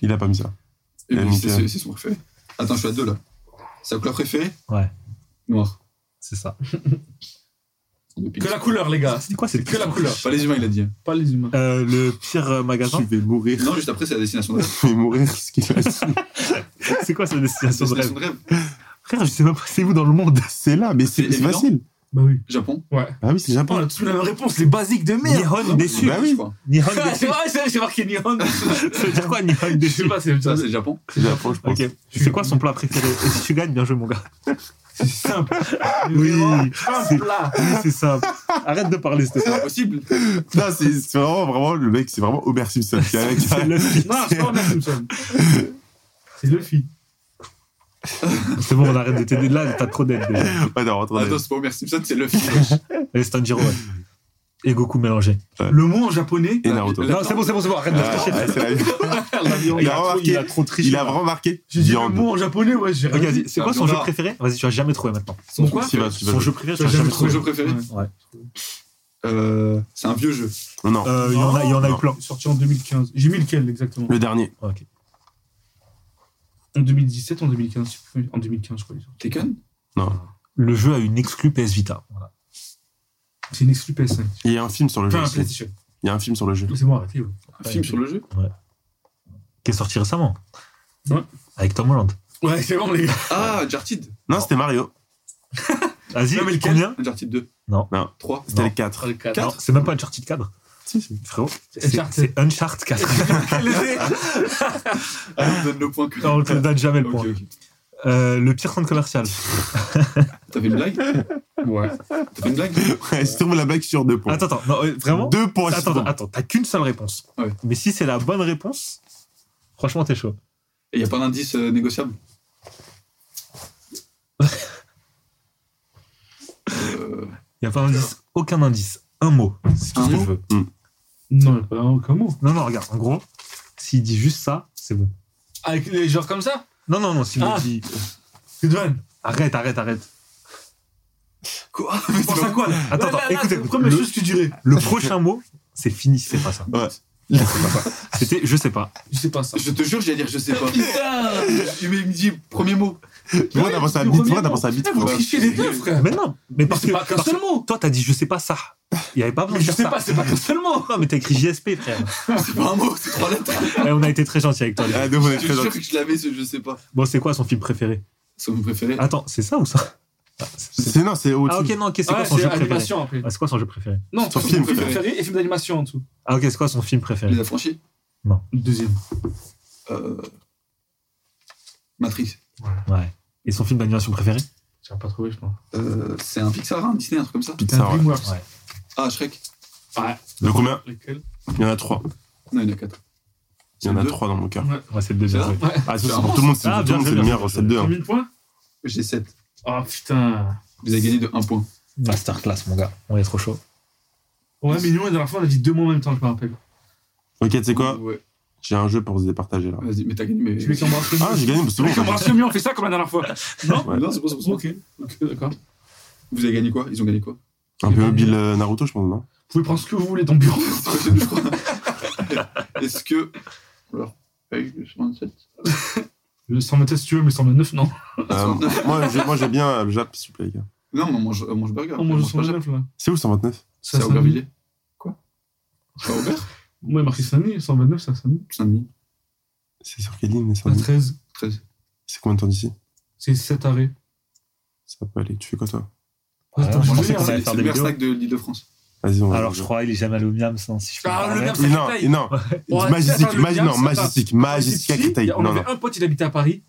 Speaker 4: Il a pas mis ça.
Speaker 3: Et
Speaker 4: Euh,
Speaker 3: oui, c'est
Speaker 4: Mika.
Speaker 3: c'est son préféré. Attends, je suis à deux là. Sa couleur préférée
Speaker 5: Ouais.
Speaker 3: Noir.
Speaker 5: C'est ça.
Speaker 2: Que la couleur, les gars.
Speaker 5: C'était quoi
Speaker 2: C'est
Speaker 5: cette
Speaker 2: que la
Speaker 5: question
Speaker 2: couleur.
Speaker 3: Pas les humains, il a dit.
Speaker 2: Pas les humains.
Speaker 5: Euh, Le pire euh, magasin
Speaker 4: Je vais mourir.
Speaker 3: Non, juste après, c'est la destination de rêve.
Speaker 4: Je vais mourir ce qu'il a dit.
Speaker 5: C'est quoi sa
Speaker 3: La
Speaker 5: destination de rêve
Speaker 3: destination de rêve.
Speaker 5: Frère, je sais même pas, c'est où dans le monde
Speaker 4: C'est là, mais c'est
Speaker 3: C'est
Speaker 4: c'est
Speaker 3: évident.
Speaker 4: facile.
Speaker 2: Bah oui.
Speaker 3: Japon.
Speaker 2: Ouais.
Speaker 4: Ah oui, c'est le
Speaker 2: Oh, on
Speaker 4: Japon.
Speaker 2: a tous la même réponse, les basiques de merde.
Speaker 5: Nihon déçu.
Speaker 4: Bah oui.
Speaker 3: Je crois.
Speaker 5: Nihon
Speaker 2: Ah,
Speaker 5: déçu.
Speaker 2: c'est vrai, c'est vrai, j'ai marqué Nihon.
Speaker 5: Ça veut dire quoi, Nihon
Speaker 2: Je sais
Speaker 5: déçu
Speaker 2: pas, c'est
Speaker 3: Ça,
Speaker 2: ça,
Speaker 3: c'est le Japon.
Speaker 4: C'est le Japon, je pense.
Speaker 5: Ok. C'est quoi son plat préféré Et si tu gagnes, bien joué, mon gars.
Speaker 2: c'est simple.
Speaker 5: Oui.
Speaker 2: Vraiment, simple, là.
Speaker 5: Oui, c'est ça. Arrête de parler,
Speaker 3: C'est
Speaker 5: Stéphane.
Speaker 3: pas possible.
Speaker 4: Non, c'est c'est vraiment, vraiment, le mec, c'est vraiment Homer Simpson. qui a- qui a-
Speaker 5: C'est Luffy.
Speaker 2: Non, c'est pas Homer Simpson. C'est Luffy.
Speaker 5: C'est bon, on arrête de t'aider là, t'as trop d'aide. déjà.
Speaker 4: Ouais, non, attendez.
Speaker 3: Attends, c'est pas Homer Simpson, c'est Luffy.
Speaker 5: Allez, Stanjiro, ouais. Et Goku mélangé.
Speaker 2: Le mot en japonais.
Speaker 4: Et Naruto.
Speaker 3: Euh,
Speaker 5: Non, c'est bon, c'est bon, c'est bon, arrête de
Speaker 4: Ah,
Speaker 5: tricher.
Speaker 4: ouais, c'est la-
Speaker 2: l'avion.
Speaker 4: Il a
Speaker 5: trop-
Speaker 4: remarqué.
Speaker 5: il a trop triché.
Speaker 4: Il a vraiment marqué.
Speaker 2: J'ai dit le
Speaker 4: Viande.
Speaker 2: mot en japonais, ouais, j'ai
Speaker 5: Ok,
Speaker 2: rien
Speaker 5: vas-y,
Speaker 2: dit.
Speaker 5: c'est quoi son jeu
Speaker 3: Abdullah.
Speaker 5: préféré Vas-y, tu vas jamais trouver maintenant.
Speaker 2: Son quoi
Speaker 4: Tu vas- tu vas-
Speaker 5: Son jeu préféré, tu
Speaker 2: J'ai
Speaker 5: vas jamais
Speaker 3: Son
Speaker 5: trouver.
Speaker 3: jeu préféré
Speaker 5: Ouais.
Speaker 3: Euh, C'est un vieux jeu.
Speaker 4: Non,
Speaker 5: Euh, Il y en a il y en a eu
Speaker 4: Non.
Speaker 5: plein.
Speaker 2: Sorti en 2015. J'ai mis lequel exactement
Speaker 4: le dernier.
Speaker 5: Ok.
Speaker 2: En 2017, en 2015. je sais plus. En 2015, je crois. il est sorti.
Speaker 3: Tekken
Speaker 5: Le jeu a une exclue PS Vita. Voilà.
Speaker 2: C'est une exclu PS5.
Speaker 4: Il y a un film sur le jeu.
Speaker 2: Enfin, un
Speaker 4: aussi.
Speaker 2: PlayStation.
Speaker 4: Il y a un film sur le jeu.
Speaker 2: C'est moi, arrêtez. ouais.
Speaker 3: Un film sur le jeu
Speaker 5: Qui est sorti récemment.
Speaker 2: Ouais.
Speaker 5: Avec Tom Holland.
Speaker 2: Ouais, c'est bon, les gars.
Speaker 3: Ah, Uncharted.
Speaker 4: Non, c'était Mario.
Speaker 5: Vas-y,
Speaker 2: Non, mais lequel
Speaker 5: combien
Speaker 3: Uncharted 2.
Speaker 5: Non.
Speaker 4: Non.
Speaker 3: 3.
Speaker 4: C'était
Speaker 5: Non.
Speaker 4: le 4.
Speaker 5: Non, C'est même pas Uncharted 4.
Speaker 4: Si, si.
Speaker 5: Frérot, c'est
Speaker 2: Uncharted.
Speaker 5: c'est Uncharted 4.
Speaker 3: Ah, on donne le point que.
Speaker 5: Non, on te le donne jamais le
Speaker 3: Ok,
Speaker 5: point.
Speaker 3: ok.
Speaker 5: Euh, le pire centre commercial.
Speaker 3: T'as fait une blague
Speaker 2: Ouais.
Speaker 3: T'as fait une blague
Speaker 4: Ouais, je tourne la blague sur deux points.
Speaker 5: Attends, attends, non, euh, vraiment
Speaker 4: Deux
Speaker 2: Oh,
Speaker 4: points
Speaker 5: Attends,
Speaker 4: sur
Speaker 5: attends, attends, t'as qu'une seule réponse.
Speaker 3: Ouais.
Speaker 5: Mais si c'est la bonne réponse, franchement, t'es chaud.
Speaker 3: Et y a pas d'indice euh, négociable Euh,
Speaker 5: Il n'y a pas d'indice, aucun indice, un mot. C'est tout
Speaker 3: Un
Speaker 5: ce que
Speaker 3: mot
Speaker 5: je veux.
Speaker 2: Non, pas vraiment, comment
Speaker 5: Non, non, regarde, en gros, s'il dit juste ça, c'est bon.
Speaker 2: Avec les genres comme ça
Speaker 5: Non, non, non, s'il me
Speaker 2: Ah.
Speaker 5: dit.
Speaker 2: C'est drôle.
Speaker 5: Arrête, arrête, arrête.
Speaker 3: Quoi Mais c'est
Speaker 2: Pense à
Speaker 3: pas-
Speaker 2: quoi là
Speaker 5: Attends,
Speaker 2: Ouais,
Speaker 5: attends,
Speaker 2: là, là,
Speaker 5: écoute,
Speaker 2: c'est la
Speaker 5: écoute,
Speaker 2: première
Speaker 5: le-
Speaker 2: chose que tu dirais.
Speaker 5: Le prochain mot, c'est fini, c'est pas ça.
Speaker 4: Ouais.
Speaker 5: C'était, je sais pas.
Speaker 2: Je sais pas ça.
Speaker 3: Je te jure, j'allais dire je sais pas.
Speaker 2: Putain
Speaker 3: Il me il me dit premier mot.
Speaker 4: Moi, t'as pensé à
Speaker 2: le
Speaker 4: bite.
Speaker 2: premier
Speaker 4: Moi, t'as
Speaker 2: mot.
Speaker 4: pensé à bite.
Speaker 2: Putain,
Speaker 5: Ah,
Speaker 2: vous
Speaker 4: frérot.
Speaker 2: trichez les deux, frère.
Speaker 5: Mais non, mais parce
Speaker 2: c'est
Speaker 5: que.
Speaker 2: pas qu'un
Speaker 5: parce
Speaker 2: seul
Speaker 5: que
Speaker 2: mot.
Speaker 5: Toi, t'as dit, je sais pas ça. Il n'y avait pas besoin
Speaker 2: Mais
Speaker 5: de
Speaker 2: je
Speaker 5: dire
Speaker 2: sais
Speaker 5: ça.
Speaker 2: pas, c'est pas qu'un seul mot.
Speaker 5: Non, mais t'as écrit JSP, frère.
Speaker 3: C'est pas un mot, c'est trois lettres.
Speaker 5: Eh, on a été très gentil avec toi. les gars.
Speaker 4: Ah, donc, on est
Speaker 3: Je
Speaker 4: très
Speaker 3: te jure
Speaker 4: gentil.
Speaker 3: que je l'avais, ce je sais pas.
Speaker 5: Bon, c'est quoi son film préféré
Speaker 3: C'est mon préféré.
Speaker 5: Attends, c'est ça ou ça Ah, c'est-
Speaker 4: C'est non, c'est
Speaker 5: Ah, ok,
Speaker 4: au-dessus.
Speaker 5: non, ok, c'est
Speaker 2: Ah,
Speaker 5: quoi son
Speaker 2: c'est
Speaker 5: jeu préféré
Speaker 2: animation après.
Speaker 5: Ah, C'est quoi son jeu préféré
Speaker 2: Non,
Speaker 4: Son
Speaker 2: ton
Speaker 4: film
Speaker 2: film
Speaker 4: préféré.
Speaker 2: préféré et film d'animation en dessous.
Speaker 5: Ah, ok, c'est quoi son film préféré
Speaker 3: Les affranchis.
Speaker 2: Deuxième.
Speaker 3: Euh... Matrix.
Speaker 5: Ouais. Et son film d'animation préféré
Speaker 2: J'ai pas trouvé, je pense.
Speaker 3: Euh, c'est un Pixar, un Disney, un truc comme ça
Speaker 2: C'est un
Speaker 4: Pizza, ouais.
Speaker 2: Dreamworks.
Speaker 5: Ouais.
Speaker 3: Ah, Shrek.
Speaker 4: De combien
Speaker 2: Lequel
Speaker 4: Il y en a trois.
Speaker 3: Non, il y en a quatre.
Speaker 4: Il y en a
Speaker 3: Deux.
Speaker 4: trois dans mon cœur.
Speaker 5: Ouais, c'est le deuxième.
Speaker 3: C'est
Speaker 5: ouais.
Speaker 2: Ouais.
Speaker 4: Ah, ça, c'est
Speaker 3: Ah,
Speaker 4: pour tout le monde, c'est
Speaker 5: bien
Speaker 4: pour tout le monde,
Speaker 5: joué,
Speaker 4: c'est le
Speaker 5: bien
Speaker 4: meilleur,
Speaker 5: joué.
Speaker 4: c'est le hein. 2.
Speaker 2: Combien de points
Speaker 3: J'ai 7.
Speaker 2: Oh putain.
Speaker 3: Vous avez gagné de 1 point.
Speaker 5: Masterclass, mon gars. On est trop chaud.
Speaker 2: Ouais, mais nous, la dernière fois, on a dit deux mots en même temps, je me rappelle.
Speaker 4: Ok, tu sais quoi
Speaker 3: Ouais.
Speaker 4: J'ai un jeu pour se départager là.
Speaker 3: Vas-y, mais t'as gagné, mais.
Speaker 2: Tu veux qu'on brasse le
Speaker 4: Ah,
Speaker 2: mieux
Speaker 4: j'ai gagné, mais c'est
Speaker 2: Tu veux qu'on
Speaker 4: bon.
Speaker 2: brasse le mieux On fait ça comme la dernière fois. Non
Speaker 4: Ouais.
Speaker 3: Non, c'est pas c'est pour ça.
Speaker 2: Ok. Ok, d'accord. Vous
Speaker 3: Vous avez gagné quoi Ils ont gagné quoi
Speaker 4: Un peu mobile euh, Naruto, je pense, non
Speaker 2: pouvez prendre ce que vous voulez dans le bureau.
Speaker 3: C'est pas possible, je crois. Est-ce que. On leur paye le 127
Speaker 2: Le 129 si tu veux, mais 129 non.
Speaker 5: Ah,
Speaker 4: Euh, Moi, j'ai- moi, j'ai bien euh, le Jap, s'il vous plaît, les gars.
Speaker 3: Non, mais on mange, on mange burger.
Speaker 2: On mange le
Speaker 3: pas jamais.
Speaker 2: 129 là.
Speaker 4: C'est où le 129
Speaker 3: C'est à Aubervilliers. Quoi C'est à Aubert
Speaker 2: Moi, il marqué Saint-Denis, 129, ça, Saint-Denis.
Speaker 3: Saint-Denis,
Speaker 4: C'est sur quelle ligne les
Speaker 2: La
Speaker 4: 129
Speaker 2: 13,
Speaker 3: 13.
Speaker 4: C'est combien de temps d'ici
Speaker 2: c'est 7 arrêts.
Speaker 4: Ça peut aller. Tu fais quoi, toi
Speaker 5: Ouais,
Speaker 2: Attends,
Speaker 5: je
Speaker 2: je
Speaker 5: pensais
Speaker 2: vais
Speaker 5: qu'on allait
Speaker 3: C'est
Speaker 2: dire.
Speaker 3: c'est
Speaker 5: faire des
Speaker 3: le meilleur
Speaker 5: vidéos.
Speaker 3: snack de l'île de France.
Speaker 4: Vas-y, on va.
Speaker 5: Alors, je crois, il est jamais allé au Miams, hein, si je peux
Speaker 2: Ah,
Speaker 5: me
Speaker 2: le
Speaker 5: permettre.
Speaker 2: Miams, c'est
Speaker 4: Et Non,
Speaker 2: Créteil.
Speaker 4: et non.
Speaker 2: Ouais,
Speaker 4: Magistique,
Speaker 2: attends, le
Speaker 4: magi- non,
Speaker 2: Miams,
Speaker 4: magistique, magistique à
Speaker 2: Ici,
Speaker 4: Créteil.
Speaker 2: On
Speaker 4: Non,
Speaker 2: avait
Speaker 4: non.
Speaker 2: un pote, il habitait à Paris.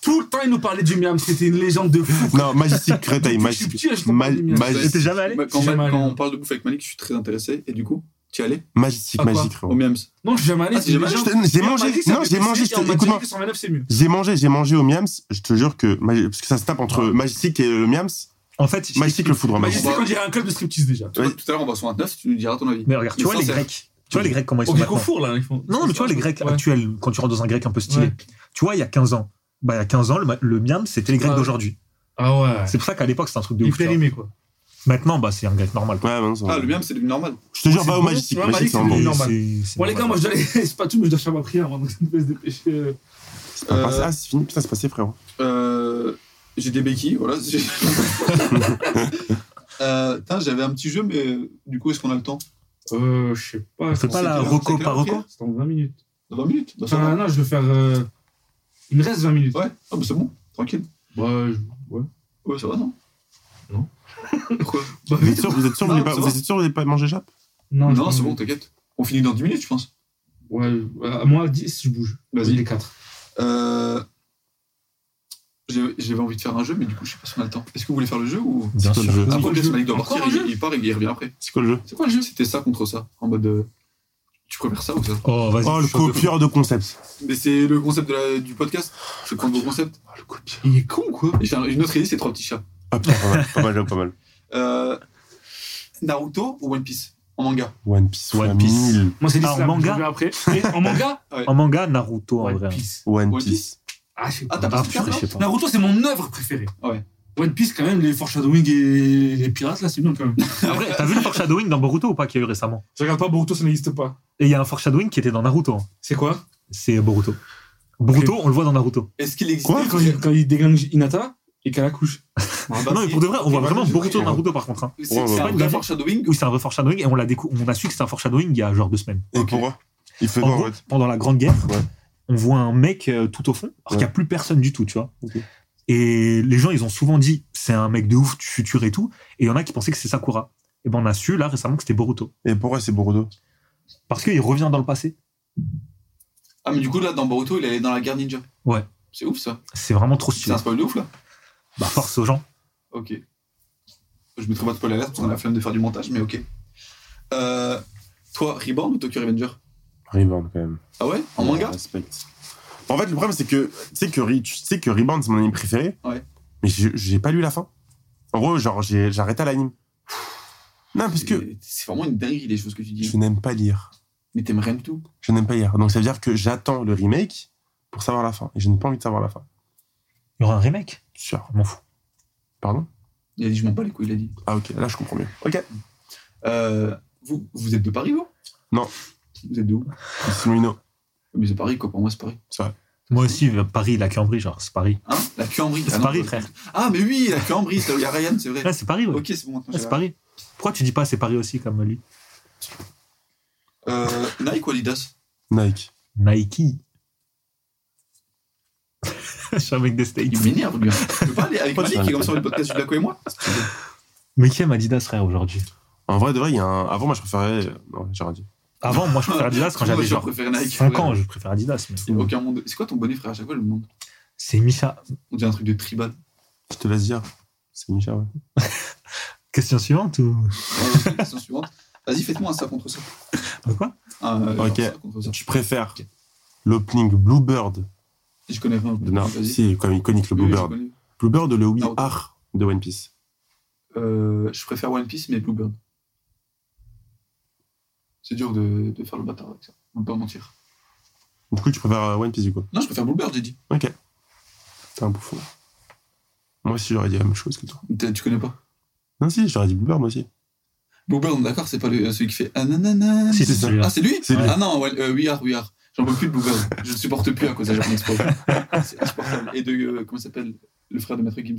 Speaker 2: Tout le temps, il nous parlait du Miam. C'était une légende de fou.
Speaker 4: Non, magistique Créteil,
Speaker 2: Depuis que je suis petit, je
Speaker 4: magistique.
Speaker 2: comprends
Speaker 4: ma-
Speaker 2: les miens.
Speaker 4: magi-
Speaker 5: Et t'es jamais allé
Speaker 3: Ma- Bah, Quand,
Speaker 2: j'ai
Speaker 3: Ma-
Speaker 2: jamais
Speaker 3: quand
Speaker 2: allé.
Speaker 3: on parle de bouffe avec Malik, je suis très intéressé. Et du coup, tu y allais
Speaker 4: Magistique,
Speaker 2: À quoi
Speaker 4: magique,
Speaker 3: Au
Speaker 4: frérot.
Speaker 3: Miams.
Speaker 2: Non, je suis jamais allé.
Speaker 3: Ah,
Speaker 2: c'est
Speaker 3: t'es
Speaker 2: une
Speaker 3: jamais
Speaker 4: Je
Speaker 2: légende.
Speaker 4: t'ai- J'ai
Speaker 2: Et on m'a
Speaker 4: mangé,
Speaker 2: dit que ça
Speaker 4: non,
Speaker 2: avait
Speaker 4: j'ai
Speaker 2: baissé,
Speaker 4: mangé,
Speaker 2: et on
Speaker 4: je te-
Speaker 2: m'a dit
Speaker 4: écoute-moi.
Speaker 2: que 129, c'est mieux.
Speaker 4: J'ai mangé, j'ai mangé au Miams, je te jure que, magi- parce que ça se tape entre Magistique et le Miams,
Speaker 5: En fait, je-
Speaker 4: Magistique le foudre,
Speaker 2: Bah, je
Speaker 4: Magistique.
Speaker 2: sais qu'on dirait un club de striptease déjà.
Speaker 3: Tout à-
Speaker 4: Oui.
Speaker 3: Tout à l'heure, on va sur 29, tu nous diras ton avis.
Speaker 5: mais regarde, tu
Speaker 3: Mais
Speaker 5: vois les
Speaker 3: sincère.
Speaker 5: Grecs. Tu vois les Grecs comment
Speaker 2: Au
Speaker 5: ils sont maintenant.
Speaker 2: Gricofour, là. hein, ils font-
Speaker 5: Non, mais tu vois les Grecs
Speaker 2: Ouais.
Speaker 5: actuels, quand tu rentres dans un grec un peu stylé,
Speaker 2: Ouais.
Speaker 5: tu vois, il y a 15 ans, bah, il y a 15 ans, le, ma- le Miam, c'était les Grecs
Speaker 2: Ah.
Speaker 5: d'aujourd'hui.
Speaker 2: Ah ouais.
Speaker 5: C'est pour ça qu'à l'époque, c'était un truc de ouf.
Speaker 2: Hyper
Speaker 5: tu vois.
Speaker 2: aimé, quoi.
Speaker 5: Maintenant, bah, c'est un Grec normal. quoi.
Speaker 4: Ouais, non, ça va.
Speaker 3: Ah, le mien, c'est devenu normal.
Speaker 4: Je te jure,
Speaker 2: c'est
Speaker 4: va au
Speaker 2: bon,
Speaker 4: Majestic.
Speaker 2: tu vois,
Speaker 4: Majestic, c'est un
Speaker 2: Magic,
Speaker 4: bon.
Speaker 2: c'est
Speaker 5: C'est-
Speaker 2: normal.
Speaker 5: c'est- c'est
Speaker 2: Bon, les gars,
Speaker 5: normal.
Speaker 2: moi, je dois aller. C'est pas tout, mais je dois faire ma prière. avant donc, je vais se dépêcher. euh.
Speaker 4: C'est pas
Speaker 3: Euh,
Speaker 4: passé. Ah, c'est fini. Putain, c'est passé, frérot.
Speaker 3: Euh, j'ai des béquilles, voilà. J'ai- euh, putain, j'avais un petit jeu, mais euh, du coup, est-ce qu'on a le temps
Speaker 2: Euh, je sais pas.
Speaker 5: C'est
Speaker 2: je
Speaker 5: pas
Speaker 2: pense
Speaker 5: la
Speaker 2: que
Speaker 3: clair,
Speaker 5: reco
Speaker 3: c'est clair,
Speaker 5: par reco
Speaker 3: ok.
Speaker 2: C'est dans 20 minutes.
Speaker 3: Dans 20 minutes Dans
Speaker 2: Enfin, non, je vais faire. euh, Il me reste 20 minutes.
Speaker 3: Ouais, ah, bah, c'est bon, tranquille.
Speaker 2: Bah, je- ouais.
Speaker 3: Ouais, ça va, non
Speaker 2: Non.
Speaker 3: Pourquoi
Speaker 2: Bah,
Speaker 4: Vous
Speaker 2: vite.
Speaker 4: êtes sûr, vous êtes sûr, vous
Speaker 3: Non,
Speaker 4: voulez pas-
Speaker 3: c'est
Speaker 4: vous
Speaker 3: bon.
Speaker 4: êtes sûr, vous n'avez pas mangé Jap
Speaker 2: Non,
Speaker 3: Non,
Speaker 2: je-
Speaker 3: c'est bon, t'inquiète. On finit dans 10 minutes, je pense.
Speaker 2: Ouais, à moi, à 10, je bouge.
Speaker 3: Vas-y.
Speaker 2: Les 4.
Speaker 3: Euh, j'ai- J'avais envie de faire un jeu, mais du coup, je sais pas si on a le temps. Est-ce que vous voulez faire le jeu ou.
Speaker 5: Bien
Speaker 4: C'est quoi le
Speaker 5: sûr.
Speaker 4: jeu
Speaker 2: Ah,
Speaker 3: Après,
Speaker 2: bon, le
Speaker 3: Gaston
Speaker 2: jeu.
Speaker 3: Malik doit
Speaker 2: Encore
Speaker 3: partir,
Speaker 2: un
Speaker 3: il,
Speaker 2: jeu
Speaker 3: il part et il revient après.
Speaker 4: C'est quoi le jeu
Speaker 3: C'est quoi le jeu C'était ça contre ça, en mode. euh, tu préfères ça ou ça
Speaker 5: Oh, vas-y.
Speaker 4: Oh, le
Speaker 3: suis un peu
Speaker 4: copieur de concepts.
Speaker 3: Mais c'est le concept de la- du podcast. Je prends vos concepts.
Speaker 4: Oh, le copieur.
Speaker 2: Il est con, quoi.
Speaker 3: Et j'ai un- une autre idée, c'est trois petits chats.
Speaker 4: Ah, putain, pas mal, pas mal, pas mal.
Speaker 3: Euh, Naruto ou One Piece en manga
Speaker 4: One Piece,
Speaker 5: One
Speaker 4: One
Speaker 5: Piece.
Speaker 4: Piece.
Speaker 2: Moi, c'est l'islam.
Speaker 5: Ah, en manga
Speaker 2: je reviens après. Et en manga
Speaker 5: En manga, Naruto, en
Speaker 2: One
Speaker 5: vrai.
Speaker 2: Piece.
Speaker 4: One
Speaker 3: One
Speaker 4: Piece.
Speaker 2: Ah, je sais
Speaker 3: Ah,
Speaker 2: pas.
Speaker 3: t'as pas
Speaker 5: Ah,
Speaker 3: fait
Speaker 5: purée, je sais pas.
Speaker 2: Naruto, c'est mon œuvre préférée.
Speaker 3: Ouais.
Speaker 2: One Piece, quand même, les foreshadowing et les pirates, là, c'est bien, quand même.
Speaker 5: En vrai, t'as vu le foreshadowing dans Boruto ou pas qu'il y a eu récemment
Speaker 2: Je regarde pas Boruto, ça n'existe pas.
Speaker 5: Et il y a un foreshadowing qui était dans Naruto. hein.
Speaker 2: C'est quoi
Speaker 5: C'est Boruto. Boruto, on le voit dans Naruto.
Speaker 3: Est-ce qu'il existe
Speaker 4: Quoi
Speaker 2: quand il, quand il déglingue Inata et qu'elle accouche.
Speaker 3: Ah, bah,
Speaker 5: non, mais
Speaker 3: si.
Speaker 5: pour de vrai, on voit
Speaker 3: Ouais,
Speaker 5: vraiment
Speaker 3: ouais,
Speaker 5: Boruto dans
Speaker 3: ouais.
Speaker 5: Naruto par contre. hein.
Speaker 3: C'est
Speaker 4: Ouais, ouais.
Speaker 3: c'est
Speaker 5: Ouais,
Speaker 3: un
Speaker 5: ouais.
Speaker 3: vrai foreshadowing.
Speaker 5: Oui, c'est un vrai foreshadowing et on l'a décou- on a su que c'était un foreshadowing il y a genre deux semaines.
Speaker 4: Et
Speaker 3: Ok.
Speaker 4: pourquoi Il fait
Speaker 5: En
Speaker 4: quoi, en
Speaker 5: gros,
Speaker 4: fait
Speaker 5: pendant la Grande Guerre,
Speaker 4: Ouais.
Speaker 5: on voit un mec euh, tout au fond, alors qu'il n'y a plus personne du tout, tu vois.
Speaker 4: Ok.
Speaker 5: Et les gens, ils ont souvent dit, c'est un mec de ouf du futur et tout. Et il y en a qui pensaient que c'est Sakura. Et ben on a su là récemment que c'était Boruto.
Speaker 4: Et pourquoi c'est Boruto
Speaker 5: Parce qu'il revient dans le passé.
Speaker 3: Ah, mais du coup, là, dans Boruto, il est dans la guerre ninja.
Speaker 5: Ouais.
Speaker 3: C'est ouf ça.
Speaker 5: C'est vraiment trop
Speaker 3: C'est
Speaker 5: stylé.
Speaker 3: un spoil de ouf là.
Speaker 5: Bah, force aux gens.
Speaker 3: Ok. Je mettrai pas de spoil alert parce qu'on a la flemme de faire du montage, mais ok. Euh, toi, Reborn ou Tokyo Revenger
Speaker 4: Reborn, quand même.
Speaker 3: Ah ouais En manga
Speaker 4: Respect. En fait, le problème, c'est que tu sais que, Re- tu sais que Reborn, c'est mon anime préféré.
Speaker 3: Ouais.
Speaker 4: Mais j'ai j'ai pas lu la fin. En gros, genre, j'ai j'ai arrêté l'anime. Non, parce que
Speaker 3: C'est- C'est vraiment une dinguerie les choses que tu dis.
Speaker 4: je n'aime pas lire.
Speaker 3: Mais t'aimes rien du tout.
Speaker 4: Je n'aime pas lire. Donc, ça veut dire que j'attends le remake pour savoir la fin. Et je n'ai pas envie de savoir la fin.
Speaker 5: Il y aura un remake.
Speaker 4: Sûr.
Speaker 5: Je m'en fous.
Speaker 4: Pardon
Speaker 3: Il a dit, je m'en bats les couilles, il a dit.
Speaker 4: Ah, ok, là, je comprends mieux. Ok.
Speaker 3: Euh, vous, vous êtes de Paris, vous
Speaker 4: Non.
Speaker 3: Vous êtes de où
Speaker 4: C'est Mouino.
Speaker 3: Mais c'est Paris, quoi. Pour moi, c'est Paris.
Speaker 5: Moi aussi, euh, Paris, la Cambridge, genre, c'est Paris.
Speaker 3: Hein La Cuambrie.
Speaker 5: C'est
Speaker 3: non,
Speaker 5: Paris,
Speaker 3: je-
Speaker 5: frère.
Speaker 3: Ah, mais oui, la Cuambrie, c'est là où il y a Ryan, c'est vrai.
Speaker 5: Là, c'est Paris, ouais.
Speaker 3: Ok, c'est bon. maintenant,
Speaker 5: Là,
Speaker 3: j'ai
Speaker 5: c'est Paris. Pourquoi tu dis pas c'est Paris aussi comme lui
Speaker 3: la- Euh, Nike ou Adidas
Speaker 4: Nike.
Speaker 5: Nike. Je suis un mec des States.
Speaker 3: Il m'énerve, hein. le gars. Je peux pas aller avec
Speaker 4: Pourquoi
Speaker 3: Malik
Speaker 4: tu-
Speaker 3: qui est comme ça dans le podcast du Blaco et moi
Speaker 5: Mais qui aime Adidas, frère, aujourd'hui
Speaker 4: En vrai, de vrai, il y a un. Avant, moi, je préférais. Non, j'ai rien dit.
Speaker 5: Avant, moi, je préfère Adidas quand
Speaker 3: Moi,
Speaker 5: j'avais
Speaker 3: je
Speaker 5: genre
Speaker 3: préfère Nike,
Speaker 5: 5
Speaker 3: ouais.
Speaker 5: ans, je préfère Adidas. mais-
Speaker 3: Aucun monde. C'est quoi ton bonnet, frère À chaque fois, je me demande.
Speaker 5: C'est Micha.
Speaker 3: On dirait un truc de tribal.
Speaker 4: Je te laisse dire. C'est Micha, ouais.
Speaker 5: Question suivante ou
Speaker 3: Euh, question suivante. Vas-y, faites-moi un ça contre ça.
Speaker 5: quoi
Speaker 3: Un, euh, genre
Speaker 4: Ok.
Speaker 3: ça contre ça.
Speaker 4: Tu préfères
Speaker 3: Ok.
Speaker 4: l'opening Bluebird
Speaker 3: Je connais rien.
Speaker 4: de Naruto
Speaker 3: Vas-y.
Speaker 4: C'est quand même iconique le
Speaker 3: Oui, oui, je
Speaker 4: Bluebird.
Speaker 3: connais.
Speaker 4: Bluebird, le oui
Speaker 3: Naruto.
Speaker 4: art de One Piece.
Speaker 3: Euh, je préfère One Piece, mais Bluebird. C'est dur de, de faire le bâtard avec ça. On peut pas mentir.
Speaker 4: Du coup, tu préfères euh, One Piece, du coup.
Speaker 3: Non, je préfère Bluebird, j'ai dit.
Speaker 4: Ok. T'es un bouffon. Moi aussi, j'aurais dit la même chose que toi.
Speaker 3: T'as- Tu connais pas
Speaker 4: Non, si, j'aurais dit Bluebird, moi aussi.
Speaker 3: Bluebird, on est d'accord, c'est pas le- celui qui fait ah, nanana.
Speaker 5: Si, c'est
Speaker 4: ça.
Speaker 5: celui-là.
Speaker 3: Ah, c'est lui
Speaker 4: C'est lui.
Speaker 3: Ah non, ouais, euh, We Are, We Are. J'en peux plus de Bluebird. je ne supporte plus à cause de la Japanese Pop. C'est insupportable. Et de. euh, comment il s'appelle Le frère de Maître Gims.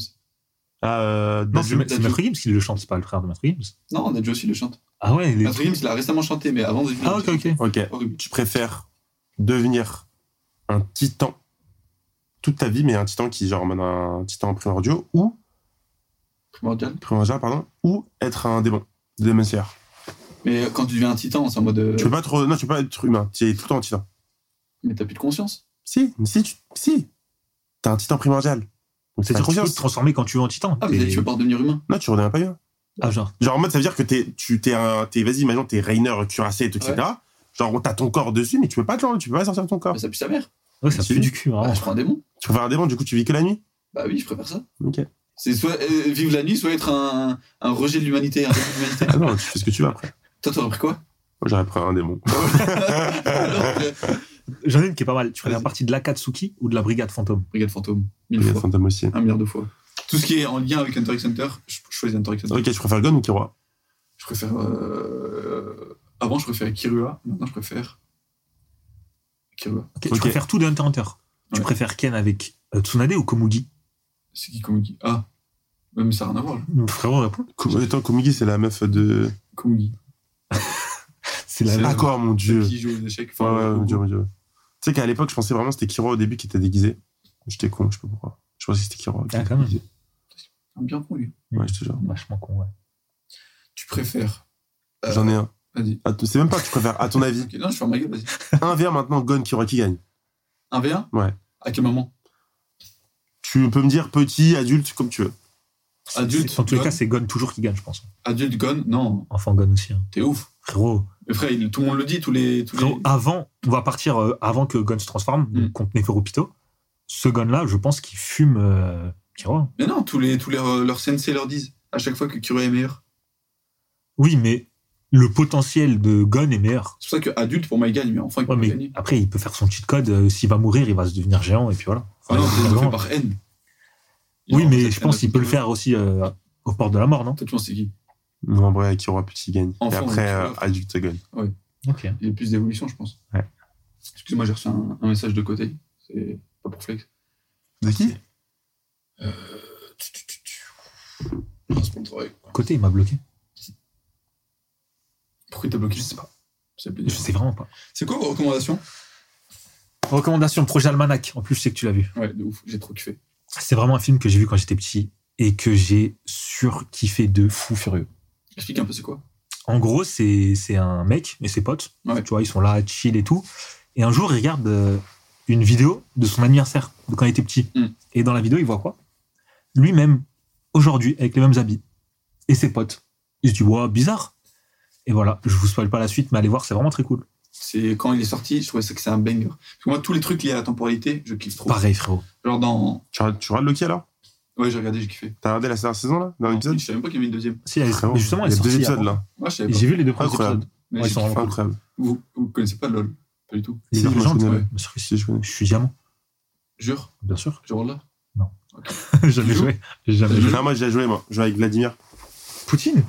Speaker 4: Ah, euh,
Speaker 5: Non,
Speaker 4: Daju-
Speaker 5: c'est c'est Maître Gims qui le chante, c'est pas le frère de Maître Gims.
Speaker 3: Non, Nadjo aussi le chante.
Speaker 5: Ah ouais, il est-
Speaker 3: Maître Gims l'a récemment chanté, mais avant de
Speaker 5: Ah ok, ok.
Speaker 4: Ok.
Speaker 3: Horrible.
Speaker 4: Tu préfères devenir un titan toute ta vie, mais un titan qui, genre, en mode un titan primordial ou,
Speaker 3: Primordial.
Speaker 4: primordial, pardon, ou être un démon, démon slayer.
Speaker 3: Mais quand tu deviens un titan, c'est en mode. euh,
Speaker 4: Tu peux pas trop, non, tu peux pas être humain. Tu es tout le temps un titan.
Speaker 3: Mais t'as plus de conscience.
Speaker 4: Si, si, tu, si. T'es un titan primordial. Donc,
Speaker 5: C'est-à-dire que tu peux
Speaker 4: conscience.
Speaker 5: te transformer quand tu veux en titan.
Speaker 3: Ah, mais
Speaker 5: T'es-
Speaker 3: tu veux pas devenir humain.
Speaker 4: Non, tu redeviens pas humain.
Speaker 5: Ah, genre.
Speaker 4: Genre, en mode, ça veut dire que t'es, tu, t'es un, t'es, vas-y, imagine, t'es Rainer cuirassé, et tout,
Speaker 3: Ouais.
Speaker 4: etc. Genre, on t'a ton corps dessus, mais tu peux pas, te l'en- tu peux pas sortir de ton corps.
Speaker 3: Mais ça pue sa mère.
Speaker 5: Ouais, ça
Speaker 4: Si.
Speaker 5: pue du cul,
Speaker 3: Ah,
Speaker 5: vraiment.
Speaker 3: je prends un démon.
Speaker 4: Tu préfères un démon, du coup, tu vis que la nuit.
Speaker 3: Bah oui, je préfère ça.
Speaker 4: Ok.
Speaker 3: C'est soit euh, vivre la nuit, soit être un, un rejet de l'humanité, un rejet de l'humanité.
Speaker 4: Ah non, tu fais ce que tu veux après.
Speaker 3: Toi, t'aurais pris quoi
Speaker 4: Moi, j'aurais pris un démon.
Speaker 3: Alors que
Speaker 5: J'en ai une qui est pas mal. Tu préfères
Speaker 3: Vas-y.
Speaker 5: partie de l'Akatsuki ou de la Brigade Fantôme
Speaker 3: Brigade fantôme. Mille
Speaker 4: Brigade
Speaker 3: fois.
Speaker 4: Fantôme aussi.
Speaker 3: Un milliard de fois. Tout ce qui est en lien avec Hunter x Hunter, je je choisis Hunter x Hunter.
Speaker 4: Ok, tu préfères Gon ou Kiroi
Speaker 3: Je préfère. euh, Avant, je préférais Kirua. Maintenant, je préfère. Kirua.
Speaker 5: Ok,
Speaker 4: Ok.
Speaker 5: Tu préfères tout de Hunter x Hunter Tu
Speaker 3: Ouais.
Speaker 5: préfères Ken avec euh, Tsunade ou Komugi
Speaker 3: C'est qui Komugi Ah Mais ça n'a rien à voir. là.
Speaker 5: Frérot répond.
Speaker 4: Kou- Attends, Komigi, c'est la meuf de.
Speaker 3: Komugi.
Speaker 5: C'est la
Speaker 3: C'est-
Speaker 5: même.
Speaker 4: Ah, quoi, mon dieu
Speaker 3: Celle Qui joue aux échecs.
Speaker 4: Ouais,
Speaker 3: enfin,
Speaker 4: ouais,
Speaker 3: au-
Speaker 4: mon dieu, mon dieu. Tu sais qu'à l'époque, je pensais vraiment que c'était Kiroi au début qui était déguisé. J'étais con, je sais pas pourquoi. Je pensais que c'était Kiroi. qui
Speaker 5: Ah,
Speaker 4: était
Speaker 5: quand même.
Speaker 4: déguisé.
Speaker 3: au- Bien con, lui.
Speaker 4: Ouais, je te jure.
Speaker 5: Vachement con, ouais.
Speaker 3: Tu préfères. euh,
Speaker 4: J'en ai un.
Speaker 3: Vas-y.
Speaker 4: À Ah, t- C'est même pas que tu préfères, à ton avis.
Speaker 3: Ok, non, je ferme ma gueule, vas-y.
Speaker 4: 1v1 maintenant, Gon, Kiroi qui gagne.
Speaker 3: 1v1
Speaker 4: Ouais.
Speaker 3: À quel moment
Speaker 4: Tu peux me dire petit, adulte, comme tu veux.
Speaker 5: C'est-
Speaker 3: Adulte,
Speaker 5: c'est- En tous les
Speaker 3: Gon.
Speaker 5: cas, c'est Gon toujours qui gagne, je pense.
Speaker 3: Adulte Gon Non,
Speaker 5: Enfin, Gon aussi. hein.
Speaker 3: t'es ouf.
Speaker 5: Frérot,
Speaker 3: Mais frère, il- tout le monde le dit, tous les. Tous
Speaker 5: Frérot,
Speaker 3: les...
Speaker 5: avant, on va partir euh, avant que Gon se transforme
Speaker 3: Mm.
Speaker 5: contre Neferopito. Ce Gon-là, je pense qu'il fume euh, Kiroi.
Speaker 3: Mais non, tous, les, tous les- leurs sensei leur disent à chaque fois que Kirua est meilleur.
Speaker 5: Oui, mais le potentiel de Gon est meilleur.
Speaker 3: C'est pour ça que adulte, pour moi, il gagne, mais enfin, il
Speaker 5: Ouais,
Speaker 3: peut
Speaker 5: mais
Speaker 3: gagner.
Speaker 5: après, il peut faire son cheat code. euh, S'il va mourir, il va se devenir géant et puis voilà.
Speaker 3: Ah
Speaker 5: Enfin,
Speaker 3: non, c'est fait
Speaker 5: vraiment.
Speaker 3: par haine.
Speaker 5: oui,
Speaker 3: Genre,
Speaker 5: mais
Speaker 3: cette
Speaker 5: je
Speaker 3: haine
Speaker 5: pense
Speaker 3: à
Speaker 5: qu'il
Speaker 3: tout
Speaker 5: peut le
Speaker 3: prix.
Speaker 5: faire aussi euh, au port de la mort, non
Speaker 3: Toi, tu penses c'est qui
Speaker 4: Non, en vrai, Kiroi petit gagne. Et
Speaker 3: Enfant,
Speaker 4: après,
Speaker 3: Kiroi.
Speaker 4: euh, adulte Gon.
Speaker 5: Ok.
Speaker 3: Il y a plus d'évolution, je pense.
Speaker 5: Ouais.
Speaker 3: Excuse-moi, j'ai reçu un, un message de côté. C'est pas pour flex.
Speaker 4: De qui
Speaker 3: Euh, Tu, tu, tu, tu. Ah, c'est pour le travail. quoi.
Speaker 5: Côté, il m'a bloqué.
Speaker 3: Pourquoi t'as bloqué Je sais pas. C'est
Speaker 5: Je sais vraiment pas.
Speaker 3: C'est quoi vos recommandations
Speaker 5: Recommandation, projet Almanac. En plus, je sais que tu l'as vu.
Speaker 3: Ouais, de ouf, j'ai trop kiffé.
Speaker 5: C'est vraiment un film que j'ai vu quand j'étais petit et que j'ai surkiffé de fou furieux.
Speaker 3: Explique un peu c'est quoi
Speaker 5: En gros, c'est c'est un mec et ses potes.
Speaker 3: Ouais.
Speaker 5: Tu vois, ils sont là, chill et tout. Et un jour, il regarde euh, une vidéo de son anniversaire, de quand il était petit.
Speaker 3: Mm.
Speaker 5: Et dans la vidéo, il voit quoi Lui-même, aujourd'hui, avec les mêmes habits. Et ses potes. Il se dit, ouais, bizarre. Et voilà, je vous spoil pas la suite, mais allez voir, c'est vraiment très cool.
Speaker 3: C'est quand il est sorti, je trouvais ça que c'est un banger. Parce que moi, tous les trucs liés à la temporalité, je kiffe trop.
Speaker 5: Pareil, frérot.
Speaker 3: Genre dans.
Speaker 4: Tu regardes tu regardes Loki alors
Speaker 3: Ouais, j'ai regardé, j'ai kiffé.
Speaker 4: T'as regardé la dernière saison là Dans
Speaker 3: Non,
Speaker 4: l'épisode
Speaker 3: Je savais même pas qu'il y avait une deuxième.
Speaker 5: Si, elle est-
Speaker 4: Frérot,
Speaker 5: mais justement, elle
Speaker 4: il
Speaker 5: est
Speaker 4: y a
Speaker 5: sortie
Speaker 4: deux
Speaker 5: il y a
Speaker 4: épisodes
Speaker 5: pas-
Speaker 4: là.
Speaker 3: Moi, je savais
Speaker 5: Et
Speaker 3: pas.
Speaker 5: J'ai vu les deux premiers
Speaker 4: Incroyable.
Speaker 5: épisodes.
Speaker 3: Mais
Speaker 5: Ouais,
Speaker 3: j'ai
Speaker 5: ils sont
Speaker 3: kiffé.
Speaker 5: vraiment cool.
Speaker 4: Incroyable.
Speaker 3: vous, vous connaissez pas LOL Pas du tout.
Speaker 5: Les
Speaker 4: Si,
Speaker 5: Dark
Speaker 4: je
Speaker 5: Legends,
Speaker 4: connais,
Speaker 5: ouais.
Speaker 4: ouais.
Speaker 5: Bien sûr que si.
Speaker 4: Si, je connais.
Speaker 5: Je suis diamant,
Speaker 3: Jure
Speaker 5: bien sûr.
Speaker 3: Je là
Speaker 5: J'ai jamais joué. J'ai Jamais joué.
Speaker 4: Non, moi, j'ai joué, moi. Je jouais avec Vladimir.
Speaker 5: Poutine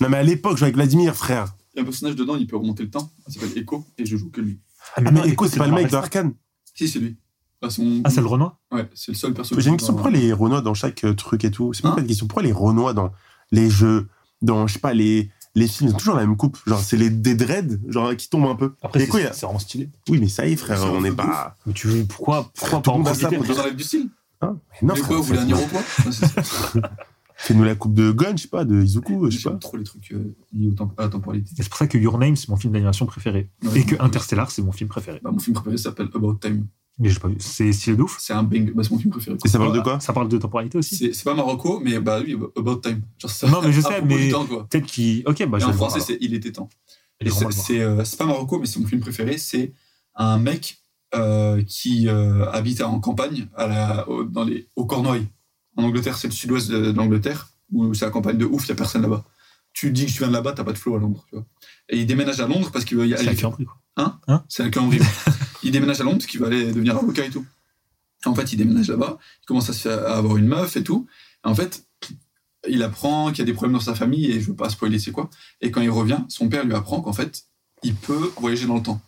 Speaker 4: Non, mais à l'époque, je jouais avec Vladimir, frère. Ah,
Speaker 3: Il y a un personnage dedans, il peut remonter le temps. Il s'appelle Echo et je joue que lui.
Speaker 5: Ah,
Speaker 4: Ah,
Speaker 5: non,
Speaker 4: mais Echo, c'est pas le mec de
Speaker 5: Marvel.
Speaker 4: Arkane.
Speaker 3: Si, c'est lui. Bah, c'est mon-
Speaker 5: Ah, c'est le Renoir
Speaker 3: Ouais, c'est le seul personnage.
Speaker 4: J'ai une question. Pourquoi les Renois dans chaque euh, truc et tout C'est
Speaker 5: Hein
Speaker 4: pas une question. Pourquoi les Renois dans les jeux, dans, je sais pas, les, les films, ils ont toujours la même coupe Genre, c'est les, des dreads, genre, qui tombent un peu.
Speaker 5: Après,
Speaker 4: Echo, il y
Speaker 5: c'est
Speaker 4: a-
Speaker 5: c'est vraiment stylé.
Speaker 4: Oui, mais ça y est, frère,
Speaker 3: C'est
Speaker 4: on
Speaker 3: un
Speaker 4: n'est
Speaker 3: peu
Speaker 4: pas.
Speaker 5: Mais tu veux pourquoi pourquoi
Speaker 4: Tout
Speaker 5: pas
Speaker 4: le monde
Speaker 5: en
Speaker 4: a ça,
Speaker 5: profiter
Speaker 4: pour
Speaker 3: Dans un live du style
Speaker 4: Hein Mais non,
Speaker 3: Mais quoi,
Speaker 4: frère,
Speaker 3: vous voulez un
Speaker 4: faites-nous-
Speaker 3: Niro quoi Ouais, c'est ça.
Speaker 4: faites-nous la coupe de Gun, je sais pas, de Izuku, je sais pas.
Speaker 3: J'aime trop les trucs euh, liés au temp- à la temporalité.
Speaker 5: Et c'est pour ça que Your Name c'est mon film d'animation préféré
Speaker 3: Ouais,
Speaker 5: et que
Speaker 3: ouais.
Speaker 5: Interstellar c'est mon film préféré.
Speaker 3: Bah, mon film préféré s'appelle About Time.
Speaker 5: Mais j'ai pas vu. C'est stylé de ouf.
Speaker 3: C'est un bang. Bah, c'est mon film préféré.
Speaker 4: Et ça parle de quoi
Speaker 5: Ça parle de temporalité aussi.
Speaker 3: C'est c'est pas Marocco, mais bah oui, About Time. Genre, ça-
Speaker 5: Non, mais je
Speaker 3: à
Speaker 5: sais,
Speaker 3: propos du
Speaker 5: mais-
Speaker 3: temps, quoi.
Speaker 5: Peut-être qui. Ok bah
Speaker 3: Et
Speaker 5: je
Speaker 3: en
Speaker 5: vais le voir,
Speaker 3: français, c'est
Speaker 5: alors.
Speaker 3: Il était temps.
Speaker 5: Je
Speaker 3: Et
Speaker 5: vais vraiment
Speaker 3: C'est
Speaker 5: le voir.
Speaker 3: c'est, euh, c'est pas Marocco, mais c'est mon film préféré. C'est un mec euh, qui euh, habite en campagne, à la, au, dans les, au Cornouailles. En Angleterre, c'est le sud-ouest de, de l'Angleterre, où c'est la campagne de ouf, il n'y a personne là-bas. Tu dis que tu viens de là-bas, t'as pas de flow à Londres. Tu vois. Et il déménage à Londres parce qu'il veut y
Speaker 5: C'est la
Speaker 3: aller.
Speaker 5: Curie, quoi.
Speaker 3: C'est la Cambrie. il déménage à Londres parce qu'il veut aller devenir avocat et tout. En fait, il déménage là-bas, il commence à, se faire- à avoir une meuf et tout. En fait, il apprend qu'il y a des problèmes dans sa famille et je veux pas spoiler c'est quoi. Et quand il revient, son père lui apprend qu'en fait, il peut voyager dans le temps,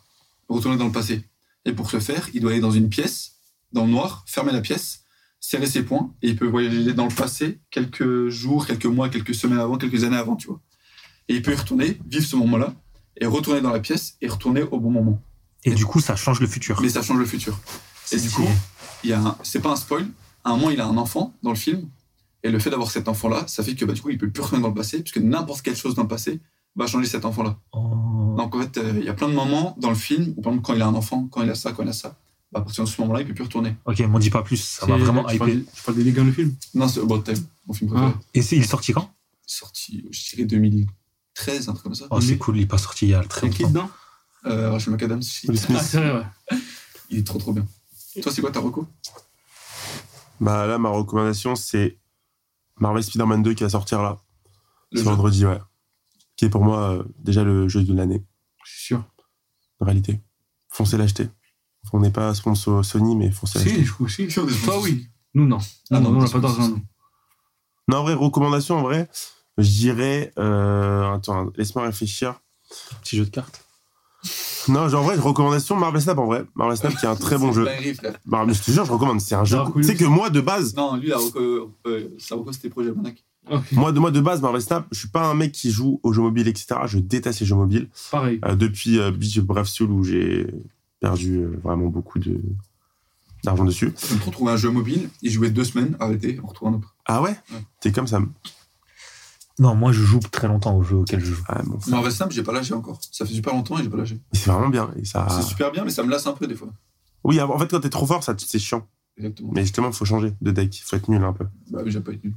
Speaker 3: retourner dans le passé. Et pour ce faire, il doit aller dans une pièce, dans le noir, fermer la pièce, serrer ses poings et il peut voyager dans le passé quelques jours, quelques mois, quelques semaines avant, quelques années avant, tu vois. Et il peut y retourner, vivre ce moment-là et retourner dans la pièce et retourner au bon moment.
Speaker 5: Et du coup ça change le futur.
Speaker 3: Mais ça change le futur.
Speaker 5: C'est
Speaker 3: et du
Speaker 5: stylé.
Speaker 3: coup- Il y a un- c'est pas un spoil. À un moment, il a un enfant dans le film. Et le fait d'avoir cet enfant-là, ça fait que bah, du coup, il peut plus retourner dans le passé, puisque n'importe quelle chose dans le passé va changer cet enfant-là.
Speaker 5: Oh.
Speaker 3: Donc en fait, euh, il y a plein de moments dans le film où, par exemple, quand il a un enfant, quand il a ça, quand il a ça, bah, à partir de ce moment-là, il peut plus retourner.
Speaker 5: Ok m'en dis pas plus. Ça m'a
Speaker 2: C'est-
Speaker 5: vraiment
Speaker 2: tu parles,
Speaker 5: hypé.
Speaker 2: des- tu parles des dégâts dans le film
Speaker 3: Non, c'est About Time, mon film
Speaker 4: Ah.
Speaker 3: préféré.
Speaker 5: Et c'est il est sorti quand
Speaker 3: Sorti, euh, je dirais 2013, un truc comme ça.
Speaker 4: Ah.
Speaker 5: Oh c'est
Speaker 2: Mais-
Speaker 5: cool il est pas sorti il y a très
Speaker 2: C'est qui
Speaker 5: longtemps.
Speaker 2: dedans
Speaker 3: Euh, Rachel McAdams, shit,
Speaker 4: Will
Speaker 2: Ah,
Speaker 4: Smith.
Speaker 2: c'est vrai, ouais.
Speaker 3: il est trop trop bien. Toi, c'est quoi ta reco
Speaker 4: Bah là, ma recommandation, c'est Marvel Spider-Man 2 qui va sortir là,
Speaker 3: Le
Speaker 4: ce
Speaker 3: jeu.
Speaker 4: vendredi, ouais. Qui est pour moi euh, déjà le jeu de l'année,
Speaker 2: Je suis sûr.
Speaker 4: en réalité. Foncez l'acheter. On n'est pas sponsor Sony, mais foncez.
Speaker 2: Si, je aussi.
Speaker 3: Sur des-
Speaker 2: Toi, oui. Nous, non.
Speaker 3: Ah
Speaker 2: Ah
Speaker 3: non,
Speaker 2: non, on
Speaker 3: mais
Speaker 2: n'a
Speaker 3: c'est
Speaker 2: pas d'argent.
Speaker 3: pas-
Speaker 2: nous.
Speaker 4: Non, en vrai, recommandation, en vrai, je dirais. euh, attends, laisse-moi réfléchir.
Speaker 5: Petit jeu de cartes.
Speaker 4: Non, genre, en vrai, recommandation Marvel Snap, en vrai. Marvel Snap, qui est un très bon
Speaker 3: C'est
Speaker 4: jeu.
Speaker 3: pas arrivé, frère.
Speaker 4: Bah, mais je te jure, je recommande. C'est un jeu.
Speaker 2: Dark
Speaker 4: Tu sais
Speaker 2: Wheels.
Speaker 4: que moi, de base,
Speaker 3: Non, lui, la reco, euh, sa reco, c'était Projet Manac.
Speaker 2: Ok.
Speaker 4: moi de, moi, de base, Marvel Snap, je suis pas un mec qui joue aux jeux mobiles, etc. Je déteste les jeux mobiles.
Speaker 2: Pareil.
Speaker 4: Euh, depuis euh, Beach of Brave Soul, où j'ai perdu euh, vraiment beaucoup de d'argent dessus.
Speaker 3: Je me trouve trouver un jeu mobile, il jouait deux semaines, arrêté, on retrouve un autre.
Speaker 4: Ah ouais
Speaker 3: Ouais.
Speaker 4: T'es comme ça.
Speaker 5: Non, moi, je joue très longtemps au jeu auquel je joue.
Speaker 4: Ah, bon.
Speaker 3: Mais en vrai, simple, j'ai pas lâché encore. Ça fait super longtemps et j'ai pas lâché.
Speaker 4: Mais C'est vraiment bien. Et
Speaker 2: Ah.
Speaker 4: ça...
Speaker 3: C'est super bien, mais ça me lasse un peu des fois.
Speaker 4: Oui, en fait, quand t'es trop fort, ça, c'est chiant.
Speaker 3: Exactement.
Speaker 4: Mais justement, faut changer de deck. Faut être nul un peu.
Speaker 3: Bah oui, j'ai pas été nul.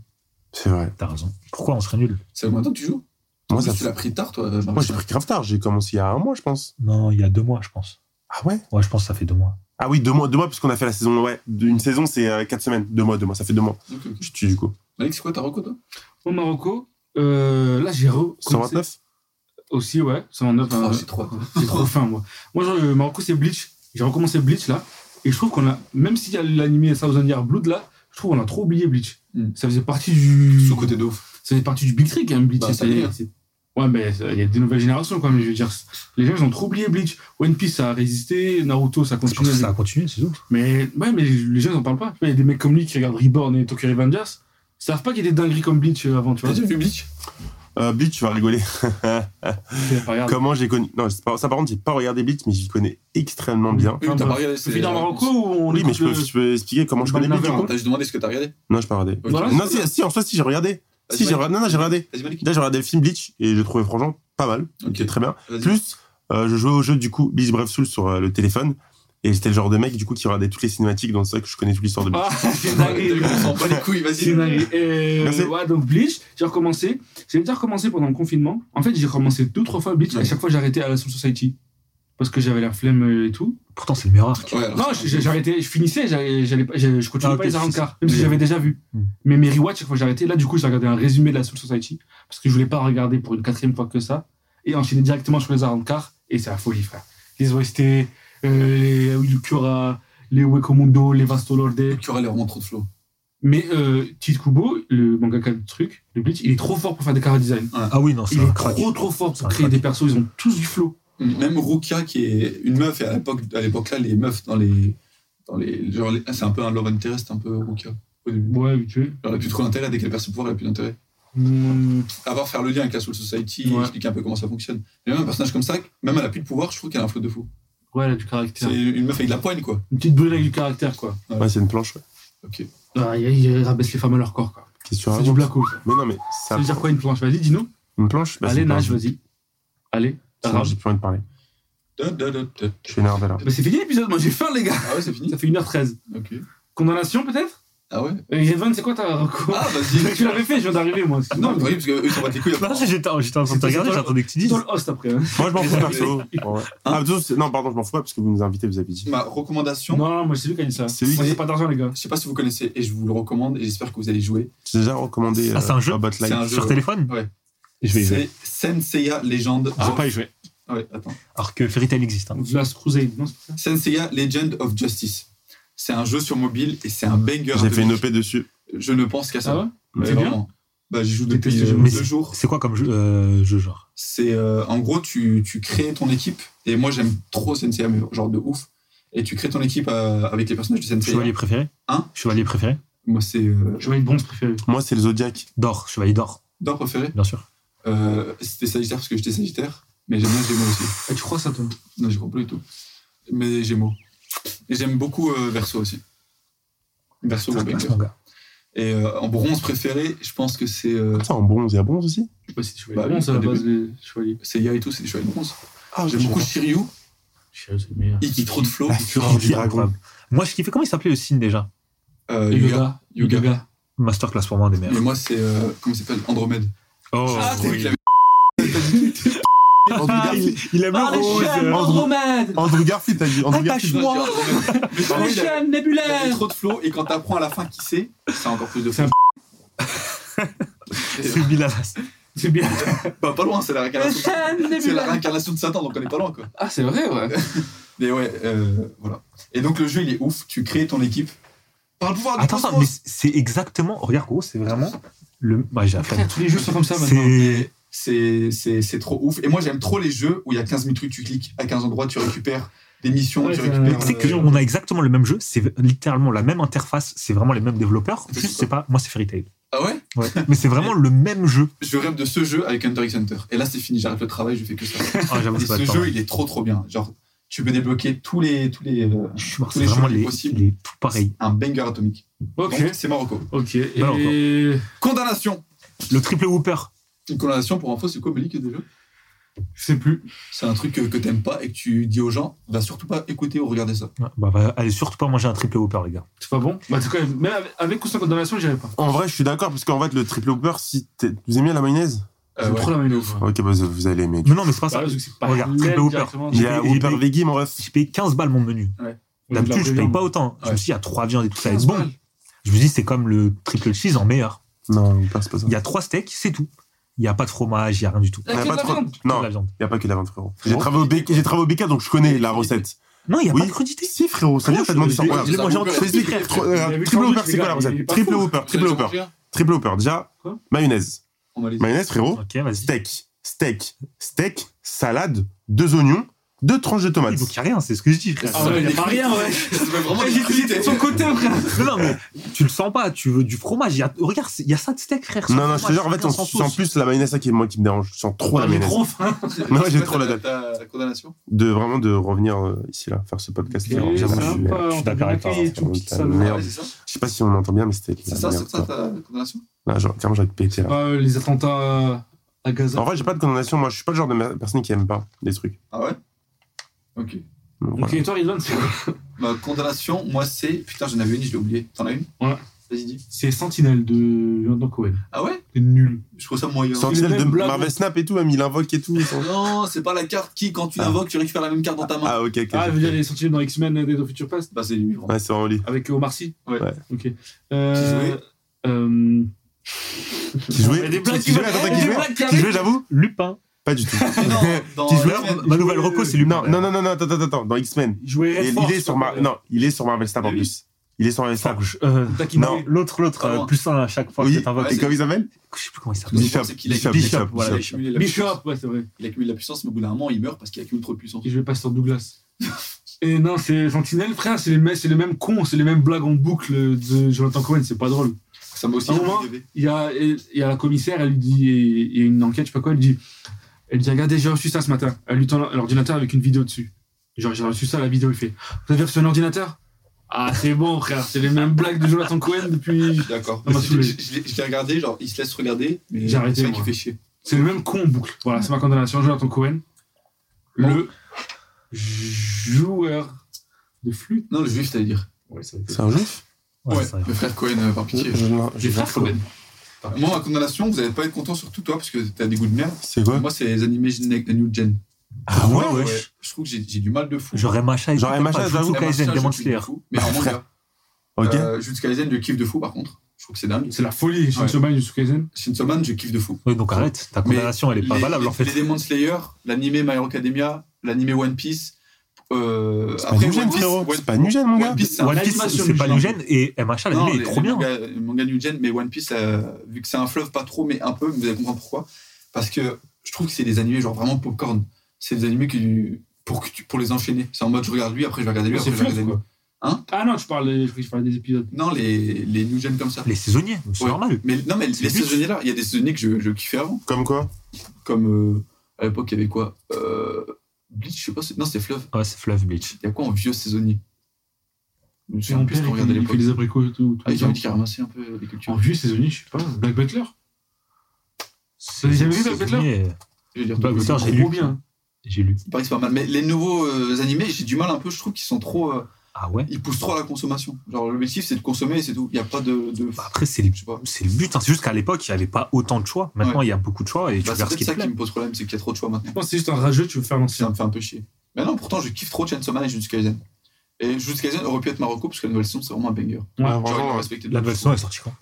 Speaker 4: C'est vrai.
Speaker 5: T'as raison. Pourquoi on serait nul
Speaker 3: C'est maintenant que tu joues
Speaker 4: Moi,
Speaker 3: En
Speaker 4: ça
Speaker 3: plus, Tu l'as pris tard, toi. Marc.
Speaker 4: Moi, j'ai pris grave tard. J'ai commencé il y a un mois, je pense.
Speaker 5: Non, il y a deux mois, je pense.
Speaker 4: Ah ouais
Speaker 5: Ouais, je pense que ça fait deux mois.
Speaker 4: Ah oui, deux mois, deux mois, puisqu'on a fait la saison. Ouais, une saison, c'est euh, quatre semaines. Deux mois, deux mois. Ça fait deux mois.
Speaker 3: Ok, ok.
Speaker 4: Je suis du coup.
Speaker 3: Alex, c'est quoi ta reco, toi
Speaker 2: Au Marocco, euh, là, j'ai re.
Speaker 4: 129
Speaker 2: Aussi, ouais. 129.
Speaker 3: Oh,
Speaker 2: hein.
Speaker 3: j'ai trois.
Speaker 2: J'ai trop faim, moi. Moi, genre, le Marocco, c'est Bleach. J'ai recommencé Bleach, là. Et je trouve qu'on a, même s'il y a l'animé Thousand Year Blood, là, je trouve qu'on a trop oublié Bleach.
Speaker 3: Mm.
Speaker 2: Ça faisait partie du.
Speaker 3: Sous côté de ouf.
Speaker 2: Ça faisait partie du Big Trick, quand même, Bleach.
Speaker 3: Bah, ça
Speaker 2: C'est-
Speaker 3: l'est, hein.
Speaker 2: c'est- Ouais, mais ça- il y a des nouvelles générations, quand même. Je veux dire, les gens, ils ont trop oublié Bleach. One Piece, ça a résisté. Naruto, ça
Speaker 5: C'est pour
Speaker 2: continue.
Speaker 5: ça que ça a continué, c'est tout.
Speaker 2: Mais, ouais, mais les gens, ils en parlent pas. Tu vois, Il y a des mecs comme lui qui regardent Reborn et Tokyo Revengers. Ils savent pas qu'il y a des dingueries comme Bleach euh, avant, tu
Speaker 3: T'as
Speaker 2: vois.
Speaker 3: déjà vu Bleach
Speaker 4: euh, Bleach, tu vas rigoler.
Speaker 2: Regarde.
Speaker 4: Comment j'ai connu. Non, c'est pas- ça, par contre, j'ai pas regardé Bleach, mais j'y connais extrêmement bien.
Speaker 3: Oui, mais t'as
Speaker 2: bah,
Speaker 3: pas regardé.
Speaker 2: C'est
Speaker 3: c'est- euh,
Speaker 2: fini dans Marocco ou on
Speaker 4: Oui, mais
Speaker 2: écoute
Speaker 4: je peux,
Speaker 2: le- Bah,
Speaker 4: je peux expliquer comment je connais Bleach.
Speaker 2: Banana
Speaker 4: du
Speaker 3: Non,
Speaker 4: coup
Speaker 3: T'as juste demandé ce que t'as regardé.
Speaker 4: Non, je pas regardé.
Speaker 3: Ok.
Speaker 2: Voilà.
Speaker 4: Non, si, si, en soi, si, j'ai regardé.
Speaker 3: Vas-y,
Speaker 4: Si, j'ai
Speaker 3: Malik.
Speaker 4: regardé. Non, non, j'ai regardé.
Speaker 3: Vas-y, Malik.
Speaker 4: Là, j'ai regardé le film Bleach et je trouvais franchement pas mal. Il
Speaker 3: Ok.
Speaker 4: était très bien.
Speaker 3: Vas-y.
Speaker 4: Plus, euh, je jouais au jeu du coup Bleach Brave Soul sur euh, le téléphone. Et j'étais le genre de mec du coup qui regardait toutes les cinématiques, donc c'est ça que je connais toute l'histoire de Bleach.
Speaker 2: Ah, c'est une
Speaker 3: Ouais, t'as
Speaker 2: dinguerie.
Speaker 3: vu, On s'en bat les couilles,
Speaker 2: C'est une
Speaker 3: vas-y.
Speaker 2: dinguerie.
Speaker 4: Merci.
Speaker 2: Euh, ouais, donc Bleach, j'ai recommencé. J'ai déjà recommencé pendant le confinement. En fait, j'ai recommencé deux, trois fois Bleach. et À chaque fois, j'ai arrêté à la Soul Society. Parce que j'avais la flemme et tout.
Speaker 5: Pourtant, c'est le meilleur arc.
Speaker 3: Ouais, alors,
Speaker 2: Non, j'ai- j'arrêtais, je finissais, j'allais, j'allais pas- j'allais- je continuais
Speaker 5: Ah,
Speaker 2: pas
Speaker 5: ok,
Speaker 2: les
Speaker 5: c'est-
Speaker 2: arrancards. Même si j'avais déjà vu.
Speaker 5: Hmm.
Speaker 2: Mais mes rewatch, chaque fois, j'arrêtais. Là, du coup, j'ai regardé un résumé de la Soul Society. Parce que je voulais pas regarder pour une quatrième fois que ça. Et enchaîner directement sur les arrancards. Et c'est la folie, frère. Les OST, euh, les Wilkura, les Wekomundo, les Vastolorde.
Speaker 3: Tu aurais vraiment trop de flow.
Speaker 2: Mais euh, Tite Kubo, le mangaka du truc, le Bleach, il est trop fort pour faire des chara design.
Speaker 5: Ah oui, non, c'est
Speaker 2: Il
Speaker 5: un
Speaker 2: est
Speaker 5: crack.
Speaker 2: trop trop fort
Speaker 5: C'est
Speaker 2: pour
Speaker 5: un
Speaker 2: créer
Speaker 5: crack.
Speaker 2: des persos, ils ont tous du flow.
Speaker 5: Mm-hmm.
Speaker 3: Même Ruka, qui est une meuf, et à l'époque, à l'époque là, les meufs dans les. Dans les, genre, les- c'est un peu un love interest, un peu Ruka. Au début.
Speaker 2: Ouais, tu sais.
Speaker 3: Genre, elle a plus trop d'intérêt, dès qu'elle perd son pouvoir, elle a plus d'intérêt.
Speaker 2: Hmm.
Speaker 3: avoir faire le lien avec la Soul Society,
Speaker 2: Ouais.
Speaker 3: expliquer un peu comment ça fonctionne. Et même un personnage comme ça, même elle a plus de pouvoir, je trouve qu'elle a un flot de fou.
Speaker 2: Ouais, elle a du caractère.
Speaker 3: C'est une meuf avec de la poigne, quoi.
Speaker 2: Une petite brûlée avec du caractère, quoi.
Speaker 4: Ouais, c'est une planche, ouais.
Speaker 3: Ok.
Speaker 2: Ah, il, il rabaisse les femmes à leur corps, quoi.
Speaker 4: Qu'est-ce que tu
Speaker 2: C'est du
Speaker 4: racontes
Speaker 2: black hole.
Speaker 4: Mais non, mais
Speaker 2: Ça
Speaker 4: ça.
Speaker 2: veut dire quoi une planche Vas-y, dis-nous.
Speaker 4: Une planche bah, c'est
Speaker 2: Allez,
Speaker 4: une
Speaker 2: nage,
Speaker 4: planche.
Speaker 2: vas-y. Allez,
Speaker 4: Sinon,
Speaker 2: rage.
Speaker 4: J'ai plus envie de parler.
Speaker 3: Da, da, da, da.
Speaker 4: Je suis énervé là.
Speaker 2: Mais Bah, c'est fini l'épisode, moi j'ai faim, les gars.
Speaker 3: Ah ouais, c'est fini
Speaker 2: Ça fait 1h13.
Speaker 3: Ok.
Speaker 2: Condamnation, peut-être
Speaker 3: Ah ouais
Speaker 2: euh, Yvan, c'est quoi ta recours
Speaker 3: Ah, vas-y
Speaker 2: Tu l'avais fait, je viens d'arriver, moi.
Speaker 3: Non, mais oui, parce qu'eux, ils s'en battent les couilles.
Speaker 5: Non,
Speaker 3: après.
Speaker 5: j'étais en j'étais en train de te
Speaker 2: C'est-
Speaker 5: regarder,
Speaker 2: c'est-
Speaker 5: j'attendais que tu
Speaker 2: Dis
Speaker 5: dises.
Speaker 2: dans le host après. hein.
Speaker 4: Moi, je m'en fous perso. Ouais. Ah, de toute façon, c'est- non, pardon, je m'en fous pas parce que vous nous invitez, vous avez dit.
Speaker 3: Ma recommandation,
Speaker 2: Non, moi c'est lui qui a dit ça.
Speaker 4: C'est lui
Speaker 2: Moi
Speaker 3: qui-
Speaker 2: j'ai pas d'argent, les gars.
Speaker 3: je sais pas si vous connaissez, et je vous le recommande, et j'espère que vous allez jouer.
Speaker 4: J'ai déjà recommandé
Speaker 5: Ah, c'est un jeu
Speaker 4: Robot Life.
Speaker 3: C'est un jeu.
Speaker 5: Sur téléphone
Speaker 3: Ouais.
Speaker 5: Je vais y jouer.
Speaker 3: C'est Senseiya Legend.
Speaker 5: Je vais pas y jouer.
Speaker 3: Ouais, attends.
Speaker 5: Alors que Fairy Tail existe. hein.
Speaker 2: Last Crusade, non c'est ça
Speaker 3: Senseiya Legend of Justice. C'est un jeu sur mobile et c'est un banger.
Speaker 4: J'ai fait une
Speaker 3: absolu.
Speaker 4: OP dessus.
Speaker 3: Je ne pense qu'à
Speaker 2: Ah
Speaker 3: ça.
Speaker 2: ouais
Speaker 3: Mais
Speaker 2: C'est bien
Speaker 3: vraiment. Bah, j'y joue
Speaker 2: T'es
Speaker 3: depuis
Speaker 2: testé,
Speaker 3: euh,
Speaker 5: mais
Speaker 3: deux jours.
Speaker 5: C'est quoi comme jeu, euh, jeu genre
Speaker 3: c'est euh, en gros tu, tu crées ton équipe et moi j'aime trop Senseiya mais genre de ouf et tu crées ton équipe euh, avec les personnages de
Speaker 5: Chevalier
Speaker 3: Senseiya
Speaker 5: préféré
Speaker 3: Hein
Speaker 5: Chevalier préféré
Speaker 3: moi c'est euh,
Speaker 2: J'aurais une bronze préférée.
Speaker 4: Moi, c'est le Zodiac.
Speaker 5: D'or, chevalier d'or,
Speaker 3: d'or préféré
Speaker 5: bien sûr.
Speaker 3: Euh, c'était Sagittaire parce que j'étais Sagittaire mais j'aime bien Gémeaux aussi
Speaker 2: Ah, tu crois ça, toi
Speaker 3: non j'y crois pas du tout mais Gémeaux et j'aime beaucoup euh, Verso aussi Verso
Speaker 5: C'est un
Speaker 3: gros banger.
Speaker 5: classe, mon gars.
Speaker 3: et euh, en bronze préféré je pense que c'est euh,
Speaker 4: Ça, en bronze. Il y a bronze aussi
Speaker 2: Je sais pas si tu
Speaker 3: Bah,
Speaker 2: veux. Bronze, à la
Speaker 3: au
Speaker 2: base, les chevaliers.
Speaker 3: Seiya et tout c'est des chevaliers de bronze
Speaker 4: Ah,
Speaker 3: j'aime beaucoup Shiryu
Speaker 2: Je sais, c'est le meilleur.
Speaker 3: Iki trop de flow
Speaker 5: Bah,
Speaker 4: La furie du
Speaker 5: Il est
Speaker 4: dragon.
Speaker 5: incroyable. Moi, je kiffais comment il s'appelait le signe déjà
Speaker 3: euh, Yuga
Speaker 2: Yoga.
Speaker 3: Yuga.
Speaker 2: Yoga.
Speaker 5: Masterclass pour moi, un des
Speaker 3: et
Speaker 5: meilleurs.
Speaker 3: moi c'est euh, comment il s'appelle Andromède
Speaker 5: Oh,
Speaker 3: Ah, c'est lui qui l'avait-
Speaker 4: Andrew Garfield.
Speaker 5: il aime
Speaker 4: le rose, euh,
Speaker 2: Andromède
Speaker 4: Ah, Andrew Garfield, t'as dit. Andrew Garfield.
Speaker 5: Attache-moi
Speaker 3: Mais c'est
Speaker 2: Bah
Speaker 3: vrai, il a- il a
Speaker 2: nébulaire
Speaker 3: trop de flow et quand t'apprends à la fin qui c'est, c'est encore plus de
Speaker 2: C'est un
Speaker 3: flow.
Speaker 5: C'est Bilalas.
Speaker 2: C'est bien.
Speaker 3: Bah, pas loin, c'est la réincarnation.
Speaker 2: chaîne
Speaker 3: C'est la réincarnation de Satan, donc on est pas loin quoi.
Speaker 2: Ah, c'est vrai, ouais.
Speaker 3: Mais ouais, euh, voilà. Et donc le jeu, il est ouf. Tu crées ton équipe par le pouvoir du
Speaker 5: Attends, attends,
Speaker 3: cosmos.
Speaker 5: mais c'est exactement. Regarde, gros, c'est vraiment le. Bah, j'ai affaire.
Speaker 2: Tous les jeux sont comme ça maintenant.
Speaker 5: C'est.
Speaker 3: C'est- C'est c'est trop ouf. Et moi, j'aime trop les jeux où il y a 15 000 trucs, tu cliques à 15 endroits, tu récupères des missions,
Speaker 2: Ouais,
Speaker 3: tu
Speaker 2: c'est-
Speaker 3: récupères.
Speaker 5: Tu sais que
Speaker 3: euh,
Speaker 5: on a exactement le même jeu, c'est littéralement la même interface, c'est vraiment les mêmes développeurs. Juste, c'est pas. Moi, c'est Fairy Tail.
Speaker 3: Ah ouais
Speaker 5: Ouais. Mais c'est vraiment le même jeu.
Speaker 3: Je rêve de ce jeu avec Hunter x Hunter. Et là, c'est fini, j'arrête le travail, je fais que ça.
Speaker 5: Ah, j'avoue,
Speaker 3: Et
Speaker 5: ça doit
Speaker 3: ce
Speaker 5: être pas
Speaker 3: jeu,
Speaker 5: mal.
Speaker 3: il est trop trop bien. Genre, tu peux débloquer tous les. Tous les euh,
Speaker 5: Je suis mort,
Speaker 3: tous les
Speaker 5: c'est vraiment
Speaker 3: jeux
Speaker 5: les,
Speaker 3: possibles.
Speaker 5: les tout pareil.
Speaker 3: un banger atomique.
Speaker 2: Ok,
Speaker 3: Donc, c'est Marocco.
Speaker 2: ok.
Speaker 5: Bah,
Speaker 2: Et
Speaker 3: Condamnation
Speaker 5: Le triple Whooper.
Speaker 3: Une condamnation, pour info, c'est quoi, Mélique, déjà
Speaker 2: je sais plus.
Speaker 3: C'est un truc que, que t'aimes pas et que tu dis aux gens, va surtout pas écouter ou regarder ça.
Speaker 5: Ouais, Bah, bah, allez surtout pas manger un triple Whooper, les gars.
Speaker 2: C'est pas bon Bah, c'est quand même. Même avec- avec ou sans condamnation, j'irai pas.
Speaker 4: En vrai, je suis d'accord, parce qu'en fait, le triple hooper, si t'es- vous aimez la mayonnaise
Speaker 3: Euh,
Speaker 2: C'est
Speaker 3: ouais.
Speaker 2: trop la même chose.
Speaker 4: Ok, bah, vous vous allez aimer.
Speaker 5: Mais non, mais c'est pas ça.
Speaker 2: Bah, parce que c'est pas
Speaker 5: Regarde,
Speaker 2: laid
Speaker 5: triple Whopper.
Speaker 2: directement.
Speaker 4: Il y a
Speaker 5: j'ai- j'ai-
Speaker 4: Whopper Veggie, mon ref.
Speaker 5: J'ai payé 15 balles mon menu. D'habitude, je paye pas autant. Je me
Speaker 3: Ouais.
Speaker 5: suis dit, il y a trois viandes et tout ça. va être
Speaker 2: 15
Speaker 5: bon.
Speaker 2: balles.
Speaker 5: Je me dis, c'est comme le triple cheese en meilleur.
Speaker 4: Non, Whopper, c'est pas ça.
Speaker 5: Il y a trois steaks, c'est tout. Il n'y a pas de fromage, il n'y a rien du tout.
Speaker 2: Il y a
Speaker 4: On a
Speaker 2: que
Speaker 4: pas
Speaker 2: de la
Speaker 4: trop-
Speaker 2: viande.
Speaker 5: Que de
Speaker 4: Non,
Speaker 5: la
Speaker 4: il
Speaker 5: viande.
Speaker 4: n'y a pas que la viande, frérot.
Speaker 3: Frérot,
Speaker 4: J'ai travaillé au BK, j'ai travaillé au BK, donc je connais la recette.
Speaker 5: Non, il n'y a
Speaker 4: Oui.
Speaker 5: pas de crudité.
Speaker 4: Si, frérot, ça veut dire que t'as demandé ça.
Speaker 5: Je l'ai-
Speaker 4: Regarde,
Speaker 5: je l'ai mangé en
Speaker 3: Vous avez
Speaker 5: crudité,
Speaker 4: Tri-
Speaker 5: frère.
Speaker 4: tri- euh,
Speaker 2: vu le
Speaker 4: Triple
Speaker 2: sandwich,
Speaker 4: Whopper, c'est
Speaker 2: les
Speaker 4: quoi la
Speaker 2: gars, il est
Speaker 4: recette
Speaker 2: pas
Speaker 4: Triple
Speaker 2: fou.
Speaker 4: Whopper,
Speaker 3: Vous
Speaker 4: triple
Speaker 3: avez
Speaker 4: Whopper.
Speaker 3: compris, hein
Speaker 4: Triple Whopper, déjà,
Speaker 2: Quoi
Speaker 4: mayonnaise.
Speaker 3: On va les-
Speaker 4: Mayonnaise, frérot.
Speaker 5: Ok, vas-y.
Speaker 4: Steak, steak, steak, salade, deux oignons, deux tranches de tomates.
Speaker 5: Il faut qu'il y ait rien, c'est ce que je dis,
Speaker 3: Ça
Speaker 5: frère.
Speaker 2: Ah ouais,
Speaker 3: s'appelle
Speaker 2: y a
Speaker 3: des
Speaker 2: pas
Speaker 3: crudités.
Speaker 2: rien, ouais.
Speaker 3: Ça s'appelle vraiment
Speaker 2: Ah,
Speaker 3: des
Speaker 2: J'étais
Speaker 3: crudités.
Speaker 2: de son côté, frère.
Speaker 5: Non, non, mais tu le sens pas, tu veux du fromage. Il y a- Regarde, c'est- il y a ça de steak, frère. sans
Speaker 4: Non, non, je te
Speaker 5: fromage,
Speaker 4: jure, en fait,
Speaker 5: rien
Speaker 4: on
Speaker 5: sans
Speaker 4: sent
Speaker 5: sauce.
Speaker 4: plus la mayonnaise, ça qui est moi qui me dérange. Je sens trop la
Speaker 2: J'ai
Speaker 4: mayonnaise.
Speaker 2: trop faim.
Speaker 4: Non,
Speaker 3: Tu
Speaker 4: j'ai
Speaker 3: vois,
Speaker 4: trop la
Speaker 3: ta- ta- ta condamnation.
Speaker 4: De vraiment de revenir euh, ici, là, faire ce podcast.
Speaker 5: Et
Speaker 4: J'avoue,
Speaker 5: ça
Speaker 4: je suis-
Speaker 5: va pas. je suis d'accord avec toi.
Speaker 4: hein. Merde.
Speaker 3: Ah ouais, c'est ça
Speaker 4: je sais pas si on entend bien, mais c'était.
Speaker 3: C'est ça, c'est
Speaker 4: merde,
Speaker 3: ça
Speaker 4: quoi.
Speaker 3: ta condamnation
Speaker 4: Là, genre, clairement, j'aurais pété, là.
Speaker 2: Pas les attentats à Gaza.
Speaker 4: En vrai, j'ai pas de condamnation. Moi, je suis pas le genre de mer- personne qui aime pas des trucs.
Speaker 3: Ah ouais Ok.
Speaker 4: Donc,
Speaker 2: Ok,
Speaker 4: voilà.
Speaker 2: et toi, Ridwan, c'est quoi
Speaker 3: Ma condamnation, moi, c'est. Putain, j'en avais une, je l'ai oubliée. T'en as une
Speaker 2: Ouais.
Speaker 3: Vas-y, dis.
Speaker 2: C'est Sentinelle de Jordan Cohen.
Speaker 3: Ah ouais
Speaker 2: C'est nul.
Speaker 3: Je trouve ça moyen.
Speaker 4: Sentinelle
Speaker 2: les
Speaker 4: de
Speaker 2: mêmes blagues.
Speaker 4: Marvel Snap et tout, même, il invoque et tout. ils sont-
Speaker 3: Non, c'est pas la carte qui, quand tu
Speaker 4: Ah.
Speaker 3: l'invoques, tu récupères la même carte dans ta main.
Speaker 4: Ah, ok, ok.
Speaker 2: Ah, je veux dire,
Speaker 4: ok.
Speaker 2: les Sentinelles dans X-Men et dans Future Past
Speaker 3: Bah, c'est lui. vraiment.
Speaker 4: Ouais, c'est vraiment lui.
Speaker 2: avec Omar Sy.
Speaker 3: Ouais.
Speaker 4: Ouais.
Speaker 2: Ok. Euh, euh,
Speaker 4: Qui jouait
Speaker 5: des blagues
Speaker 4: Qui jouait Attends, qui jouait Qui jouait, j'avoue
Speaker 5: Lupin.
Speaker 4: Pas du tout.
Speaker 3: Mais non, dans
Speaker 5: Qui joue là,
Speaker 3: X-Men,
Speaker 5: Ma nouvelle reco, c'est Lupin.
Speaker 4: Non, non, non, non, attends, attends, attends, dans X-Men.
Speaker 2: il jouait Red
Speaker 4: Et
Speaker 2: Force,
Speaker 4: il est sur Mar-
Speaker 2: euh,
Speaker 4: non, il est sur Marvel Snap en
Speaker 3: Oui.
Speaker 4: plus. Il est sur Marvel Snap.
Speaker 5: Forge, euh,
Speaker 2: Taki
Speaker 4: Non.
Speaker 2: Mori.
Speaker 5: L'autre, l'autre,
Speaker 3: Ah,
Speaker 5: euh,
Speaker 3: bon.
Speaker 5: plus un à chaque fois que
Speaker 4: Oui,
Speaker 5: t'invoques.
Speaker 4: et comment il s'appelle
Speaker 5: Je sais plus comment il s'appelle.
Speaker 4: Bishop.
Speaker 3: c'est qu'il a-
Speaker 4: Bishop,
Speaker 5: Bishop,
Speaker 4: Bishop,
Speaker 5: voilà,
Speaker 3: Il a
Speaker 4: Bishop.
Speaker 3: accumulé la puissance.
Speaker 2: Bishop, ouais, c'est vrai.
Speaker 3: Il accumule la puissance, mais au bout d'un moment, il meurt parce qu'il accumule trop de puissance.
Speaker 2: Il jouait Pasteur Douglas. Et non, c'est Sentinelle, frère, c'est les, mêmes- c'est les mêmes cons, c'est les mêmes blagues en boucle de Jonathan Cohen, c'est pas drôle.
Speaker 3: Ça m'a aussi
Speaker 2: Ah,
Speaker 3: un peu
Speaker 2: moi
Speaker 3: gavé.
Speaker 2: Il y a, il y a la commissaire, elle lui dit, il y a une enquête, je sais pas quoi, elle dit, elle dit, regardez, j'ai reçu ça ce matin. Elle lui tend l'ordinateur avec une vidéo dessus. Genre, j'ai reçu ça, la vidéo, il fait, vous avez reçu un ordinateur Ah, c'est bon, frère, c'est les mêmes blagues de Jonathan Cohen depuis.
Speaker 3: D'accord.
Speaker 2: Ça m'a
Speaker 3: Je
Speaker 2: saoulé.
Speaker 3: je l'ai je l'ai regardé, genre, il se laisse regarder, mais
Speaker 2: J'ai arrêté,
Speaker 3: c'est ça qui
Speaker 2: moi.
Speaker 3: fait chier.
Speaker 2: C'est le même con en boucle. Voilà, c'est ma condamnation, Jonathan Cohen. Le joueur de flûte.
Speaker 3: Non, le juif, t'allais dire.
Speaker 2: Ouais, c'est
Speaker 4: C'est un juif
Speaker 5: Ouais,
Speaker 3: Ouais,
Speaker 5: c'est vrai.
Speaker 3: le frère Cohen, euh, par pitié.
Speaker 2: J'ai frère Cohen.
Speaker 3: Moi, ma condamnation, vous allez pas être content, surtout toi, parce que t'as des goûts de merde.
Speaker 4: C'est quoi
Speaker 3: Moi, c'est les animés gen- New Gen.
Speaker 4: Ah ouais
Speaker 5: Ouais.
Speaker 3: Je trouve que j'ai j'ai du mal de fou.
Speaker 5: J'aurais Macha et
Speaker 4: J'aurais
Speaker 5: tout,
Speaker 4: Macha,
Speaker 5: pas Jujutsu
Speaker 4: j'avoue.
Speaker 3: Vraiment, ça,
Speaker 5: Kaisen,
Speaker 3: je
Speaker 5: Demon
Speaker 3: kiffe de
Speaker 5: Slayer. Ah,
Speaker 3: fou. Mais en manga.
Speaker 4: Ok.
Speaker 3: Euh, Jujutsu Kaisen, je kiffe de fou, par contre. Je trouve que c'est dingue.
Speaker 2: C'est la folie, Shinsoba et Yusukezen.
Speaker 3: Shinsoman, je kiffe de fou.
Speaker 5: Ouais, donc arrête, ta
Speaker 3: Mais
Speaker 5: condamnation, elle est pas
Speaker 3: les,
Speaker 5: valable en
Speaker 3: les-
Speaker 5: fait.
Speaker 3: Les Demon Slayer, l'animé My Hero Academia, l'animé One Piece. Euh,
Speaker 4: C'est pas Nugen, frérot. C'est pas Nugen, mon gars.
Speaker 3: One Piece, c'est un
Speaker 5: One
Speaker 2: l'animation
Speaker 5: Piece,
Speaker 2: du
Speaker 5: c'est pas
Speaker 2: genre.
Speaker 5: Nugène et MHA,
Speaker 3: Non,
Speaker 5: l'anime est
Speaker 3: les-
Speaker 5: trop
Speaker 3: les
Speaker 5: bien.
Speaker 3: mangas- les mangas New Gen, mais One Piece, euh, vu que c'est un fleuve, pas trop, mais un peu, vous allez comprendre pourquoi. Parce que je trouve que c'est des animés, genre vraiment popcorn. C'est des animés qui, pour, que tu- pour les enchaîner. C'est en mode, je regarde lui, après je vais regarder lui,
Speaker 2: C'est
Speaker 3: après je vais regarder
Speaker 2: fleuve,
Speaker 3: lui.
Speaker 2: quoi.
Speaker 3: Hein
Speaker 2: Ah non, je parle, je croyais que je parlais des épisodes.
Speaker 3: Non, les, les New Gen comme ça.
Speaker 5: Les saisonniers, c'est
Speaker 3: Ouais.
Speaker 5: normal.
Speaker 3: Mais non, mais les
Speaker 5: C'est le but.
Speaker 3: saisonniers là, il y a des saisonniers que je, je kiffais avant.
Speaker 4: Comme quoi
Speaker 3: Comme euh, à l'époque, il y avait quoi Euh, Bleach, je sais pas, c'est- non, c'était fleuve.
Speaker 5: Ouais, c'est Fleuve Bleach.
Speaker 3: Il y a quoi en vieux saisonnier Je me
Speaker 2: C'est
Speaker 3: souviens
Speaker 2: mon
Speaker 3: plus ce
Speaker 2: père
Speaker 3: qu'on regardait à
Speaker 2: qui fait
Speaker 3: l'époque.
Speaker 2: les abricots et tout. tout
Speaker 3: Ah,
Speaker 2: le
Speaker 3: ils ont
Speaker 2: temps.
Speaker 3: envie de ramasser un peu les cultures.
Speaker 2: En vieux saisonnier, je sais pas. Black Butler
Speaker 5: Vous
Speaker 2: avez jamais vu Black
Speaker 3: Je veux dire,
Speaker 5: Black
Speaker 3: tout-
Speaker 5: Butler,
Speaker 2: C'est
Speaker 5: j'ai lu.
Speaker 2: trop bien.
Speaker 5: euh, J'ai lu.
Speaker 3: Il paraît que c'est pas mal. Mais les nouveaux euh, animés, j'ai du mal un peu, je trouve qu'ils sont trop. euh,
Speaker 5: Ah ouais
Speaker 3: ils poussent trop à la consommation. Genre, l'objectif, c'est de consommer et c'est tout. Il n'y a pas de. de...
Speaker 5: Bah Après, c'est le,
Speaker 3: je sais pas.
Speaker 5: c'est le but. hein. C'est juste qu'à l'époque, il n'y avait pas autant de choix. Maintenant, il y a beaucoup de choix et tu
Speaker 3: Bah, c'est
Speaker 5: regardes ce
Speaker 3: peut-être
Speaker 5: qui te
Speaker 3: ça qui
Speaker 5: plaît.
Speaker 3: me pose problème, c'est qu'il y a trop de choix maintenant.
Speaker 2: Je pense que c'est juste un rageux, tu veux faire
Speaker 3: Ça
Speaker 2: l'ancien.
Speaker 3: me fait un peu chier. Mais non, pourtant, je kiffe trop Chainsaw Man et Jujutsu Kaisen. Et Jujutsu Kaisen aurait pu être Marocco parce que la nouvelle saison, c'est vraiment un banger.
Speaker 2: Ouais,
Speaker 4: Ah,
Speaker 3: Genre, ils l'ont
Speaker 4: vraiment,
Speaker 3: respecté. de
Speaker 5: La
Speaker 3: ouf,
Speaker 5: nouvelle
Speaker 3: je
Speaker 5: saison est sortie quand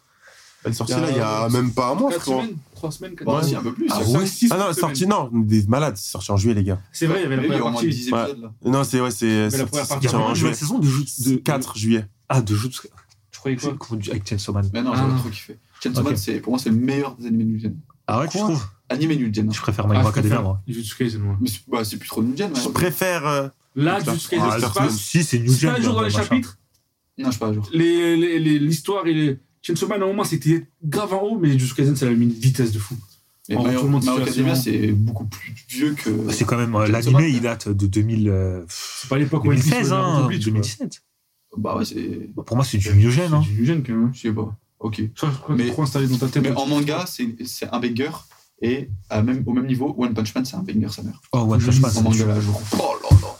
Speaker 4: Elle est sortie là, il y a même pas un mois,
Speaker 2: 4
Speaker 4: frérot.
Speaker 2: semaines 3 semaines, 4
Speaker 3: Bah,
Speaker 4: Ouais.
Speaker 3: si, un peu plus.
Speaker 4: Ah,
Speaker 3: hein.
Speaker 4: ouais. Ah non, sortie,
Speaker 2: sortie.
Speaker 4: non, des malades, c'est sorti en juillet, les gars.
Speaker 2: C'est vrai, il y avait
Speaker 3: Il y
Speaker 2: la
Speaker 3: a eu au
Speaker 2: première
Speaker 3: moins 10
Speaker 2: partie.
Speaker 3: épisodes là.
Speaker 4: Non, c'est ouais, c'est
Speaker 2: Mais la première
Speaker 4: c'est
Speaker 2: partie,
Speaker 4: sorti
Speaker 5: Il y a
Speaker 2: vraiment
Speaker 4: en
Speaker 5: une nouvelle
Speaker 4: juillet.
Speaker 5: saison de, jeux- de
Speaker 4: 4 juillet.
Speaker 5: Ah, de jeux de-
Speaker 2: Je croyais quoi
Speaker 5: avec Chainsaw Man.
Speaker 3: Mais non,
Speaker 2: Ah,
Speaker 3: j'avais
Speaker 2: non.
Speaker 3: trop kiffé. Chainsaw
Speaker 5: Ok.
Speaker 3: Man, c'est- pour moi, c'est le meilleur des animés de Nugent.
Speaker 5: Ah ouais, tu
Speaker 4: Quoi
Speaker 5: trouves
Speaker 3: Animé de Nugent. hein.
Speaker 5: Je préfère
Speaker 2: Ah,
Speaker 5: My Hero Academia, moi.
Speaker 2: Jutsu Kaisen, moi.
Speaker 3: Mais c'est bah, c'est plus trop Nugent.
Speaker 4: Je
Speaker 3: ouais.
Speaker 4: préfère. euh,
Speaker 2: Là,
Speaker 4: Putain.
Speaker 2: Jutsu
Speaker 4: Ah,
Speaker 2: Kaisen,
Speaker 4: c'est
Speaker 2: se
Speaker 4: pas-
Speaker 2: passe.
Speaker 5: Si, c'est New
Speaker 2: C'est pas
Speaker 5: Gen.
Speaker 2: un jour
Speaker 5: dans-
Speaker 2: dans les
Speaker 5: machin.
Speaker 2: chapitres.
Speaker 3: Non, je sais pas, genre.
Speaker 2: les- les- les- L'histoire et les. Chainsaw Man, à un moment, c'était grave en haut, mais Jutsu Kaisen, ça a mis une vitesse de fou.
Speaker 3: Mais
Speaker 2: En retournement
Speaker 3: Mario
Speaker 2: de
Speaker 3: Mario
Speaker 2: situation.
Speaker 3: Academia, c'est beaucoup plus vieux que.
Speaker 5: Bah, C'est quand même. euh,
Speaker 3: Chainsaw
Speaker 5: L'animé,
Speaker 3: Man.
Speaker 5: il date de 2000, euh, pff,
Speaker 2: C'est pas l'époque où elle
Speaker 5: 2016, hein,
Speaker 2: Oblique,
Speaker 5: 2017.
Speaker 3: Bah ouais, c'est.
Speaker 5: Bah, Pour moi, c'est du New Gen. hein.
Speaker 2: C'est du jeune, quand même.
Speaker 3: Je sais pas. Ok.
Speaker 2: Je crois- je crois que
Speaker 3: Mais-
Speaker 2: tu trop installé dans ta tête.
Speaker 3: Mais en manga, c'est c'est un banger. Et à même, au même niveau, One Punch Man, c'est un banger, sa mère.
Speaker 5: Oh, One Flash Pass.
Speaker 3: En manga, là, genre. Oh là là.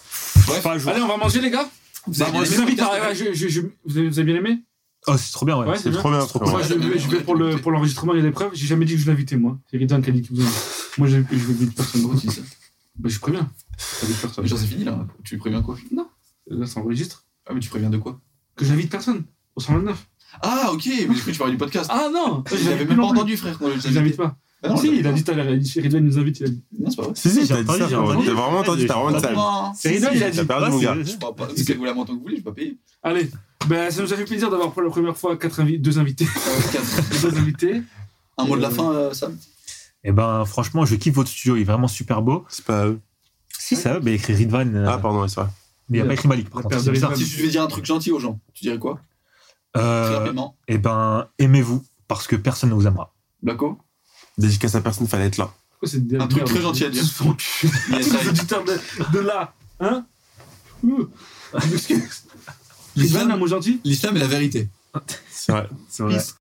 Speaker 3: Bref,
Speaker 5: Pas un jour.
Speaker 2: Allez, on va manger, les gars.
Speaker 3: vous
Speaker 2: Bah,
Speaker 3: avez
Speaker 2: moi,
Speaker 3: bien
Speaker 2: je
Speaker 3: aimé
Speaker 2: vous
Speaker 3: le
Speaker 2: invite à.
Speaker 3: podcast,
Speaker 2: ouais, je- je- je- vous avez- vous avez bien aimé
Speaker 5: Oh, c'est trop bien, ouais.
Speaker 2: Ouais,
Speaker 4: C'est trop bien, frérot.
Speaker 2: Moi, je, vais- je vais pour le- pour l'enregistrement, il y a des preuves. J'ai jamais dit que je l'invitais, moi. C'est Rizan qui a dit que vous invitez. Moi, j'ai- je vais inviter personne.
Speaker 3: Comment tu dis ça
Speaker 2: Bah, je préviens. J'invite personne.
Speaker 3: Genre, c'est fini là. Tu préviens quoi
Speaker 2: Là, ça enregistre.
Speaker 3: Ah, mais tu préviens de quoi
Speaker 2: Que j'invite personne. Au 129.
Speaker 3: Ah, ok, mais je crois que tu parlais du podcast.
Speaker 2: Ah non
Speaker 3: Je l'avais même pas entendu, frère. quand je
Speaker 2: Je
Speaker 3: les
Speaker 2: l'invite
Speaker 3: invitais.
Speaker 2: pas.
Speaker 3: Ah non,
Speaker 2: si,
Speaker 3: je-
Speaker 2: il a dit tout à l'heure. il a dit, Rizan nous invite. Il a dit.
Speaker 3: Non, c'est pas vrai.
Speaker 4: Si, si,
Speaker 5: Si,
Speaker 4: t'as
Speaker 5: j'ai
Speaker 4: dit ça,
Speaker 5: entendu, j'ai
Speaker 4: frérot.
Speaker 5: entendu.
Speaker 4: T'as vraiment entendu,
Speaker 5: J'ai
Speaker 4: t'as
Speaker 5: entendu.
Speaker 4: vraiment ça.
Speaker 3: Non,
Speaker 5: C'est
Speaker 4: Si,
Speaker 5: Rizal,
Speaker 4: si,
Speaker 5: il a
Speaker 4: t'as
Speaker 5: dit.
Speaker 4: perdu,
Speaker 5: Ah,
Speaker 4: mon
Speaker 5: c'est-
Speaker 4: gars.
Speaker 3: je crois pas. Si vous la montant que vous voulez, je vais pas payer.
Speaker 2: Allez. Ben, ça nous a fait plaisir d'avoir pour la première fois quatre invi- deux invités.
Speaker 3: Euh, quatre.
Speaker 2: deux invités.
Speaker 3: Un mot de la fin, euh, Sam
Speaker 5: Eh ben, franchement, je kiffe votre studio, il est vraiment super beau.
Speaker 4: C'est pas. eux.
Speaker 5: Si, ça, ben, écrit Ridvan. euh,
Speaker 4: Ah, pardon, ouais, c'est vrai.
Speaker 5: mais il n'y a pas écrit Malik,
Speaker 2: La
Speaker 5: par contre.
Speaker 2: perte
Speaker 5: C'est
Speaker 2: de
Speaker 5: bizarre.
Speaker 3: Si tu devais dire un truc gentil aux gens, tu dirais quoi Très
Speaker 5: Euh,
Speaker 3: rapidement.
Speaker 5: eh ben, aimez-vous, parce que personne ne vous aimera.
Speaker 3: Blaco
Speaker 4: Dédicace à personne, fallait être là.
Speaker 2: Pourquoi Oh, c'est des-
Speaker 3: Un truc
Speaker 2: merde,
Speaker 3: très gentil à dire.
Speaker 2: Tous se font enculer.
Speaker 3: Yes,
Speaker 2: Tous les
Speaker 3: I.
Speaker 2: auditeurs de, de là. Hein Ouh. Je m'excuse. Rizwan, un
Speaker 3: L'islam,
Speaker 2: mot gentil
Speaker 3: l'islam est la vérité.
Speaker 4: C'est vrai.
Speaker 5: C'est vrai.
Speaker 2: Peace.